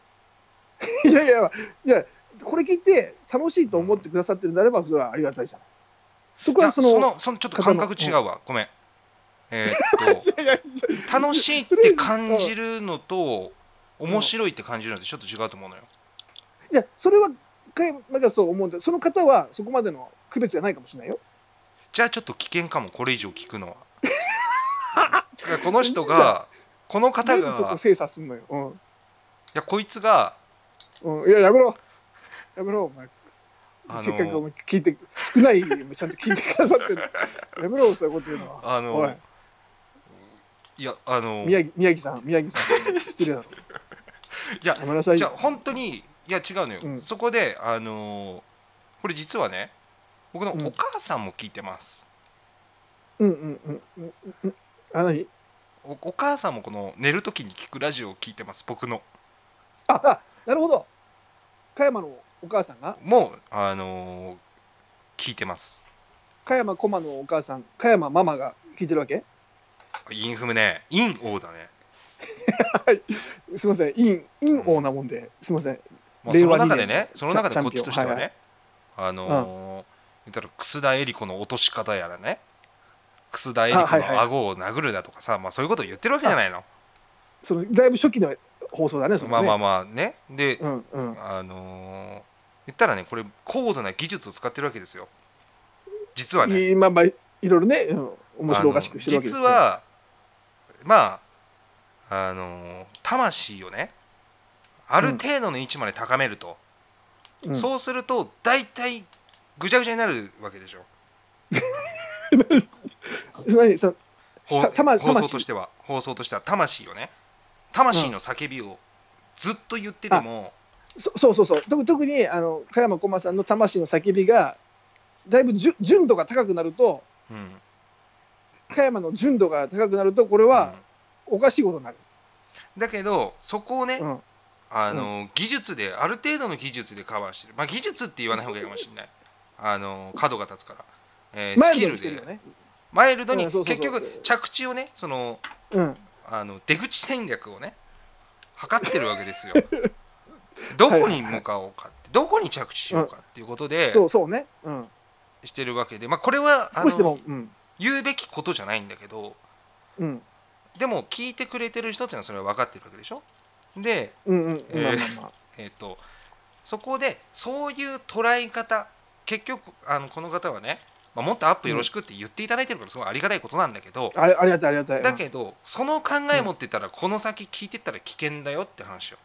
Speaker 2: いやいやいや、これ聞いて楽しいと思ってくださってるんであれば、それはありがたいじゃない。そ
Speaker 1: い
Speaker 2: こは
Speaker 1: や
Speaker 2: そ
Speaker 1: そ
Speaker 2: の、
Speaker 1: のそのちょっと感覚違うわ ごめんえーっと
Speaker 2: いやいやいや
Speaker 1: 楽しいって感じるのと面白いって感じるのってちょっと違うと思うのよ。
Speaker 2: いやそれは、なんかそう思うんだその方はそこまでの区別がないかもしれないよ。
Speaker 1: じゃあちょっと危険かもこれ以上聞くの は。だからこの人がこの方
Speaker 2: 全部そこ
Speaker 1: がい
Speaker 2: 精査すんのよ。
Speaker 1: やこいつが
Speaker 2: うん。うん、いや、やめろ。やめろ、お前。
Speaker 1: あの
Speaker 2: せっかくお前聞いて、少ない、ちゃんと聞いてくださってる。やめろ、そういうこと言うのは。
Speaker 1: あ
Speaker 2: お
Speaker 1: の
Speaker 2: い
Speaker 1: いやあの
Speaker 2: 宮城宮城さん、宮城さん、失礼だろ。
Speaker 1: いや
Speaker 2: やめなさい
Speaker 1: じゃあ
Speaker 2: よ。
Speaker 1: 本当にいや違うのよ、
Speaker 2: うん
Speaker 1: そこであのこれ実はね僕の
Speaker 2: うん
Speaker 1: お母さんも聞いてます。
Speaker 2: うんうんうんうんうん。あ、何
Speaker 1: おお母さんもこの寝る時に聞くラジオを聞いてます僕の。
Speaker 2: ああ なるほど加山のお母さんが
Speaker 1: もうあの聞いてます。
Speaker 2: 加山駒のお母さん加山ママが聞いてるわけ
Speaker 1: インフムね、インオーだね。
Speaker 2: すみません陰陰王なもんですみません
Speaker 1: まあ、
Speaker 2: 令
Speaker 1: その
Speaker 2: 和
Speaker 1: 中でね、
Speaker 2: 二年
Speaker 1: その中でこっ
Speaker 2: チャ
Speaker 1: ちとしては
Speaker 2: チャン
Speaker 1: ね、あのー言ったら楠田絵理子の落とし方やらね、楠田絵理
Speaker 2: あ
Speaker 1: 子
Speaker 2: はいはい
Speaker 1: の顎を殴るだとかさ、まあそういうことを言ってるわけじゃないの。
Speaker 2: そのだいぶ初期の放送だねそれ
Speaker 1: まあ
Speaker 2: ね
Speaker 1: まあまあね、で、
Speaker 2: うんうん
Speaker 1: あのー言ったらね、これ高度な技術を使ってるわけですよ。実はね、
Speaker 2: いいまあまあいろいろね、うん、面白おかしくしてるわけです
Speaker 1: あ
Speaker 2: ね
Speaker 1: の実はまああのー魂をねある程度の位置まで高めると、
Speaker 2: うん
Speaker 1: そうすると大体ぐちゃぐちゃになるわけでしょ
Speaker 2: つまりその
Speaker 1: ほう
Speaker 2: た魂
Speaker 1: 放送としては放送としては魂をね魂の叫びをずっと言ってても、
Speaker 2: そそうそうそう特特にあの加山駒さんの魂の叫びがだいぶじゅ純度が高くなると
Speaker 1: うん
Speaker 2: 加山の純度が高くなるとこれはおかしいことになる、
Speaker 1: うんだけどそこをね、
Speaker 2: うん、
Speaker 1: あのー技術である程度の技術でカバーしてるまあ技術って言わない方がいいかもしれないあのー角が立つから、えー
Speaker 2: マ
Speaker 1: ス
Speaker 2: イ
Speaker 1: キ
Speaker 2: ルドに
Speaker 1: ル
Speaker 2: してる
Speaker 1: で
Speaker 2: よね
Speaker 1: マイルドに
Speaker 2: うんそうそう
Speaker 1: 結
Speaker 2: そう
Speaker 1: 局着地をねその
Speaker 2: うん
Speaker 1: あの出口戦略をね測ってるわけです よどこに向かおうかってどこに着地しようかっていうことで
Speaker 2: そうそうね、うん、
Speaker 1: してるわけでまあこれはあ
Speaker 2: 少しで
Speaker 1: の
Speaker 2: も、うん
Speaker 1: 言うべきことじゃないんだけど
Speaker 2: うん、
Speaker 1: でも聞いてくれてる人っていうのはそれは分かってるわけでしょで
Speaker 2: うん、うん、
Speaker 1: えー
Speaker 2: まあまあまあ、
Speaker 1: えっ、とそこでそういう捉え方結局あのこの方はね、まあ、もっとアップよろしくって言っていただいてるからすごいありがたいことなんだけど、
Speaker 2: あれ、ありがたい、ありがたい。
Speaker 1: だけどその考え持ってたらこの先聞いてたら危険だよって話を、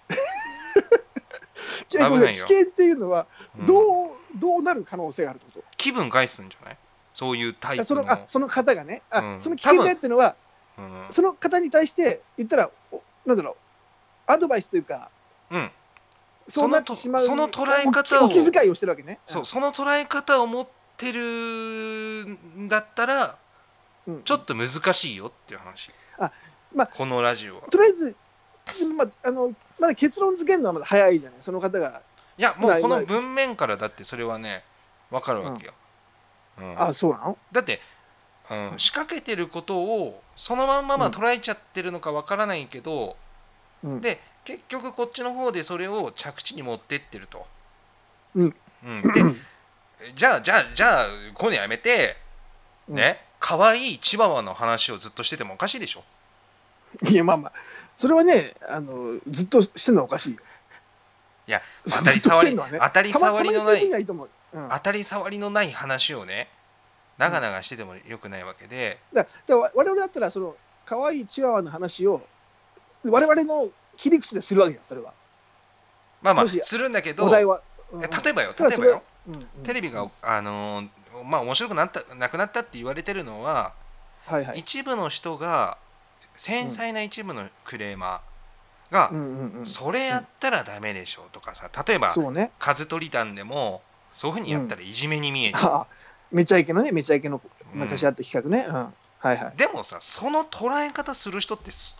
Speaker 2: うん、
Speaker 1: 危ないよ
Speaker 2: 危険っていうのは、
Speaker 1: うん
Speaker 2: どう、どうなる可能性があるってこと。
Speaker 1: 気分害すんじゃないそういうタイ
Speaker 2: いや
Speaker 1: プ
Speaker 2: そ
Speaker 1: の
Speaker 2: の、あ、その方がね、あ、
Speaker 1: うん
Speaker 2: その危険性っていうのは、
Speaker 1: うん
Speaker 2: その方に対して、言ったら、おなんだろう、アドバイスというか、
Speaker 1: うん
Speaker 2: そうなってしまう
Speaker 1: そのとその捉え方を
Speaker 2: お気お気遣いをしてるわけね。
Speaker 1: そうその捉え方を持ってるんだったら
Speaker 2: うん、
Speaker 1: ちょっと難しいよっていう話、
Speaker 2: あまあ
Speaker 1: このラジオは
Speaker 2: とりあえず、まあ、あのまだ結論付けるのはまだ早いじゃない、その方が、
Speaker 1: いやもう
Speaker 2: ない
Speaker 1: こ
Speaker 2: な
Speaker 1: の
Speaker 2: い
Speaker 1: 文面からだってそれはね分かるわけよ、うん
Speaker 2: あそうなの
Speaker 1: だって、うん、仕掛けてることをそのまんままあ
Speaker 2: うん
Speaker 1: 捉えちゃってるのか分からないけど、
Speaker 2: うん
Speaker 1: で結局こっちの方でそれを着地に持ってってると。
Speaker 2: うん
Speaker 1: うんでじゃあじゃあじゃあこういうのやめて
Speaker 2: うん
Speaker 1: ね可愛、いチワワの話をずっとしててもおかしいでしょ。
Speaker 2: いや、まあまあ、それはね、あのずっとしてるのはおかしいよ。
Speaker 1: いや
Speaker 2: ずっ
Speaker 1: 当
Speaker 2: と
Speaker 1: たり障り、
Speaker 2: してんのはね
Speaker 1: 当たり障りのない
Speaker 2: たまたまにそううふうにはいいと思う。うん、
Speaker 1: 当たり障りのない話をね長々しててもよくないわけで、
Speaker 2: だだわ我々だったらその可愛いチワワの話を我々の切り口でするわけじゃんそれは
Speaker 1: まあまあ
Speaker 2: もし
Speaker 1: するんだけど
Speaker 2: お題は、うん
Speaker 1: いや例えばよ
Speaker 2: ただ
Speaker 1: 例え
Speaker 2: そ
Speaker 1: ば
Speaker 2: れ
Speaker 1: よ
Speaker 2: はうんうん
Speaker 1: テレビが、あのーまあ、面白くなったなくなったって言われてるのは、
Speaker 2: はいはい
Speaker 1: 一部の人が繊細な一部のクレーマーが、
Speaker 2: うんうんうん
Speaker 1: それやったらダメでしょとかさ例えば
Speaker 2: そうね
Speaker 1: 数取り団でもそういうふうにやったらいじめに見えちゃう、
Speaker 2: ああめちゃイケのねめちゃイケの
Speaker 1: うん
Speaker 2: 昔あった企画ね、うんはいはい
Speaker 1: でもさその捉え方する人ってす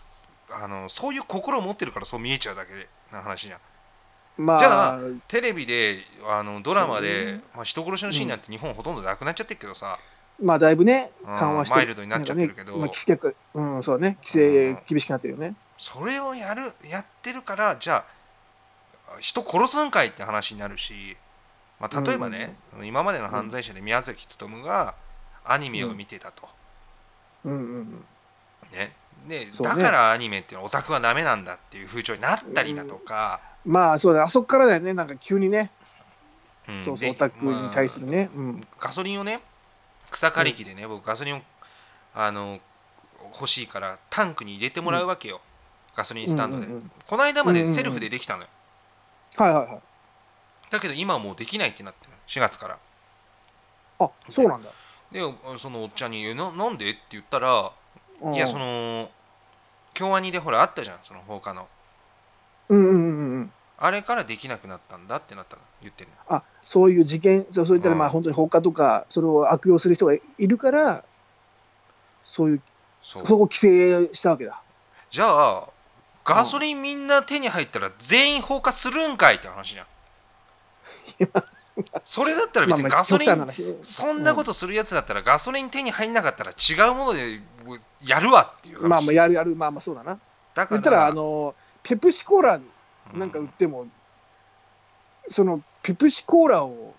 Speaker 1: あのそういう心を持ってるからそう見えちゃうだけな話じゃん
Speaker 2: まあ
Speaker 1: じゃあテレビであのドラマで、
Speaker 2: うん
Speaker 1: まあ、人殺しのシーンなんて日本ほとんどなくなっちゃってるけどさ、
Speaker 2: まあだいぶね
Speaker 1: うん
Speaker 2: 緩和して
Speaker 1: マイルドになっちゃってるけど
Speaker 2: なんかねまあ、規制がうんそうね規制厳しくなってるよね、
Speaker 1: それをやるやってるからじゃあ人殺すんかいって話になるし、まあ、例えばね、今までの犯罪者で宮崎勉がアニメを見てたと、
Speaker 2: うんうんうん
Speaker 1: ねで
Speaker 2: そう
Speaker 1: だ
Speaker 2: ね
Speaker 1: からアニメっていうのはオタクはダメなんだっていう風潮になったりだとか、
Speaker 2: まあそうだあそこからだよねなんか急にね、
Speaker 1: うん
Speaker 2: そうそう
Speaker 1: で
Speaker 2: オタクに対するね、う
Speaker 1: ま
Speaker 2: ん
Speaker 1: あガソリンをね草刈り機でね、僕ガソリンをあの欲しいからタンクに入れてもらうわけよ、ガソリンスタンドで、
Speaker 2: うんうんうん
Speaker 1: この間までセルフでできたのよ、
Speaker 2: はいはいはい
Speaker 1: だけど今はもうできないってなってる4月から
Speaker 2: あそうなんだ、
Speaker 1: でそのおっちゃんにえ「ななんで?」って言ったら「
Speaker 2: うん、
Speaker 1: いやその京アニでほらあったじゃんその放課の
Speaker 2: うんうんうんうん
Speaker 1: あれからできなくなったんだ」ってなったの言ってんの
Speaker 2: あそういう事件、そうそういったら、
Speaker 1: うん
Speaker 2: まあ本当に放火とか、それを悪用する人がいるから、そういう、
Speaker 1: そ
Speaker 2: そうこを規制したわけだ。
Speaker 1: じゃあガソリンみんな手に入ったら全員放火するんかいって話じゃんそれだったら別にガソリ
Speaker 2: 極端な
Speaker 1: ン
Speaker 2: 話ね
Speaker 1: そんなことするやつだったらガソリン手に入んなかったら違うものでやるわっていう話
Speaker 2: まあまあ、やるやる、まあまあそうだな。
Speaker 1: だか
Speaker 2: 言
Speaker 1: ら
Speaker 2: ったら、あの、ペプシコーラ
Speaker 1: う
Speaker 2: なんか売っても、その、ペプシコーラを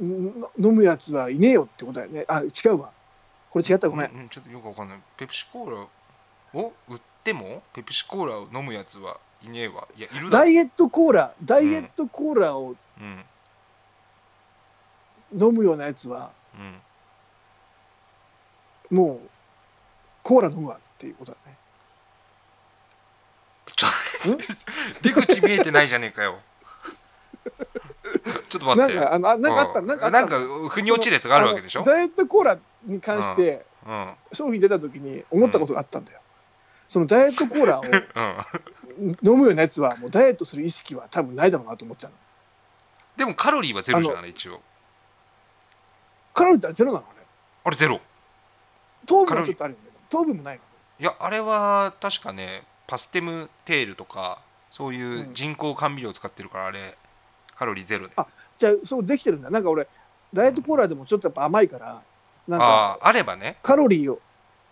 Speaker 2: ん飲むやつはいねえよってことだよね。あ、違うわ。これ違った、ごめん。
Speaker 1: うんちょっとよくわかんないペプシコーラを売ってもペプシコーラを飲むやつはいねえわいやいるだ
Speaker 2: ダ
Speaker 1: ろ、
Speaker 2: イエットコーラ、ダイエットコーラを
Speaker 1: うん
Speaker 2: 飲むようなやつは、
Speaker 1: うん、
Speaker 2: もう、コーラ飲むわっていうことだね。
Speaker 1: ちょ出口見えてないじゃねえかよちょっと待
Speaker 2: な
Speaker 1: っ
Speaker 2: ん
Speaker 1: て
Speaker 2: か、あの、あなんかあった、
Speaker 1: うん
Speaker 2: なんかあった。
Speaker 1: なんか腑に落ちるやつがあるわけでしょ
Speaker 2: あのダイエットコーラに関して、
Speaker 1: うんうん
Speaker 2: 商品出た時に思ったことがあったんだよ。そのダイエットコーラを飲むようなやつは、もうダイエットする意識は多分ないだろうなと思っちゃうの。
Speaker 1: でもカロリーはゼロじゃん
Speaker 2: あの
Speaker 1: あれ一応
Speaker 2: カロリーってゼロなのね。
Speaker 1: あれゼロ
Speaker 2: 糖分はちょっとあるんだけど、糖分もないの。
Speaker 1: いやあれは確かねパステムテールとかそういう人工甘味料を使ってるからあれカロリーゼロであ
Speaker 2: あじゃあ、そうできてるんだ。なんか俺、ダイエットコーラでもちょっとやっぱ甘いから、なん
Speaker 1: あ
Speaker 2: か、
Speaker 1: ーあればね
Speaker 2: カロリーを、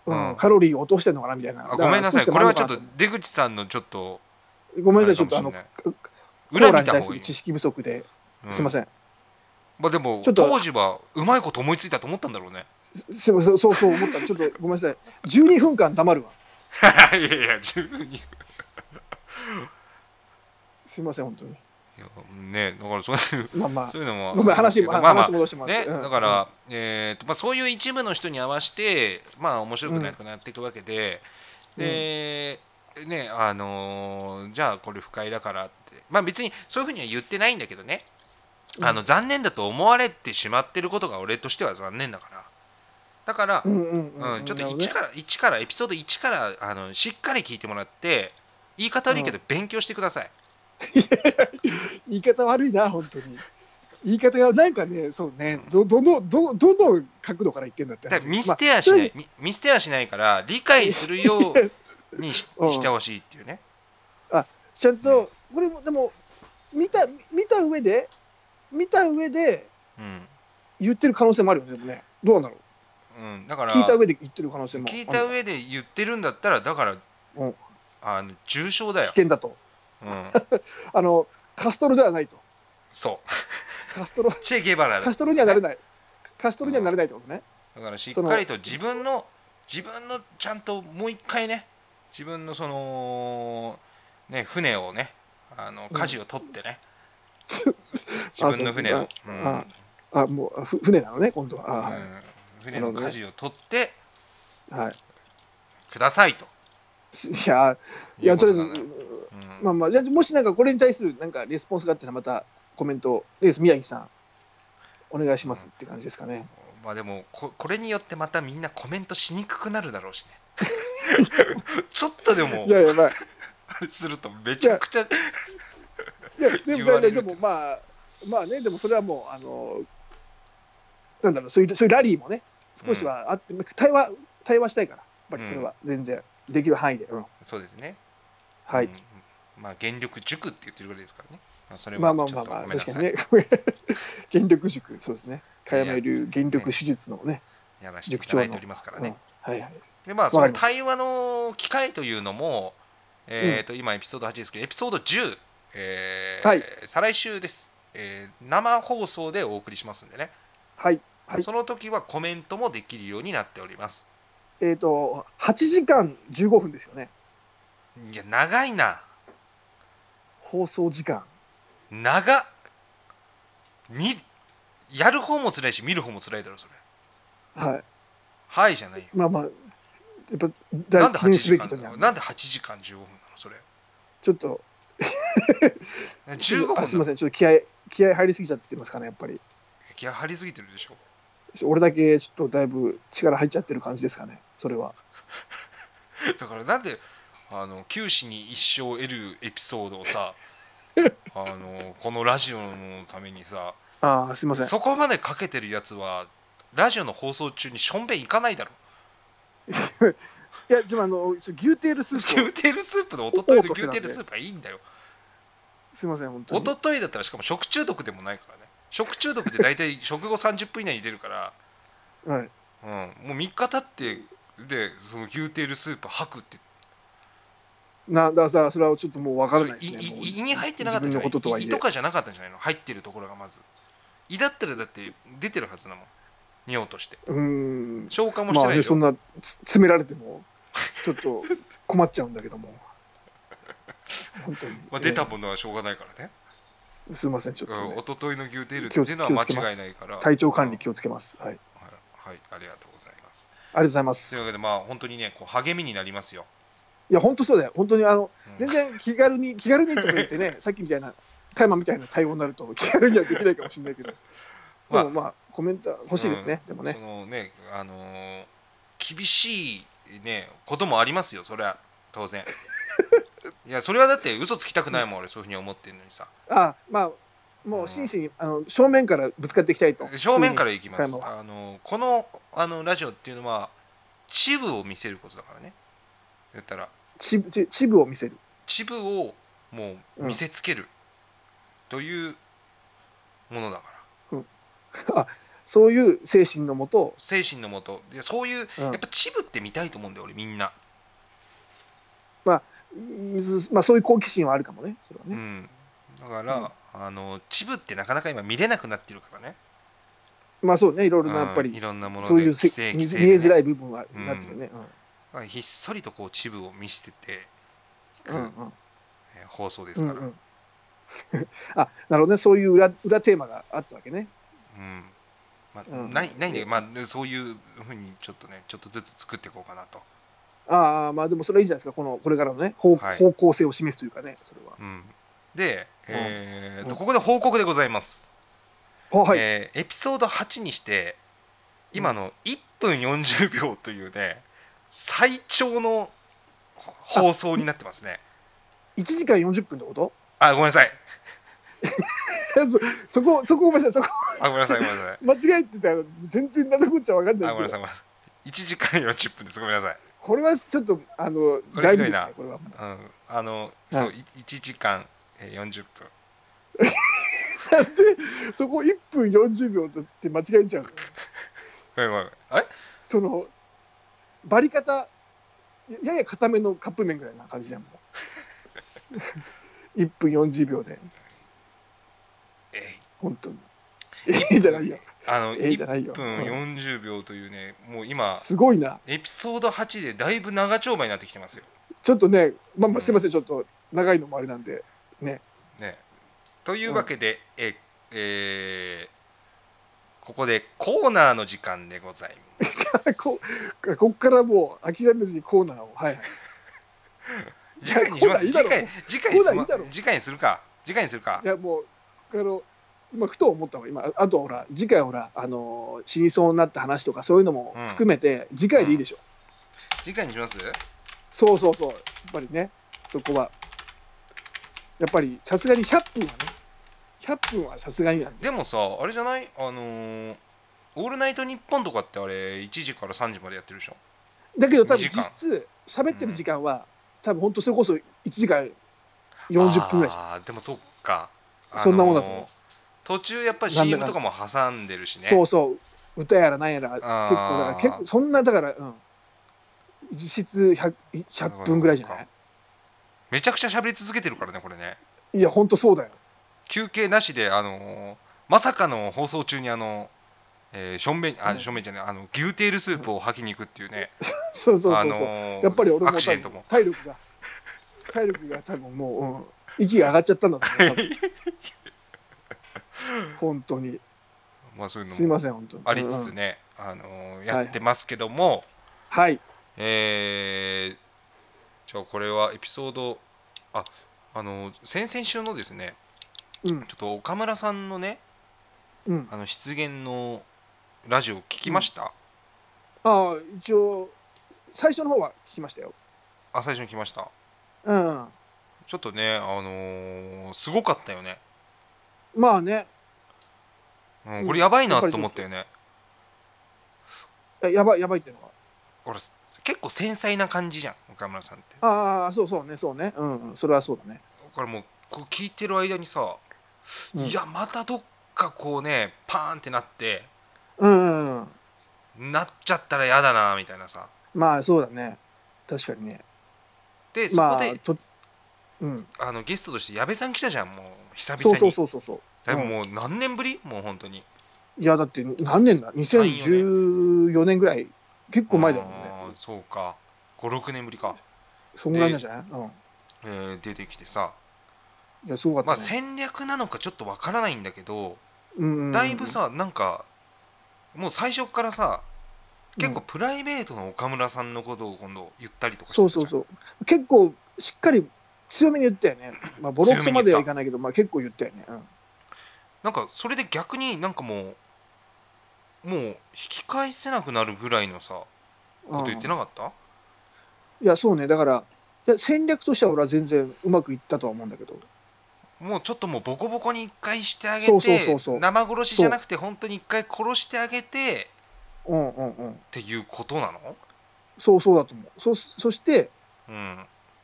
Speaker 2: うん
Speaker 1: うん
Speaker 2: カロリーを落としてんのかなみたいな。
Speaker 1: あごめんなさいこ
Speaker 2: だか
Speaker 1: れ
Speaker 2: ら
Speaker 1: は
Speaker 2: 少し
Speaker 1: ちょ
Speaker 2: で
Speaker 1: っ
Speaker 2: も
Speaker 1: と出口さんのちょっと
Speaker 2: 甘いのかなと思ってごめんなさい、ちょっ
Speaker 1: あ
Speaker 2: とあ
Speaker 1: れかもしれない裏
Speaker 2: の、コーラ
Speaker 1: 見
Speaker 2: に
Speaker 1: た
Speaker 2: 対
Speaker 1: 方
Speaker 2: す
Speaker 1: がい
Speaker 2: る
Speaker 1: い
Speaker 2: 知識不足で、
Speaker 1: うん
Speaker 2: すいません。
Speaker 1: まあでも
Speaker 2: ちょっと
Speaker 1: 当時はうまいこと思いついたと思ったんだろうね
Speaker 2: すいません、そうそう思った。ちょっとごめんなさい。12分間黙るわ。
Speaker 1: いやいや十分にい
Speaker 2: すいません、本当に。
Speaker 1: やねだからそういう
Speaker 2: まあまあ
Speaker 1: そ。ういうのも
Speaker 2: ごめん、話、
Speaker 1: まあ
Speaker 2: ま
Speaker 1: まあ
Speaker 2: 話戻してもらっ
Speaker 1: ね、
Speaker 2: て。うん
Speaker 1: だから、えーとまあ、そういう一部の人に合わせて、まあ、面白くなくなっていくわけで、
Speaker 2: うん
Speaker 1: で、ねあのーじゃあこれ不快だからって、まあ、別にそういうふうには言ってないんだけどね、あの残念だと思われてしまってることが俺としては残念だからだだから、
Speaker 2: うんうんうん
Speaker 1: うん、ちょっと
Speaker 2: なるほど
Speaker 1: 1
Speaker 2: ね
Speaker 1: から、一からエピソード1からあのしっかり聞いてもらって言い方悪いけど勉強してください、
Speaker 2: 言い方悪いな本当に言い方がなんかねそうねどどのどどの角度から言ってんだって
Speaker 1: だ
Speaker 2: 話
Speaker 1: から見捨てやし
Speaker 2: まあ
Speaker 1: な
Speaker 2: とりあえ
Speaker 1: い、み見捨てやしないから理解するようにし
Speaker 2: うん
Speaker 1: してほしいっていうね
Speaker 2: ずちゃんとこれもでも見た見た上で見た上で
Speaker 1: うん、
Speaker 2: 言ってる可能性もあるよねでもねどうなの
Speaker 1: うん、だから
Speaker 2: 聞いた上で言ってる可能性も
Speaker 1: 聞いた上で言ってるんだったらだから、
Speaker 2: うん
Speaker 1: あの重症だ
Speaker 2: 危
Speaker 1: よ、
Speaker 2: 険だと
Speaker 1: うん、
Speaker 2: あのカストロではないと
Speaker 1: そ
Speaker 2: カストロ
Speaker 1: うチェ・ゲバラだ
Speaker 2: カストロにはなれないカストロにはなれないってことね
Speaker 1: だからしっかりと自分の自分のちゃんともう一回ね自分のそのね船をねあの舵を取ってね、 自分の船を、うん
Speaker 2: ああもうあふ船なのね今度はあ
Speaker 1: う、ん船の舵を取って
Speaker 2: はい
Speaker 1: くださいと
Speaker 2: いやいやとりあえず
Speaker 1: うん
Speaker 2: まあまあ、じゃあ、もしなんかこれに対するなんかレスポンスがあったら、またコメント、レース宮城さん、お願いしますって感じですかね。
Speaker 1: まあでもここれによってまたみんなコメントしにくくなるだろうしね ちょっとでも
Speaker 2: いやいや、まあ、
Speaker 1: あれするとめちゃくちゃ
Speaker 2: いやで
Speaker 1: 言
Speaker 2: も
Speaker 1: われる
Speaker 2: でもまあ、まあね、でもそれはもう、あの、なんだろう、そういうそういうラリーもね、少しはあって、対話、対話したいから、やっぱりそれは全然、できる範囲で。うん
Speaker 1: そうですね
Speaker 2: は
Speaker 1: う
Speaker 2: い
Speaker 1: ん。まあ原力塾って言ってるぐらいですからね。まあそれ
Speaker 2: まあ
Speaker 1: は
Speaker 2: まあ
Speaker 1: ちょ
Speaker 2: まあ
Speaker 1: っと
Speaker 2: まあ、
Speaker 1: ごめんな
Speaker 2: 確
Speaker 1: さ
Speaker 2: か
Speaker 1: い。
Speaker 2: にね、 原力塾、そうですね。加山流原力手術のね、
Speaker 1: やらせてい
Speaker 2: 塾
Speaker 1: ただ
Speaker 2: 長の。
Speaker 1: いておりますから
Speaker 2: う
Speaker 1: ね
Speaker 2: ん。はいはい。
Speaker 1: でまあ
Speaker 2: わか
Speaker 1: そ
Speaker 2: り
Speaker 1: の
Speaker 2: ます
Speaker 1: 対話の機会というのも、えっ、と今エピソード8ですけどエピソード10、えー
Speaker 2: はい
Speaker 1: 再来週です、えー生放送でお送りしますんでね。
Speaker 2: はい。はい
Speaker 1: その時はコメントもできるようになっております。
Speaker 2: えっ、と、8時間15分ですよね、
Speaker 1: いや長いな
Speaker 2: 放送時間。
Speaker 1: 長っ見やる方も辛いし見る方も辛いだろそれ。
Speaker 2: は
Speaker 1: はいじゃないよ。
Speaker 2: い。まあまあ、やっぱ、
Speaker 1: な
Speaker 2: 大
Speaker 1: んで
Speaker 2: 記
Speaker 1: 8
Speaker 2: 念すべ
Speaker 1: 時
Speaker 2: きとには
Speaker 1: 間なんで8時間15分なのそれ。
Speaker 2: ちょっと、
Speaker 1: 15分
Speaker 2: あすみま
Speaker 1: ん
Speaker 2: せん、ちょっと気合い、気合い入りすぎちゃってますかね、やっぱり。
Speaker 1: 気合張りすぎてるでしょ
Speaker 2: 俺だけ、ちょっとだいぶ力入っちゃってる感じですかね、それは。
Speaker 1: だからなんであの九死に一生を得るエピソードを さあのこのラジオのためにさ
Speaker 2: ああ、すみません。
Speaker 1: そこまでかけてるやつはラジオの放送中にしょんべん行かないだろ
Speaker 2: いや、でもあの、ちょっと牛テールスープを
Speaker 1: 牛テールスープのおとといの
Speaker 2: おおとし
Speaker 1: 牛
Speaker 2: てなん
Speaker 1: テ
Speaker 2: で
Speaker 1: ールスープはいいんだよ
Speaker 2: すみません、本当
Speaker 1: お
Speaker 2: に。
Speaker 1: とといだったらしかも食中毒でもないからね食中毒って大 体食後30分以内に出るから、
Speaker 2: はい。
Speaker 1: うん、もう3日経ってでその牛テールスープ吐くって
Speaker 2: な、だからさ、それはちょっともう分から
Speaker 1: それ
Speaker 2: ないですね。
Speaker 1: い
Speaker 2: もう
Speaker 1: い胃に入ってなかったんじ
Speaker 2: 自
Speaker 1: ゃ
Speaker 2: 分のことと
Speaker 1: な
Speaker 2: はいい
Speaker 1: 胃
Speaker 2: え。
Speaker 1: とかじゃなかったんじゃないの入ってるところがまず胃だったらだって出てるはずなもん尿として
Speaker 2: うーん。
Speaker 1: 消化もして
Speaker 2: まあ
Speaker 1: ない
Speaker 2: ね、
Speaker 1: でし
Speaker 2: そ
Speaker 1: ょ、
Speaker 2: んなつ詰められても、ちょっと困っちゃうんだけ ども。本当に。
Speaker 1: まあ、出たものはしょうがないからね、
Speaker 2: えーすみません、ちょ
Speaker 1: う
Speaker 2: っと
Speaker 1: ん、
Speaker 2: ね、
Speaker 1: 一昨日の牛テールっていうのは
Speaker 2: 気を
Speaker 1: 間
Speaker 2: つけます
Speaker 1: 違いないから
Speaker 2: 体調管理気をつけます。はい。あり
Speaker 1: はい、はい、ありがとうございます
Speaker 2: がとうございま
Speaker 1: とい
Speaker 2: す
Speaker 1: う。わけでまあ本当にねこう励みになりますよ
Speaker 2: いや、本当そうだよ。本当に、あの
Speaker 1: うん、
Speaker 2: 全然気軽に、気軽にとか言っ てね、さっきみたいな、タイマーみたいな対応になると、気軽にはできないかもしれないけど、
Speaker 1: まあ
Speaker 2: でもまあ、コメントは欲しいですね、でもね
Speaker 1: そ。のねあのー厳しいねこともありますよそれは当 然いやそれはだって嘘つきたくないもん俺そういうふうに思ってるのにさ
Speaker 2: あまあ、もう真摯に、あの、正面からぶつかっていきたいと。
Speaker 1: 正面からいきま
Speaker 2: 加
Speaker 1: す
Speaker 2: 山は
Speaker 1: あのこのあのラジオっていうのはチブを見せることだからね言ったら
Speaker 2: チブ、チチブを見せる。
Speaker 1: チブをもう
Speaker 2: うん
Speaker 1: 見せつけるというものだから、
Speaker 2: そういう精神のもと、
Speaker 1: 精神のもとでそういう、
Speaker 2: うん
Speaker 1: やっぱチブって見たいと思うんだよ俺みんな、
Speaker 2: うんまあ、そういう好奇心はあるかもね、それは
Speaker 1: う
Speaker 2: ね。
Speaker 1: ん、だから、あのチブってなかなか今見れなくなってるからね
Speaker 2: まあ、そうね、いろいろ
Speaker 1: うん
Speaker 2: な、やっぱり
Speaker 1: い、ろんなもので
Speaker 2: そういうせ
Speaker 1: 規制
Speaker 2: 見
Speaker 1: 規
Speaker 2: ず
Speaker 1: 制
Speaker 2: 見えづ
Speaker 1: で
Speaker 2: ら
Speaker 1: ね
Speaker 2: い部分はなってるね。
Speaker 1: まあひっそりとこうチブを見せてていく、
Speaker 2: うん、うん、うん。
Speaker 1: えー放送ですから、
Speaker 2: うんうん、あなるほどねそういう裏裏テーマがあったわけね
Speaker 1: うんまあ
Speaker 2: うん
Speaker 1: ないないんだけど、まあ、でそういうふうにちょっとねちょっとずつ作っていこうかなと、
Speaker 2: ああまあでもそれいいじゃないですかこのこれからのね方,、
Speaker 1: はい
Speaker 2: 方向性を示すというかねそれは
Speaker 1: うん、で、えー
Speaker 2: う
Speaker 1: と
Speaker 2: ん
Speaker 1: ここで報告でございます、
Speaker 2: あはい、
Speaker 1: えーエピソード8にして、今の1分40秒というね最長の放送になってますね
Speaker 2: 1時間40分ってこと
Speaker 1: あごめんなさい
Speaker 2: そそこ、そこごめんなさい、そこ
Speaker 1: あごめんなさいごめんなさい
Speaker 2: 間違えてたら全然なんだこっちゃ分かん
Speaker 1: あ
Speaker 2: ない
Speaker 1: ごめん
Speaker 2: け
Speaker 1: なさい
Speaker 2: ど、
Speaker 1: ごめんなさい1時間40分ですごめんなさい、
Speaker 2: これはちょっと、あの、
Speaker 1: これひ
Speaker 2: 大事
Speaker 1: ど
Speaker 2: で
Speaker 1: い
Speaker 2: す
Speaker 1: な
Speaker 2: ね、これは。
Speaker 1: うん、あのそう、、
Speaker 2: はい
Speaker 1: 1時間えー40分
Speaker 2: そこ1分40秒だって間違えちゃうの。
Speaker 1: ごめんごめんあれ
Speaker 2: その、バリ方、ややや固めのカップ麺ぐらいな感じだもん。1分40秒 で、
Speaker 1: え
Speaker 2: 本当に。ええじゃないよ。
Speaker 1: ーあの
Speaker 2: ええじゃないよ
Speaker 1: 1分40秒というねもう今
Speaker 2: すごいな。
Speaker 1: エピソード8でだいぶ長丁場になってきてますよ
Speaker 2: ちょっとね、まあまあ、すみません、ちょっと長いのもあれなんで、ね。
Speaker 1: ね、というわけで、ええーここでコーナーの時間でございます。
Speaker 2: こここっからもう諦めずにコーナーを、はいはい。
Speaker 1: 次回にします
Speaker 2: い
Speaker 1: 次
Speaker 2: やコーナーいい
Speaker 1: 回次
Speaker 2: だろ
Speaker 1: 回にす
Speaker 2: コーナーい
Speaker 1: ま
Speaker 2: いだろ
Speaker 1: 次回にするか次回にするか
Speaker 2: いやもうあの今ふと思ったの今ああとほら次回ほらあのー死にそうになった話とかそういうのも
Speaker 1: うん
Speaker 2: 含めて、次回でいいでしょ、
Speaker 1: 次回にします
Speaker 2: そうそうそうやっぱりねそこはやっぱりさすがに100分はね100分はさすがになんで
Speaker 1: でもさあれじゃないあのーオールナイトニッポン」とかってあれ1時から3時までやってるでしょ
Speaker 2: だけど多分
Speaker 1: 2時間
Speaker 2: 実質喋ってる時間は、多分本当それこそ1時間40分ぐらいじゃん
Speaker 1: あーでもそっか、
Speaker 2: そんなもんだと思う
Speaker 1: 途中やっぱり
Speaker 2: なんだ
Speaker 1: CM
Speaker 2: かん
Speaker 1: と
Speaker 2: だ
Speaker 1: かも挟んでるしね
Speaker 2: そうそう歌やらなんやら結構だから結構そんなだからうん実質 100, 100分ぐらいじゃない
Speaker 1: めちゃくちゃ喋り続けてるからねこれね
Speaker 2: いや本当そうだよ
Speaker 1: 休憩なしであのーまさかの放送中にあのえーしょんべんあしょんべんじゃないあの牛テールスープを吐きに行くっていうね
Speaker 2: そうそう
Speaker 1: あ
Speaker 2: そう
Speaker 1: の
Speaker 2: そう、
Speaker 1: ー
Speaker 2: やっぱり俺
Speaker 1: ア
Speaker 2: も
Speaker 1: クシ
Speaker 2: 多
Speaker 1: デント
Speaker 2: 分
Speaker 1: も
Speaker 2: 体力が体力が多分もう、うん、息が上がっちゃったんだと 思う多分本当に
Speaker 1: まあそういう
Speaker 2: すい
Speaker 1: のも
Speaker 2: ません本当に
Speaker 1: ありつつ
Speaker 2: うん
Speaker 1: ねあのー
Speaker 2: はい
Speaker 1: やってますけども
Speaker 2: はい
Speaker 1: えーじゃあこれはエピソードああのー先々週のですね
Speaker 2: うん
Speaker 1: ちょっと岡村さんのね
Speaker 2: うん
Speaker 1: あの失言のラジオ聞きました
Speaker 2: ああ一応最初の方は聞きましたよ
Speaker 1: あ最初に聞きました
Speaker 2: うん
Speaker 1: ちょっとねあのーすごかったよね
Speaker 2: まあね
Speaker 1: うんこれやばいなと思ったよね
Speaker 2: えやばいやばいっていうのは
Speaker 1: ほらす結構繊細な感じじゃん岡村さんって
Speaker 2: ああそうそうねそうねうんうんそれはそうだね
Speaker 1: これもうこう聞いてる間にさ、
Speaker 2: うん
Speaker 1: いやまたどっかこうねパーンってなって
Speaker 2: うんうんうん
Speaker 1: なっちゃったらやだなみたいなさ
Speaker 2: まあそうだね確かにね
Speaker 1: でそ
Speaker 2: ま
Speaker 1: こ
Speaker 2: あ
Speaker 1: で、
Speaker 2: とうん
Speaker 1: あ、のゲストとして矢部さん来たじゃんもう久々
Speaker 2: そう
Speaker 1: に
Speaker 2: そうそうそうそう
Speaker 1: でももう何年ぶりもう本当に
Speaker 2: いやだって何年だ2014年ぐらい結構前だもん
Speaker 1: あ
Speaker 2: ね
Speaker 1: ーそうか56年ぶりか、
Speaker 2: そんぐらいなんじゃない、うん、
Speaker 1: えー出てきてさ、
Speaker 2: いやすごか
Speaker 1: ま
Speaker 2: っ
Speaker 1: あ、
Speaker 2: たね、
Speaker 1: 戦略なのかちょっとわからないんだけど、
Speaker 2: うんうんうん
Speaker 1: だいぶさなんかもう最初からさ結構
Speaker 2: うん
Speaker 1: プライベートの岡村さんのことを今度言ったりとかしてた
Speaker 2: そう
Speaker 1: じゃ
Speaker 2: そ
Speaker 1: ん
Speaker 2: うそう結構しっかり強めに言ったよね、まあ、ボロクソまではいかないけど、まあ、結構言ったよね、うん、
Speaker 1: なんかそれで逆になんかもうもう引き返せなくなるぐらいのさこと言ってなかった、
Speaker 2: いやそうねだからいや戦略としては俺は全然うまくいったとは思うんだけど
Speaker 1: もうちょっともうボコボコに一回してあげ
Speaker 2: そうそうそう
Speaker 1: て
Speaker 2: そう
Speaker 1: 生殺しじゃなくて本当に一回殺してあげて
Speaker 2: うんうんうん
Speaker 1: っていうことなの
Speaker 2: そうそうだと思うそそして
Speaker 1: うん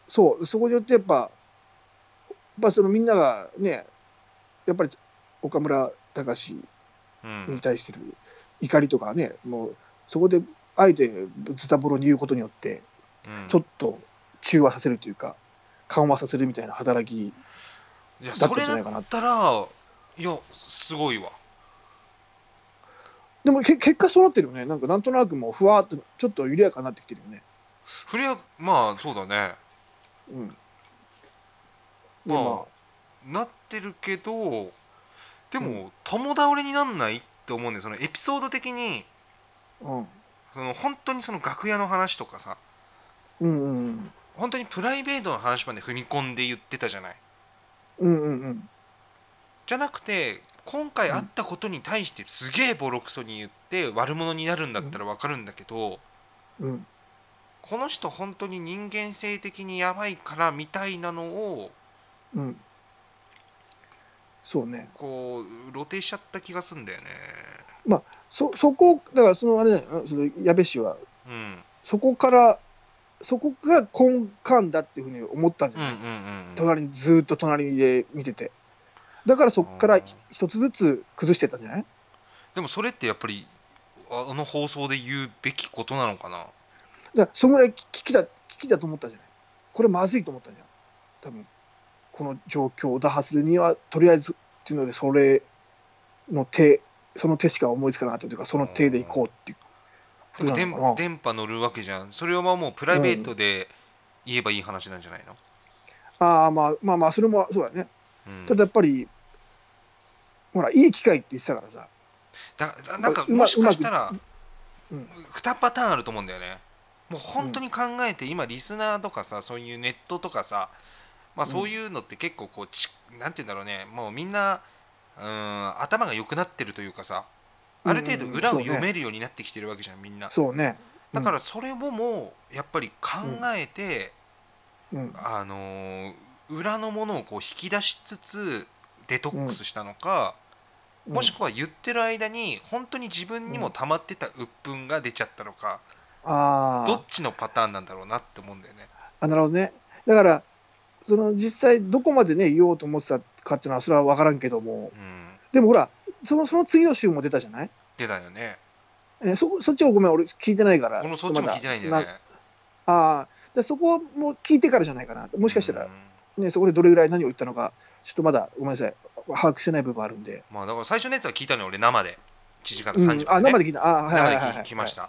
Speaker 2: そうそこによってやっぱやっぱそのみんながねやっぱり岡村隆史
Speaker 1: う
Speaker 2: に
Speaker 1: ん
Speaker 2: 対してる怒りとかね、もうそこであえてズタボロに言うことによって、
Speaker 1: うん
Speaker 2: ちょっと中和させるというか、緩和させるみたいな働き、
Speaker 1: いや
Speaker 2: だ
Speaker 1: そ
Speaker 2: ったん
Speaker 1: れ
Speaker 2: じゃ
Speaker 1: だ
Speaker 2: ないかな
Speaker 1: ったらいやすごいわ
Speaker 2: でもけ結果そうなってるよね、なんかなんとなくもうふわーっとちょっと緩やかになってきてるよね。
Speaker 1: フレアまあそうだね
Speaker 2: うん、で
Speaker 1: まあ
Speaker 2: ま
Speaker 1: なってるけどでも共倒れになんないって思うんでそのエピソード的に
Speaker 2: あうん
Speaker 1: その本当にその楽屋の話とかさ
Speaker 2: うんうん
Speaker 1: 本当にプライベートの話まで踏み込んで言ってたじゃない
Speaker 2: うんうんうん
Speaker 1: じゃなくて今回あったことに対してすげえボロクソに言って悪者になるんだったらわかるんだけど、
Speaker 2: うん
Speaker 1: この人本当に人間性的にやばいからみたいなのを
Speaker 2: うんそうね
Speaker 1: こう露呈しちゃった気がすんだよね
Speaker 2: そそこだからそのあれだよなその矢部氏は
Speaker 1: うん
Speaker 2: そこからそこが根幹だっていうふうに思ったんじゃ
Speaker 1: うん
Speaker 2: な
Speaker 1: うん
Speaker 2: い、
Speaker 1: うん
Speaker 2: 隣にずーっと隣で見ててだからそこから
Speaker 1: うん
Speaker 2: 一つずつ崩してったんじゃない
Speaker 1: でもそれってやっぱりあの放送で言うべきことなのかな
Speaker 2: だからそんぐらい危機だ危機だと思ったんじゃないこれまずいと思ったんじゃん多分この状況を打破するにはとりあえずっていうのでそれの手その手しか思いつかなかったというかその手でいこうっていう
Speaker 1: でも電
Speaker 2: なのかな
Speaker 1: 電波乗るわけじゃんそれはまあもうプライベートで言えばいい話なんじゃないの、
Speaker 2: ああまあまあまあそれもそうだね
Speaker 1: うん
Speaker 2: ただやっぱりほらいい機会って言ってたからさ
Speaker 1: だだなんか
Speaker 2: うま
Speaker 1: もしかしたら
Speaker 2: まくうん
Speaker 1: 2パターンあると思うんだよねもう本当に考えて今リスナーとかさそういうネットとかさまあ
Speaker 2: うん
Speaker 1: そういうのって結構こうちなんて言うんだろうねもうみんなうーん頭が良くなってるというかさある程度
Speaker 2: うん
Speaker 1: 裏を
Speaker 2: そうね
Speaker 1: 読めるようになってきてるわけじゃんみんな
Speaker 2: そうね
Speaker 1: だからそれももうやっぱり考えて
Speaker 2: うん
Speaker 1: あのー裏のものをこう引き出しつつデトックスしたのか、もしくは言ってる間に本当に自分にも溜まってた鬱憤が出ちゃったのか、
Speaker 2: ああ
Speaker 1: どっちのパターンなんだろうなって思うんだよね。
Speaker 2: あなるほどねだからその実際どこまでね言おうと思ってたかっていうのはそれは分からんけども
Speaker 1: うん、
Speaker 2: でもほらそのその次の週も出たじゃない、
Speaker 1: 出たよね。
Speaker 2: えーそそっちをごめん俺聞いてないから
Speaker 1: このそっちも聞いてないんだよね。
Speaker 2: ああーでそこも聞いてからじゃないかなもしかした
Speaker 1: う
Speaker 2: ら
Speaker 1: ん、
Speaker 2: ねそこでどれぐらい何を言ったのかちょっとまだごめんなさい把握してない部分あるんで、
Speaker 1: まあだから最初のやつは聞いたのよ俺生で1時間
Speaker 2: う
Speaker 1: 30分
Speaker 2: ん
Speaker 1: で、ね、
Speaker 2: あ生で聞いたあーはいは
Speaker 1: 生
Speaker 2: いはいは
Speaker 1: で
Speaker 2: い
Speaker 1: 聞きました。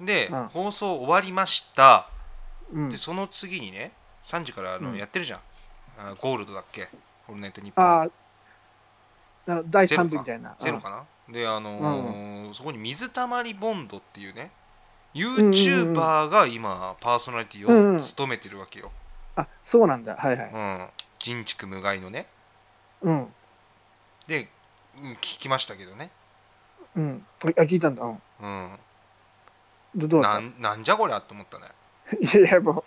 Speaker 1: で、
Speaker 2: うん
Speaker 1: 放送終わりました。
Speaker 2: うん
Speaker 1: でその次にね3時からあの
Speaker 2: うん
Speaker 1: やってるじゃん、あゴールドだっけ「オールナイトニッポン」
Speaker 2: ああな第3部みたいな
Speaker 1: ゼロ
Speaker 2: うん
Speaker 1: かなであのーそこに水たまりボンドっていうね YouTuber が今パーソナリティを務めてるわけよ、
Speaker 2: あそうなんだはいはい
Speaker 1: うん、人畜無害のね
Speaker 2: うん
Speaker 1: で、うん、聞きましたけどね、
Speaker 2: うんあ聞いたんだうん
Speaker 1: うん、
Speaker 2: どどうだ
Speaker 1: な
Speaker 2: った
Speaker 1: んなんじゃこりゃと思ったね
Speaker 2: いやいや、も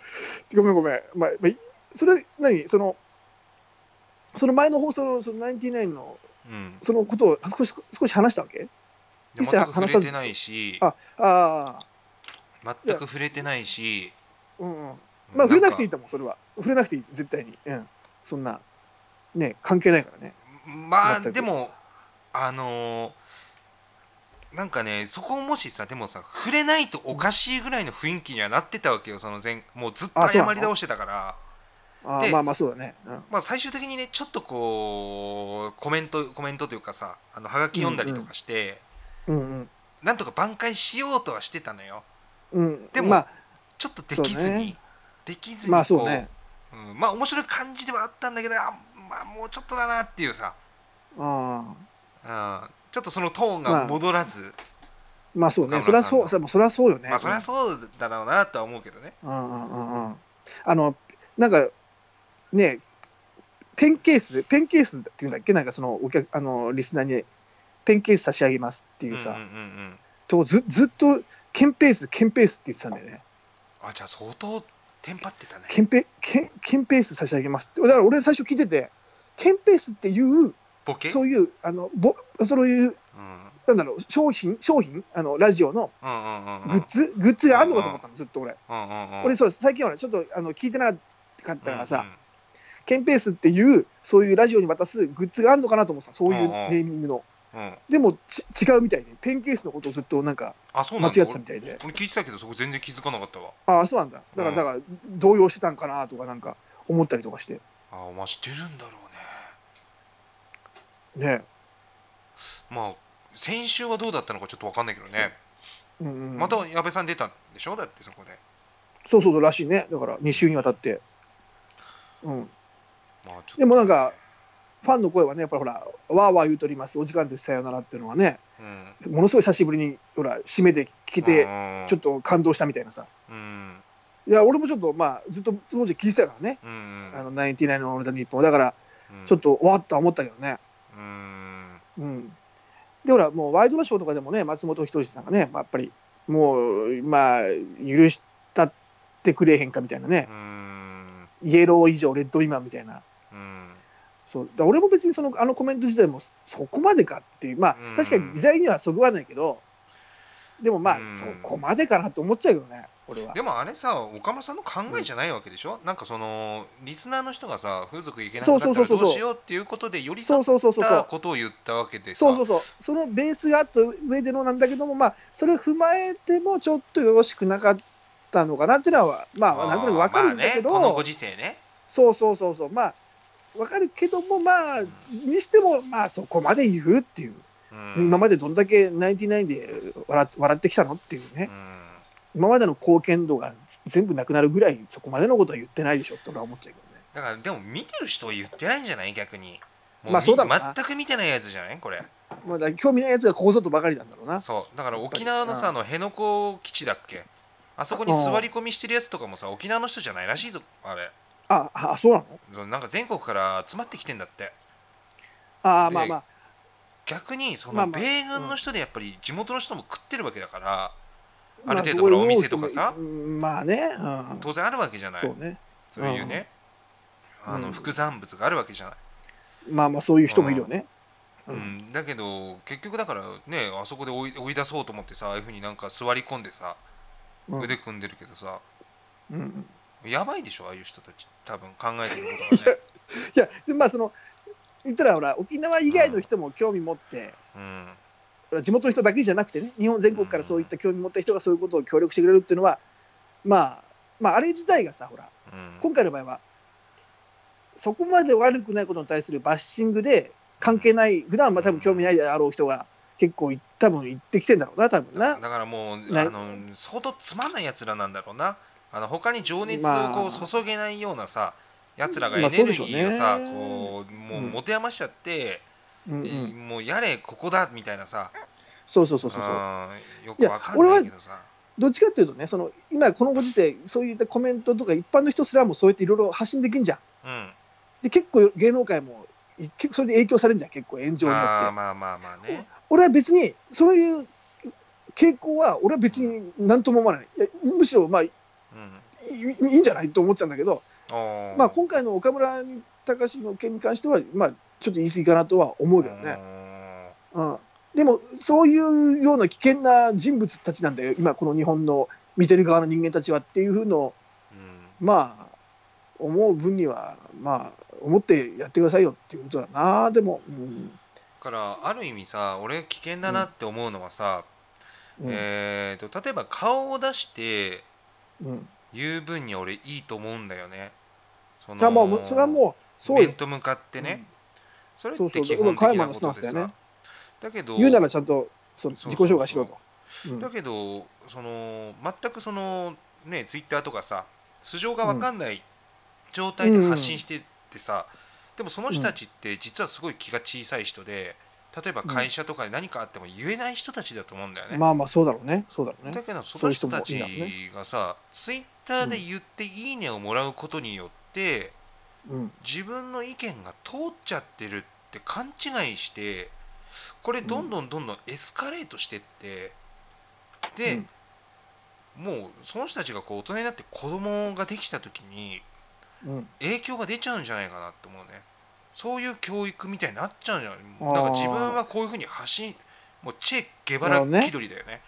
Speaker 2: う、ごめんごめん。まあ、まあいそれ、何その、その前の放送の、その99の、
Speaker 1: うん
Speaker 2: そのことを少し、少し話したわけ
Speaker 1: で
Speaker 2: 一切
Speaker 1: 全く触
Speaker 2: 話
Speaker 1: れ
Speaker 2: さず
Speaker 1: てないし
Speaker 2: あああ、
Speaker 1: 全く触れてないし
Speaker 2: うんうん。まあ、触れなくていい
Speaker 1: と
Speaker 2: と思う、それは。触れなくていい、絶対に。うん。そんな、ね、関係ないからね。
Speaker 1: まあ
Speaker 2: 全く
Speaker 1: でもあのーなんかねそこをもしさでもさ触れないとおかしいぐらいの雰囲気にはなってたわけよその前もうずっと
Speaker 2: あそうな
Speaker 1: 謝
Speaker 2: の
Speaker 1: り倒してたから
Speaker 2: あ
Speaker 1: で
Speaker 2: あ、まあまあ、そうだね。うん。
Speaker 1: まあ最終的にねちょっとこうコメントコメントというかさあのハガキ読んだりとかして、
Speaker 2: うんうん。
Speaker 1: なんとか挽回しようとはしてたのよ
Speaker 2: うん、
Speaker 1: でも
Speaker 2: まあ、
Speaker 1: ちょっとできず
Speaker 2: そう
Speaker 1: に、
Speaker 2: ね
Speaker 1: できずにこ
Speaker 2: まあそうね。
Speaker 1: うん、まあ面白い感じではあったんだけどあまあもうちょっとだなっていうさ、
Speaker 2: ああ
Speaker 1: うん、ちょっとそのトーンが戻らず、
Speaker 2: まあそうね。
Speaker 1: 岡
Speaker 2: そり
Speaker 1: 村
Speaker 2: ゃ
Speaker 1: さん
Speaker 2: そ
Speaker 1: の
Speaker 2: う、そりゃそりゃそうよね。
Speaker 1: まあそりゃそうだろうなとは思うけどね
Speaker 2: うんうんうんうんあのなんかねペンケースペンケースっていうんだっけなんかそのお客あのリスナーにペンケース差し上げますっていうさ、
Speaker 1: うんうんうんうん
Speaker 2: とずずっとケンペースケンペースって言ってたんだよね
Speaker 1: あじゃあ相当テンパってたね
Speaker 2: ケンペケンケンペース差し上げますってだから俺最初聞いててケンペースっていう
Speaker 1: ボケ
Speaker 2: そういうあのぼそういう
Speaker 1: うん、うん
Speaker 2: なんだろう商品商品あのラジオの
Speaker 1: うんうんうん
Speaker 2: グッズ、グッズがあるのかと思ったのずっと俺、
Speaker 1: うんうんうん
Speaker 2: 俺そう最近ほらちょっとあの聞いてなかったからさ、
Speaker 1: うんうん
Speaker 2: ケンペースっていう、そういうラジオに渡すグッズがあるのかなと思ってた、そういううんネーミングの。
Speaker 1: うん
Speaker 2: でもち、違うみたいで、ペンケースのことをずっとなんか
Speaker 1: あそう
Speaker 2: 間
Speaker 1: な
Speaker 2: 違
Speaker 1: ん
Speaker 2: っ
Speaker 1: だ
Speaker 2: てたみたいで、
Speaker 1: 俺俺聞いてたけどそこ全然気づかなかったわ
Speaker 2: ああ、そうなんだ。だか
Speaker 1: う
Speaker 2: ら、
Speaker 1: ん
Speaker 2: だから、動揺してたんかなとか、なんか思ったりとかして、
Speaker 1: あお前知ってるんだろうね
Speaker 2: ね。
Speaker 1: まあ先週はどうだったのかちょっと分かんないけどね、
Speaker 2: うんうん、
Speaker 1: また矢部さん出たんでしょだってそこで
Speaker 2: そうそうそうらしいね、だから2週にわたって、うん、
Speaker 1: まあちょっと
Speaker 2: でもなんか、ファンの声はね、やっぱりほら、わーわー言うとります、お時間です、さよならっていうのはね、
Speaker 1: うん
Speaker 2: ものすごい久しぶりに、ほら、締めで聞けて、ちょっ
Speaker 1: と
Speaker 2: と感動したみたいなさ、
Speaker 1: うん
Speaker 2: いや、俺もちょっと、まあ、ずっと当時聞いてたからね、
Speaker 1: うんうん
Speaker 2: あの、ナインティナインのオールナイトニッポン。だから、
Speaker 1: うん
Speaker 2: ちょっと、わーっとは思ったけどね。
Speaker 1: うん
Speaker 2: うん、でほらもうワイドナショーとかでもね松本人志さんがね、まあ、やっぱりもうまあ許したってくれへんかみたいなね
Speaker 1: うーん
Speaker 2: イエロー以上レッドイマンみたいな
Speaker 1: うん
Speaker 2: そうだ俺も別にそのあのコメント自体もそそこまでかっていうまあ
Speaker 1: うん
Speaker 2: 確かに時代にはそぐわないけどでもまあ
Speaker 1: うん
Speaker 2: そこまでかなと思っちゃうけどね俺は
Speaker 1: でもあれさ岡村さんの考えじゃないわけでしょ、なんかそのリスナーの人がさ風俗行けなくなった
Speaker 2: そう
Speaker 1: ら
Speaker 2: そうそうそう
Speaker 1: どうしようっていうことで寄り
Speaker 2: そ
Speaker 1: 添
Speaker 2: う
Speaker 1: っ
Speaker 2: そうそうそうそ
Speaker 1: た
Speaker 2: う
Speaker 1: ことを言ったわけでさ
Speaker 2: そうそうそうそのベースがあった上でのなんだけどもまあそれを踏まえてもちょっとよろしくなかったのかなっていうのはまあなんとなくわかるんだけど、
Speaker 1: まあね、このご時世ね
Speaker 2: そうそうそうそうまあわかるけどもまあにしてもまあそこまで言うっていう、
Speaker 1: うん
Speaker 2: 今までどんだけナインティナインで笑っ笑ってきたのっていうね、
Speaker 1: うん
Speaker 2: 今までの貢献度が全部なくなるぐらいそこまでのことは言ってないでしょって俺は思っちゃうけどね
Speaker 1: だからでも見てる人は言ってないんじゃない逆にも
Speaker 2: まあそうだろうな
Speaker 1: 全く見てないやつじゃないこれ
Speaker 2: まあだから興味ないやつがここぞとばかりなんだろうな
Speaker 1: そうだから沖縄のさ
Speaker 2: うん
Speaker 1: あの辺野古基地だっけあそこに座り込みしてるやつとかもさ沖縄の人じゃないらしいぞあれ
Speaker 2: ああそうなの
Speaker 1: なんか全国から集まってきてんだって
Speaker 2: ああ
Speaker 1: で
Speaker 2: まあまあ
Speaker 1: 逆にそ
Speaker 2: まあ
Speaker 1: の
Speaker 2: まあ
Speaker 1: 米軍の人でやっぱり地元の人も食ってるわけだからある程度
Speaker 2: ま
Speaker 1: ほらお店とかさ
Speaker 2: そういううんまあね、うん、
Speaker 1: 当然あるわけじゃない
Speaker 2: そうね
Speaker 1: そういうね
Speaker 2: うん
Speaker 1: あ
Speaker 2: う
Speaker 1: の
Speaker 2: ん
Speaker 1: 副産物があるわけじゃない
Speaker 2: まあまあそういう人もいるよね、う
Speaker 1: うんん、だけど結局だからねあそこで追い追い出そうと思ってさああいうふうになんか座り込んでさ
Speaker 2: うん
Speaker 1: 腕組んでるけどさ、
Speaker 2: うん、
Speaker 1: やばいでしょああいう人たち多分考えてることがね、
Speaker 2: いやでまあその言ったらほら沖縄以外の人も興味持って、
Speaker 1: うん、
Speaker 2: ほら地元の人だけじゃなくてね日本全国からそういった興味持った人がそういうことを協力してくれるっていうのはまあまああれ自体がさほら
Speaker 1: うん、
Speaker 2: 今回の場合はそこまで悪くないことに対するバッシングで関係ない普段は多分興味ないであろう人が結構い多分行ってきてんだろうな多分
Speaker 1: だ
Speaker 2: な
Speaker 1: だからもう
Speaker 2: な
Speaker 1: あの相当つまんないやつらなんだろうなあの他に情熱を
Speaker 2: まあ
Speaker 1: こう注げないようなさやつらが
Speaker 2: ま
Speaker 1: エ
Speaker 2: あそ
Speaker 1: ネ
Speaker 2: うで
Speaker 1: ル
Speaker 2: し
Speaker 1: ギ
Speaker 2: ょ
Speaker 1: ー
Speaker 2: うね
Speaker 1: をさ、こうもう
Speaker 2: うん
Speaker 1: 持て余しちゃって、
Speaker 2: うんう
Speaker 1: え
Speaker 2: ん
Speaker 1: もうやれここだみたいなさ
Speaker 2: そうそうそうそうそう
Speaker 1: あーよくわかんないけどさ
Speaker 2: どっちかっていうとね、その今このご時世、そういったコメントとか、一般の人すらもそうやっていろいろ発信できんじゃん。
Speaker 1: うん
Speaker 2: で、結構芸能界も、い結構それで影響されるんじゃん、結構炎上に
Speaker 1: ま
Speaker 2: な
Speaker 1: あ
Speaker 2: って。
Speaker 1: まあまあまあね
Speaker 2: 俺は別に、そういう傾向は、俺は別に何とも思わない。いやむしろ、まあい
Speaker 1: うん
Speaker 2: い、いいんじゃないと思っちゃうんだけど、
Speaker 1: おー
Speaker 2: まあ今回の岡村隆史の件に関しては、まあ、ちょっと言い過ぎかなとは思うけどね。
Speaker 1: ね。
Speaker 2: うん、でも、そういうような危険な人物たちなんだよ、今、この日本の見てる側の人間たちはっていうふうの。
Speaker 1: うん
Speaker 2: まあ、思う分には、まあ、思ってやってくださいよっていうことだな、でも、うん。
Speaker 1: だからある意味さ俺危険だなって思うのはさ、
Speaker 2: うん
Speaker 1: えー、と例えば顔を出して
Speaker 2: うん、
Speaker 1: 言う分には俺いいと思うんだよね。そ
Speaker 2: それはもう、それはもう、そうよ
Speaker 1: 面。と向かってね、それっ
Speaker 2: そうそ
Speaker 1: て
Speaker 2: う
Speaker 1: 基本的なことで
Speaker 2: 加山のスタンスだ
Speaker 1: さ
Speaker 2: よね
Speaker 1: だけど
Speaker 2: 言うならちゃんとそう
Speaker 1: そ
Speaker 2: 自
Speaker 1: う
Speaker 2: 己紹介しろと。うん
Speaker 1: だけどその全くそのねツイッターとかさ素性が分かんない状態で発信してってさ、でもその人たちって実はすごい気が小さい人で例えば会社とかで何かあっても言えない人たちだと思うんだよね。
Speaker 2: まあまあ、そうだろうね、そうだろう
Speaker 1: だ
Speaker 2: ね。
Speaker 1: けどそ
Speaker 2: そ
Speaker 1: の
Speaker 2: ういう
Speaker 1: 人
Speaker 2: 人も
Speaker 1: た
Speaker 2: いい
Speaker 1: ち
Speaker 2: んだろうね
Speaker 1: がさツイッターで言って「いいね」をもらうことによって
Speaker 2: うん、
Speaker 1: 自分の意見が通っちゃってるって勘違いしてこれどんどんどんどんエスカレートしてってで、もうその人たちがこう大人になって子供ができた時に
Speaker 2: うん、
Speaker 1: 影響が出ちゃうんじゃないかなって思うねそういう教育みたいになっちゃうんじゃない
Speaker 2: あー
Speaker 1: なんか自分はこういうふうに発信もうチェ・ゲバ
Speaker 2: なる
Speaker 1: ラ
Speaker 2: ほどね
Speaker 1: 気取りだよね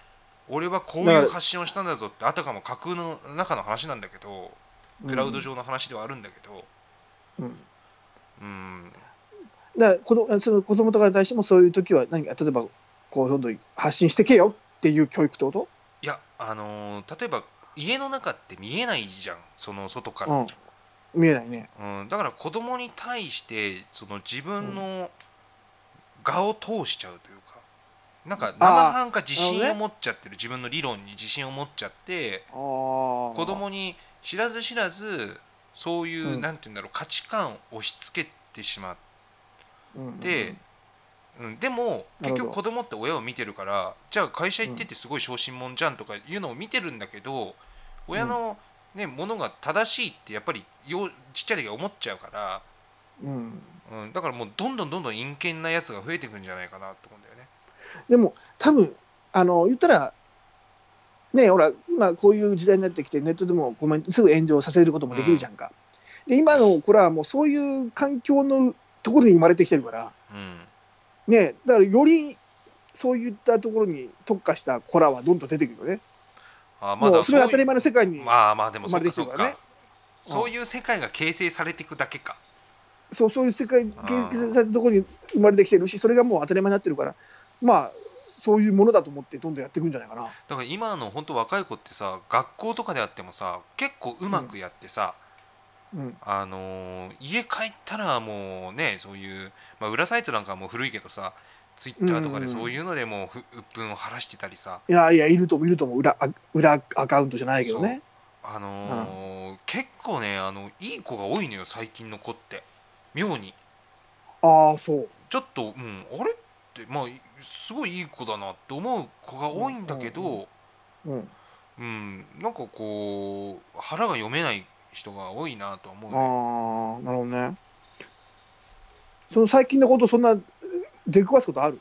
Speaker 1: 俺はこう
Speaker 2: だか
Speaker 1: いう
Speaker 2: ら
Speaker 1: 発信をしたんだぞってあたかも架空の中の話なんだけどクラウド上の話ではあるんだけど
Speaker 2: うん。うん
Speaker 1: うん
Speaker 2: だから子供その子供とかに対してもそういう時は何か例えばこうどんどん発信してけよっていう教育ってこと、
Speaker 1: いやあのー例えば家の中って見えないじゃんその外から、
Speaker 2: うん、見えないね。
Speaker 1: うん、だから子供に対してその自分の画を通しちゃうというかなんか生半可自
Speaker 2: な
Speaker 1: 信
Speaker 2: る
Speaker 1: を
Speaker 2: ほ
Speaker 1: 持っちゃってる自分の理論に自信を持っちゃって
Speaker 2: あ子
Speaker 1: 子供に知らず知らずそういう、
Speaker 2: うん
Speaker 1: なんて言うんだろう価値観を押し付けてしまっ、
Speaker 2: って
Speaker 1: うん、でも
Speaker 2: なる
Speaker 1: 結
Speaker 2: ほど
Speaker 1: 局子供って親を見てるからじゃあ会社行っててすごい小心者じゃんとかいうのを見てるんだけど親の、ね、ものが正しいってやっぱりようちっちゃい時は思っちゃうから
Speaker 2: うん、
Speaker 1: うん、だからもうどんどんどんどん陰険なやつが増えていくんじゃないかなと思うんだよね。
Speaker 2: でも多分あの言ったらねほら今こういう時代になってきてネットでもコメントすぐ炎上させることもできるじゃんか、で今の子らはもうそういう環境のところに生まれてきてるから
Speaker 1: うん、
Speaker 2: ねだからよりそういったところに特化した子らはどんどん出てくるよね、
Speaker 1: あーまあだか
Speaker 2: も
Speaker 1: ら
Speaker 2: うそれは当たり
Speaker 1: 前
Speaker 2: 前の世界に、
Speaker 1: まあまあでもそっかそ
Speaker 2: 生
Speaker 1: っか、
Speaker 2: まれてきてるからね
Speaker 1: そういう世界が形成されていくだけか。
Speaker 2: そうそういう世界
Speaker 1: あ
Speaker 2: 現
Speaker 1: ー
Speaker 2: 実されたところに生まれてきてるしそれがもう当たり前になってるからまあそういうものだと思ってどんどんやっていくんじゃないかな。
Speaker 1: だから今の本当若い子ってさ学校とかであってもさ結構うまくやってさ、
Speaker 2: うん
Speaker 1: あのー家帰ったらもうねそういう、まあ、裏サイトなんかはもう古いけどさツイッターとかでそういうのでもうふ鬱憤を晴らしてたりさ、
Speaker 2: いやいやいるともいるとも裏あ裏アカウントじゃないけどね。
Speaker 1: あのー結構ねあのいい子が多いのよ最近の子って妙に
Speaker 2: ああそう。
Speaker 1: ちょっと、うん、あれってまあいすごいいい子だなって思う子が多いんだけど、
Speaker 2: う
Speaker 1: う
Speaker 2: んうんんうん、
Speaker 1: なんかこう腹が読めない人が多いなとは思うね
Speaker 2: ああなるほどね。その最近のことそんな出くわすことある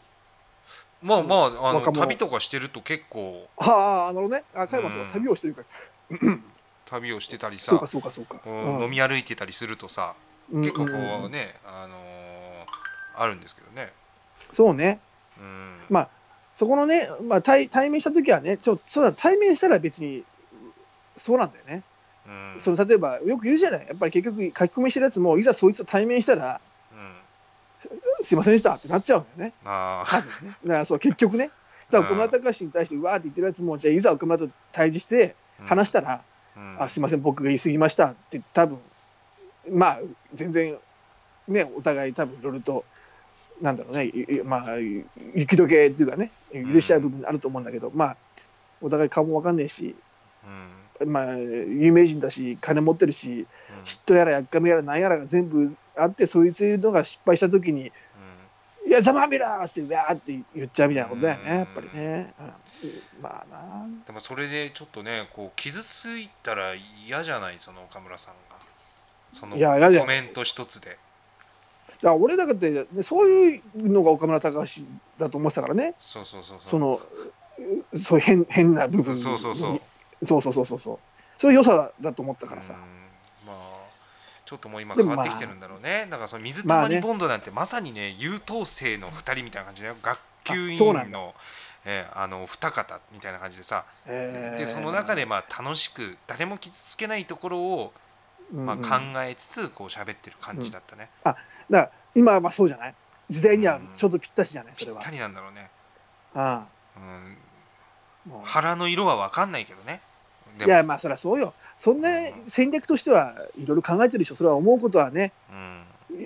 Speaker 1: まあまああの
Speaker 2: 若者
Speaker 1: 旅とかしてると結構
Speaker 2: ああなるほどね。あ加山さん
Speaker 1: う
Speaker 2: が
Speaker 1: ん
Speaker 2: 旅をしてるから、
Speaker 1: 旅をしてたり
Speaker 2: そう
Speaker 1: さ
Speaker 2: か、そうかそうか。
Speaker 1: うん飲み歩いてたりするとさ、
Speaker 2: うん
Speaker 1: 結構こ
Speaker 2: ん
Speaker 1: うんね、あのーあるんですけどね。
Speaker 2: そうね。
Speaker 1: うん
Speaker 2: まそこのね、まあ、対対面した時はねちょそうだ対面したら別にそうなんだよね。
Speaker 1: うん
Speaker 2: その例えばよく言うじゃないやっぱり結局書き込みしてるやつもいざそいつと対面したら
Speaker 1: うん
Speaker 2: すいませんでしたってなっちゃうんだよね。
Speaker 1: あー
Speaker 2: 多分ね。だからそう結局ね。だ
Speaker 1: う
Speaker 2: から小
Speaker 1: ん
Speaker 2: 村隆史に対してうわーって言ってるやつも、じゃあいざ岡村と対峙して
Speaker 1: うん
Speaker 2: 話したら、
Speaker 1: うん
Speaker 2: あすいません、僕が言い過ぎましたって、多分まあ、全然、ね、お互い多分いろいろと、なんだろうね、いいまあ、い雪解けっていうかね、許し合う部分あると思うんだけど、まあ、お互い顔もわかんねえし、
Speaker 1: うん
Speaker 2: まあ、有名人だし、金持ってるし、
Speaker 1: うん
Speaker 2: 嫉妬やらやっかみやらなんやらが全部あって、そういうのが失敗したときに、いや、ざまあみらーって、うわーって言っちゃうみたいなことだよね、
Speaker 1: うん
Speaker 2: やっぱりね。うんまあな。
Speaker 1: うんでもそれでちょっとねこう傷ついたら嫌じゃないその岡村さんがその
Speaker 2: いや嫌だよ
Speaker 1: コメント一つで
Speaker 2: だから俺だって、ね、そういうのが岡村隆史だと思ってたからね、
Speaker 1: そうそうそうそう
Speaker 2: その、そういう変変な部分に
Speaker 1: そうそうそう
Speaker 2: そうそうそうそうそう。そういう良さだと思ったからさ
Speaker 1: うん。まあちょっともう今
Speaker 2: で
Speaker 1: 変
Speaker 2: も
Speaker 1: わ
Speaker 2: ま
Speaker 1: っ
Speaker 2: あ
Speaker 1: てきてるんだろうね、だからその水
Speaker 2: ま
Speaker 1: 溜
Speaker 2: あ
Speaker 1: り
Speaker 2: ね
Speaker 1: ボンドなんてまさにね優等生の2人みたいな感じだよ学級委
Speaker 2: あそうな
Speaker 1: 員
Speaker 2: んだ
Speaker 1: の,、えーあの二方みたいな感じでさ、
Speaker 2: え
Speaker 1: で
Speaker 2: ー
Speaker 1: その中で、まあ楽しく誰も傷つけないところを、
Speaker 2: うん
Speaker 1: まあ、
Speaker 2: うん
Speaker 1: 考えつつこう喋ってる感じだったね、
Speaker 2: だから今はまあそうじゃない時代にはちょうどぴったしじゃない、そ
Speaker 1: ぴ
Speaker 2: れ
Speaker 1: っ
Speaker 2: は。
Speaker 1: たりなんだろうね、
Speaker 2: あ
Speaker 1: うん、
Speaker 2: あもう
Speaker 1: 腹の色は分かんないけどねで
Speaker 2: いや、まあそりゃそうよ。そんな戦略としてはいろいろ考えてる人、それは思うことはね、
Speaker 1: うん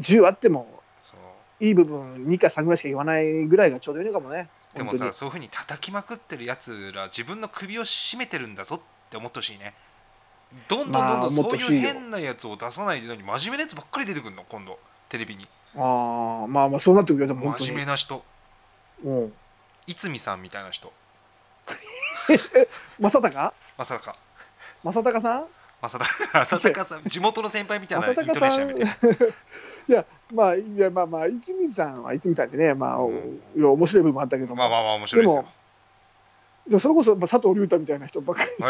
Speaker 2: 10あっても
Speaker 1: そう
Speaker 2: いい部分2か3ぐらいしか言わないぐらいがちょうどいいのかもね。
Speaker 1: でも
Speaker 2: 本当に
Speaker 1: さそういうふうに叩きまくってるやつら自分の首を絞めてるんだぞって思ってほしいねどんどんどん
Speaker 2: ま
Speaker 1: ど
Speaker 2: あ
Speaker 1: ん
Speaker 2: 思っ
Speaker 1: そう
Speaker 2: てほしいよ
Speaker 1: いう変なやつを出さないで何真面目なやつばっかり出てくるの今度テレビに
Speaker 2: ああ、まあまあそうなってくるよ、でも本当に。
Speaker 1: 真面目な人
Speaker 2: うん。
Speaker 1: いつみさんみたいな人
Speaker 2: 正隆
Speaker 1: まさか
Speaker 2: 正隆さん
Speaker 1: まさだ 浅高 さん地元の先輩みたいなイ
Speaker 2: 正
Speaker 1: ント
Speaker 2: 隆
Speaker 1: ネー
Speaker 2: さ
Speaker 1: ション
Speaker 2: ん
Speaker 1: やめて。
Speaker 2: いや、まあ、いや、まあまあ、一味さんは一味さんでね、まあ、
Speaker 1: う
Speaker 2: お
Speaker 1: ん
Speaker 2: いろいろ面白い部分もあったけど、
Speaker 1: まあまあまあ面白いですよ
Speaker 2: でもそれこそ、まあ、佐藤隆太みたいな人ばっかり。
Speaker 1: う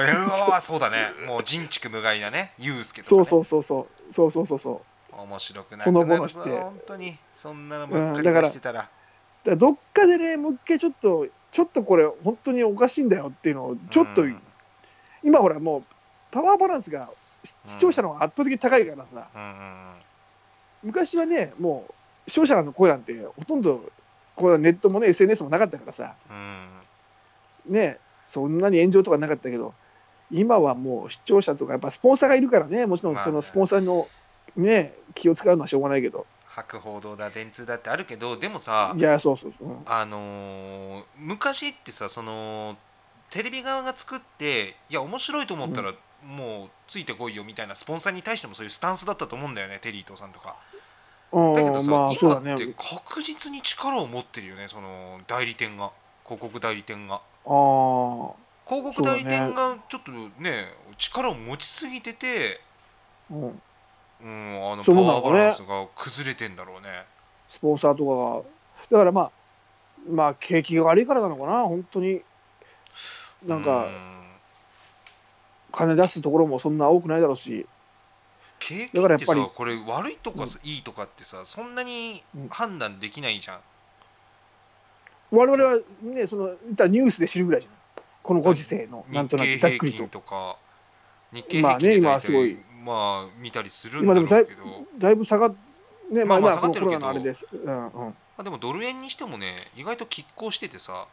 Speaker 1: わそうだねもう人畜無害なねユースケとか、
Speaker 2: そ
Speaker 1: ね、
Speaker 2: うそうそうそう。そうそうそうそう。
Speaker 1: 面白くなく
Speaker 2: ほ
Speaker 1: な
Speaker 2: のぼ
Speaker 1: る
Speaker 2: の
Speaker 1: ぞ
Speaker 2: して
Speaker 1: 本当にそんなのばっかり
Speaker 2: うんだから
Speaker 1: 出してたら、
Speaker 2: だからどっかでね、もう一回ちょっと、ちょっとこれ、本当におかしいんだよっていうのを、ちょっと、
Speaker 1: うん
Speaker 2: 今ほら、もう、パワーバランスが、視聴者の方が圧倒的に高いからさ、
Speaker 1: うんうんうん
Speaker 2: 昔はね、もう、視聴者の声なんて、ほとんど、これはネットもね、SNS もなかったからさ、
Speaker 1: うん
Speaker 2: ね、そんなに炎上とかなかったけど、今はもう視聴者とか、やっぱスポンサーがいるからね、もちろん
Speaker 1: まあ
Speaker 2: そのスポンサーの、ね、気を使うのはしょうがないけど、
Speaker 1: 博報堂だ電通だってあるけどでもさ
Speaker 2: いや、そうそうそう、うん
Speaker 1: あのー昔ってさそのテレビ側が作っていや面白いと思ったら、もうついてこいよみたいなスポンサーに対してもそういうスタンスだったと思うんだよねテリー伊藤さんとかだけど
Speaker 2: うん
Speaker 1: さ、
Speaker 2: まあそう
Speaker 1: 今
Speaker 2: だね
Speaker 1: っ、て確実に力を持ってるよねその代理店が広告代理店が
Speaker 2: あ
Speaker 1: 広告代理店がちょっとね力を持ちすぎてて
Speaker 2: あ、うん、
Speaker 1: うん、あのパ
Speaker 2: そうな
Speaker 1: ワー
Speaker 2: のかね
Speaker 1: バランスが崩れてんだろうね。
Speaker 2: スポンサーとかがだからまあまあ景気が悪いからなのかな本当になん
Speaker 1: う
Speaker 2: か金出すところもそんな多くないだろうし
Speaker 1: 景気
Speaker 2: だから
Speaker 1: っ
Speaker 2: やってぱり
Speaker 1: さこれ悪いとかさいいとかってさそんなに
Speaker 2: うん
Speaker 1: 判断できないじゃん。
Speaker 2: 我々はねその言ったらニュースで知るぐらいじゃないこのご時世のなん
Speaker 1: 日
Speaker 2: とな
Speaker 1: 経
Speaker 2: くざっく
Speaker 1: 平均
Speaker 2: りと
Speaker 1: とか日経
Speaker 2: ま
Speaker 1: 平
Speaker 2: あね
Speaker 1: 均で
Speaker 2: 今
Speaker 1: 大
Speaker 2: はすごい
Speaker 1: 体まあ見たりするんだ
Speaker 2: 今で
Speaker 1: ろう
Speaker 2: も
Speaker 1: け
Speaker 2: だい
Speaker 1: ど、
Speaker 2: だいぶ下がねまあ
Speaker 1: まあまあ
Speaker 2: 今この
Speaker 1: 下
Speaker 2: コ
Speaker 1: がってる
Speaker 2: ロ
Speaker 1: け
Speaker 2: ナ
Speaker 1: ど
Speaker 2: のあれです、うんうん、
Speaker 1: まあでもドル円にしてもね意外と拮抗しててさ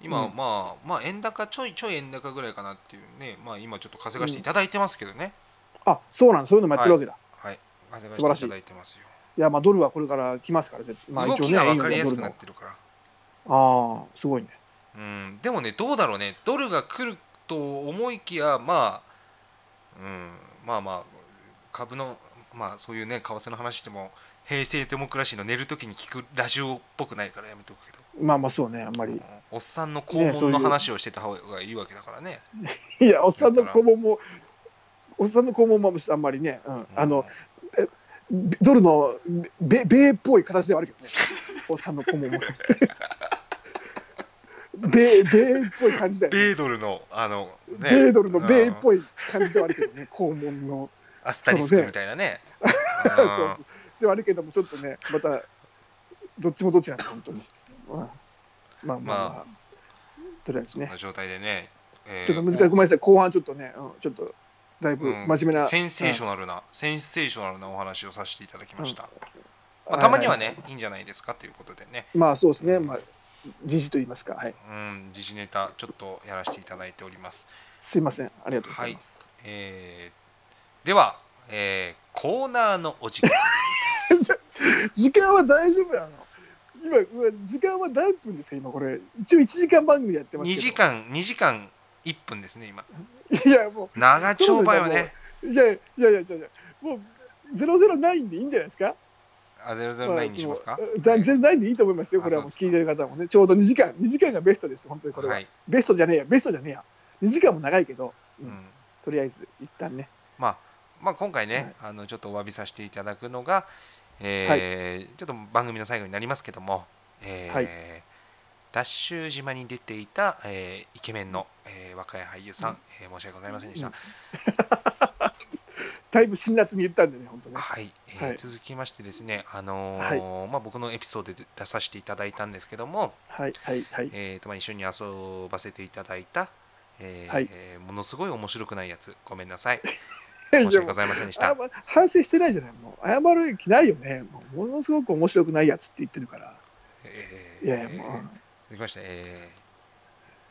Speaker 1: 今、
Speaker 2: うん
Speaker 1: まあまあ円高ちょいちょい円高ぐらいかなっていうねまあ今ちょっと稼がしていただいてますけどね、
Speaker 2: あそうなんそういうのもやってるわけだ、
Speaker 1: はい稼が
Speaker 2: 素晴らし
Speaker 1: して
Speaker 2: い
Speaker 1: いただいてますよ、
Speaker 2: い、やまあドルはこれから来ますから絶対まあ
Speaker 1: 動きが分かりやすくなっ
Speaker 2: あ
Speaker 1: てるから
Speaker 2: あーすごいね
Speaker 1: うん、でもねどうだろうねドルが来ると思いきやまあ、うん、まあまあ株のまあそういうね為替の話しても平成デモクラシーの寝るときに聞くラジオっぽくないからやめとくけど
Speaker 2: まあまあそうねあんまり
Speaker 1: おっさんの肛
Speaker 2: ねそ
Speaker 1: 門
Speaker 2: うい
Speaker 1: の
Speaker 2: う
Speaker 1: 話をしてた方がいいわけだからね
Speaker 2: いやおっさんの肛門もおっさんの肛門もあんまりね、うん、あのドルのべ米っぽい形ではあるけ どね、おっさんの顧問も。米米っぽい感じだよね。
Speaker 1: 米ドルのあのね
Speaker 2: 米ドルの米っ
Speaker 1: い
Speaker 2: ぽい感じではあるけどね、 肛門の。
Speaker 1: アスタリスクみたいなねうん
Speaker 2: そうそうではあるけども、ちょっとね、また、どっちもどっちなんだ、本当に。うんまあまあ、ま
Speaker 1: ま
Speaker 2: あ、とりあえず
Speaker 1: そん
Speaker 2: ね
Speaker 1: な。状態でね、えー
Speaker 2: ちょっと難しい、ごめんなさい、後半ちょっとね、うんちょっと、だいぶ
Speaker 1: うん
Speaker 2: 真面目な。
Speaker 1: センセーショ
Speaker 2: ン
Speaker 1: ナルな、センセーショナルなお話をさせていただきました、まあ、たまにはね、いいんじゃないですかということでね、
Speaker 2: まあそうですね、まあ、時事と言いますか、はい。
Speaker 1: うん、時事ネタちょっとやらせていただいております。
Speaker 2: すいません、ありがとうございます。
Speaker 1: えーでは、えーコーナーのお時間です。
Speaker 2: 時間は大丈夫なの今うわ時間は何分ですか今これ一応1時間番組やってます
Speaker 1: 2
Speaker 2: けど
Speaker 1: 時間、2時間1分ですね、今。
Speaker 2: いやも
Speaker 1: 長丁場よね。
Speaker 2: ういやいやいやいやいやもう009でいいんじゃないですか
Speaker 1: あ、009にしますか
Speaker 2: まあもうざ009でいいと思いますよこれはもう
Speaker 1: あそ
Speaker 2: 聞
Speaker 1: う
Speaker 2: い
Speaker 1: で
Speaker 2: てる方もねちょうど2時間2時間がベストです本当にこれは、
Speaker 1: はい。
Speaker 2: ベストじゃねえやベストじゃねえや2時間も長いけど
Speaker 1: う
Speaker 2: うん
Speaker 1: ん
Speaker 2: とりあえず一旦ね
Speaker 1: まあ、まあ、今回ね、あのちょっとお詫びさせていただくのが、えーちょっと番組の最後になりますけども、えー
Speaker 2: はい
Speaker 1: ダッシュ島に出ていた、えーイケメンの、えー若い俳優さん、えー申し訳ございませんでした。
Speaker 2: うんだいぶ辛辣に言ったんでね本当ね
Speaker 1: はい、えー
Speaker 2: はい
Speaker 1: 続きましてですね、あのーまあ、僕のエピソードで出させていただいたんですけども、
Speaker 2: はいはいはい
Speaker 1: えーとまあ、一緒に遊ばせていただいた、えー
Speaker 2: はい
Speaker 1: えーものすごい面白くないやつごめんなさい
Speaker 2: いや
Speaker 1: 申し訳ございませんでした
Speaker 2: あ。ま反省してないじゃないもう謝る気ないよねもうものすごく面白くないやつって言ってるから
Speaker 1: えー
Speaker 2: いやいやもう
Speaker 1: 続きまして、えー、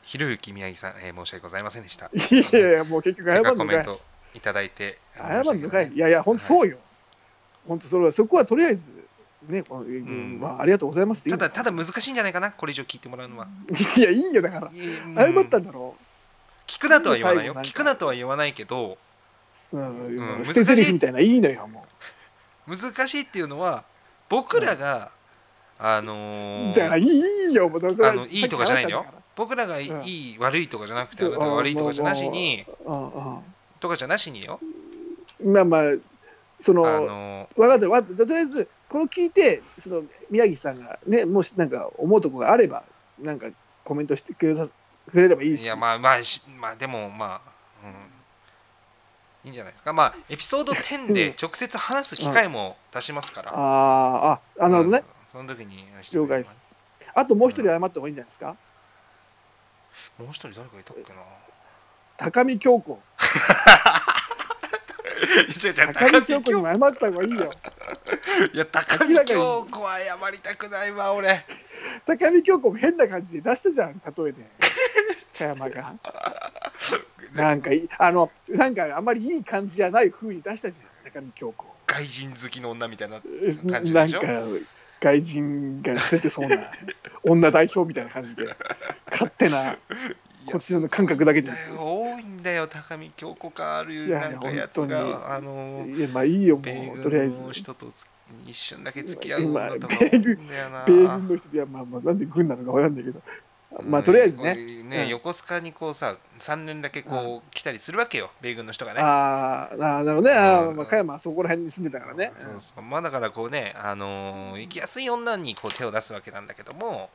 Speaker 1: ひろゆき宮城さん、えー、申し訳ございませんでした。
Speaker 2: いやいや、もう結局
Speaker 1: せ
Speaker 2: 謝
Speaker 1: っか
Speaker 2: る
Speaker 1: くコ
Speaker 2: の
Speaker 1: メ
Speaker 2: か
Speaker 1: ン
Speaker 2: い。
Speaker 1: トいただいて、
Speaker 2: 謝るのかい。い
Speaker 1: や、
Speaker 2: やいや、本当そうよ。本当それは、そこはとりあえず、ね、このうんまあ、ありがとうございますってい
Speaker 1: た
Speaker 2: う
Speaker 1: だ、ただ難しいんじゃないかな、これ以上聞いてもらうのは。
Speaker 2: いや、いいよ、だから。
Speaker 1: いやうん
Speaker 2: 謝ったんだろ
Speaker 1: 聞くなとは言わないよ。
Speaker 2: 最後なんか
Speaker 1: 聞くなとは言わないけど、
Speaker 2: う。うん
Speaker 1: うん
Speaker 2: 捨て台詞みたいな、いいのよ、も
Speaker 1: 難しいっていうのは、僕らが、あの
Speaker 2: う。
Speaker 1: ー
Speaker 2: だから、いいよ、もう。
Speaker 1: あのいいとかじゃないんだよ。僕らがい
Speaker 2: うん
Speaker 1: い、悪いとかじゃなくて、
Speaker 2: そ
Speaker 1: あ
Speaker 2: う
Speaker 1: なたが悪いとかじゃなしに、
Speaker 2: うんうん
Speaker 1: とかじゃなしによ。
Speaker 2: まあまあ、そ
Speaker 1: あ
Speaker 2: の、
Speaker 1: の
Speaker 2: わかってるわかってるとりあえずこれを聞いてその宮城さんがねもしなんか思うとこがあればなんかコメントしてくれさくれればいい
Speaker 1: ー
Speaker 2: し
Speaker 1: いや、まあまあ、しまあ、でも、まあ、うん。いいんじゃないですか。まあ、エピソード10で直接話す機会も出しますから。
Speaker 2: あーああなるほどね、
Speaker 1: うん。その時にして
Speaker 2: 了
Speaker 1: くれれ
Speaker 2: 解で
Speaker 1: ば
Speaker 2: すあともう一人謝った方がいいんじゃないですか、
Speaker 1: もう一人誰かいたっけな。
Speaker 2: 高見京子
Speaker 1: 違う違う
Speaker 2: 高見
Speaker 1: 高
Speaker 2: 京
Speaker 1: 見
Speaker 2: 子
Speaker 1: 京
Speaker 2: にも謝った方がいいよ
Speaker 1: いや高見京子は謝りたくないわ俺。
Speaker 2: 高見京子も変な感じで出したじゃん例えで加山がなんかいいあのなんかあんまりいい感じじゃない風に出したじゃん高見京子
Speaker 1: 外人好きの女みたいな。感じ
Speaker 2: な
Speaker 1: で
Speaker 2: ん
Speaker 1: し
Speaker 2: か
Speaker 1: ょ
Speaker 2: 外人が捨ててそうな女代表みたいな感じで勝手なこっちの感覚だけで
Speaker 1: だよ多いんだよ高見京子かある
Speaker 2: いや
Speaker 1: ない
Speaker 2: や
Speaker 1: んかやつ
Speaker 2: 本当に
Speaker 1: があの
Speaker 2: いやまあいいよ
Speaker 1: 米
Speaker 2: もうとりあえ
Speaker 1: 軍
Speaker 2: ず
Speaker 1: の人とつ一瞬だけ付き合う
Speaker 2: 今
Speaker 1: 女とか
Speaker 2: 米軍
Speaker 1: 多いんだよな
Speaker 2: 米軍の人いやまあまあなんで軍なのかわかんないけどまあとりあえずね
Speaker 1: こういうね、
Speaker 2: うん
Speaker 1: 横須賀にこうさ3年だけこう来たりするわけよ米軍の人がね
Speaker 2: あーあーなるほどねあー、
Speaker 1: うん
Speaker 2: まあ、加山はそこら辺に住んでたからね
Speaker 1: そうそうまあだからこうね、あのー行きやすい女にこう手を出すわけなんだけど も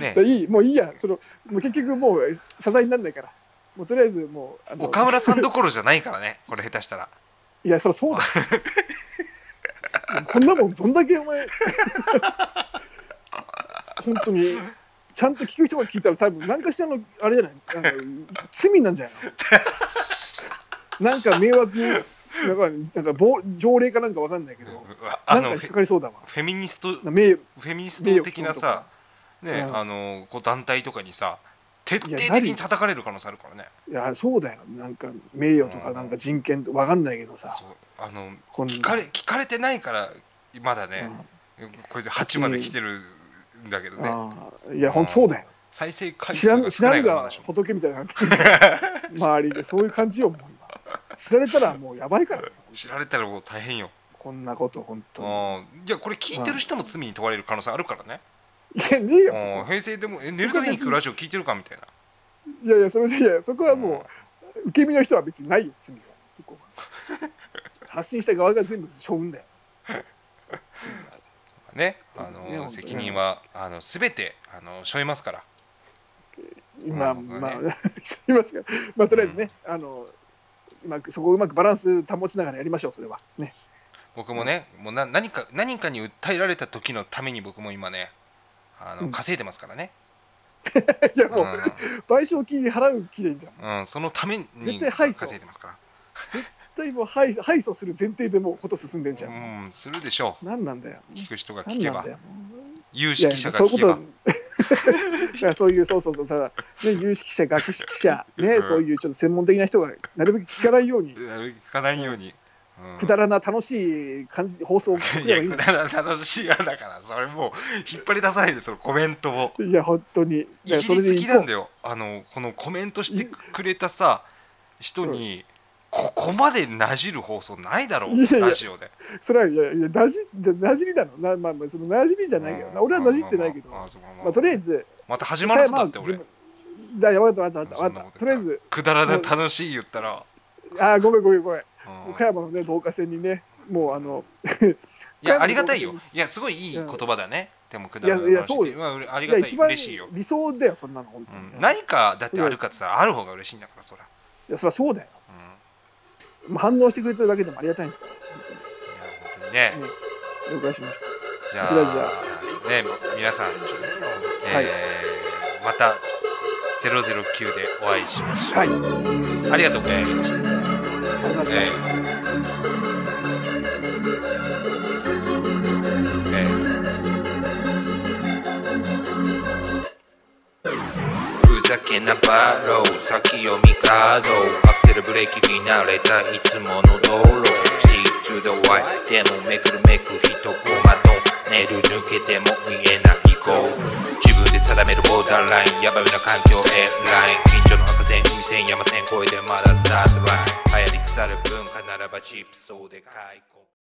Speaker 1: ね
Speaker 2: うんいいもういいやそのもう結局もう謝罪にならないからもうとりあえずもうあの
Speaker 1: 岡村さんどころじゃないからねこれ下手したら
Speaker 2: いやそりゃそうだこんなもんどんだけお前本当にちゃんと聞く人が聞いたら多分何かしらのあれじゃないあの罪なんじゃないのなんか迷惑なんかなんか暴条例かなんかわかんないけど
Speaker 1: うわあ
Speaker 2: なん
Speaker 1: の
Speaker 2: か
Speaker 1: フ
Speaker 2: 引っ
Speaker 1: ェ
Speaker 2: かかりそうだわ
Speaker 1: フェミニストフ
Speaker 2: 名
Speaker 1: ェミニスト的なさね、
Speaker 2: うん
Speaker 1: あのーこう団体とかにさ徹底的
Speaker 2: いや
Speaker 1: に
Speaker 2: 何
Speaker 1: 叩かれる可能性あるからね
Speaker 2: いやそうだよなんか名誉とかなんか人権とかわかんないけどさ、
Speaker 1: そうあの
Speaker 2: こんな
Speaker 1: 聞かれ聞かれてないからまだね、これで8まで来てるんだけど
Speaker 2: うん
Speaker 1: ね、
Speaker 2: あーいや本当そうだよ
Speaker 1: 再生回数
Speaker 2: 知らん
Speaker 1: が
Speaker 2: 知
Speaker 1: 少な
Speaker 2: ら
Speaker 1: い
Speaker 2: ん
Speaker 1: から
Speaker 2: が
Speaker 1: まだしも
Speaker 2: 仏みた いな周りでそういう感じよもう今知られたらもうやばいからね
Speaker 1: 知られたらもう大変よ
Speaker 2: こんなこと本当に
Speaker 1: うんいやこれ聞いてる人も罪に問われる可能性あるからね、
Speaker 2: いやねえよ
Speaker 1: うん、平成でもえ寝る時に聞くラジオ聞いてるかみたいな
Speaker 2: そこいやいやそれいやそこはもう受け身の人は別にないよ罪はそこは 発信した側が全部処分だよ罪は
Speaker 1: ねあ
Speaker 2: ね
Speaker 1: の
Speaker 2: 本当
Speaker 1: 責任はあの全てあの背負いますから
Speaker 2: まあ
Speaker 1: うん
Speaker 2: まあ、 知りますけど、まあ、とりあえずね、あの、うまく、そこをうまくバランス保ちながらやりましょう、それは。ね。
Speaker 1: 僕もねもうな何か何かに訴えられた時のために僕も今ねあの
Speaker 2: うん
Speaker 1: 稼いでますからね、
Speaker 2: いや、
Speaker 1: う
Speaker 2: もう、賠
Speaker 1: ん
Speaker 2: 償金払う気でいいじゃん。
Speaker 1: うん、そのために
Speaker 2: 絶対敗訴
Speaker 1: 稼いでますか
Speaker 2: だいぶ敗敗訴する前提でもうこと進んでんじ
Speaker 1: ら
Speaker 2: ゃん。
Speaker 1: うんするでしょう
Speaker 2: なんなんだよ。
Speaker 1: 聞く人が
Speaker 2: な
Speaker 1: 聞
Speaker 2: ん
Speaker 1: け
Speaker 2: なん
Speaker 1: ば
Speaker 2: だよ。
Speaker 1: 有
Speaker 2: いや、
Speaker 1: 識者が
Speaker 2: そうい
Speaker 1: 聞
Speaker 2: うこ
Speaker 1: けば
Speaker 2: と。いやそういう、そうそうそう、さ、ね、有識者、学識者、
Speaker 1: う
Speaker 2: ね、
Speaker 1: ん
Speaker 2: そういうちょっと専門的な人が、なるべく聞かないように、
Speaker 1: なるべく聞かないように、うん
Speaker 2: くだらな楽しい感じ、放送を聞
Speaker 1: い
Speaker 2: け
Speaker 1: や
Speaker 2: ばいいん
Speaker 1: く
Speaker 2: だ
Speaker 1: だらな楽しいやだからそれもう引っ張り出さないでそのコメントを
Speaker 2: いや、本当に。い
Speaker 1: い
Speaker 2: や、
Speaker 1: じりすぎ
Speaker 2: 行
Speaker 1: な
Speaker 2: こ
Speaker 1: んだよあのこのコメントしてくれたさ人に、ここまでなじる放送ないだろう
Speaker 2: いやいや
Speaker 1: ラジオで
Speaker 2: うそれはいや、いや、なじ、じゃなじりだろ。な、まあ、まあ、その、なじりじゃないけどな、俺はなじってないけど。
Speaker 1: まあまあまあそうかまあ
Speaker 2: まあ、とりあえず、
Speaker 1: また始
Speaker 2: 一
Speaker 1: ま
Speaker 2: 回
Speaker 1: る
Speaker 2: は
Speaker 1: ぞ
Speaker 2: まあ
Speaker 1: だって俺
Speaker 2: 自分だよ、わかったわかった
Speaker 1: そ
Speaker 2: わ
Speaker 1: ん
Speaker 2: か
Speaker 1: な
Speaker 2: っ
Speaker 1: こと言った
Speaker 2: た。とりあえず、
Speaker 1: くだらな楽しい言ったら、
Speaker 2: ああ、ごめんごめんごめん。
Speaker 1: うん
Speaker 2: 岡山のね、導火線にね、もうあの、
Speaker 1: いや
Speaker 2: 岡山の
Speaker 1: ありがたいよいやすごいいい言葉だね、でもくだらな楽し
Speaker 2: いやいやそうよ
Speaker 1: まあうれあり
Speaker 2: い
Speaker 1: が
Speaker 2: や、
Speaker 1: たい
Speaker 2: 一番
Speaker 1: 嬉しいよ、
Speaker 2: 理想だよ、そんなの、本当
Speaker 1: うん、
Speaker 2: に。い
Speaker 1: 何かだってあるかって言ったらある方が嬉しいんだからそら、
Speaker 2: や、そりゃそうだよ。
Speaker 1: うん、い
Speaker 2: まあ反応してくれてるだけでもありがたいんですから、
Speaker 1: や本当にね、
Speaker 2: ね了解しまし
Speaker 1: じゃ
Speaker 2: とりあえずじゃ
Speaker 1: あ、ね、皆さん、
Speaker 2: はい。
Speaker 1: えーまた009でお会いしましたょ
Speaker 2: はい、ありがとう
Speaker 1: う。ありがとうございました。
Speaker 2: ございました。
Speaker 1: えーえーふざけなバロー先読みカードアクセルブレーキに慣れたいつもの道路 See to the why でもめくるめく一コマと寝る抜けても見えないこう自分で定めるボーダーラインやばめな環境へライン近所の赤線海線山線越えてまだスタートライン流行り腐る文化ならばチップそうで開口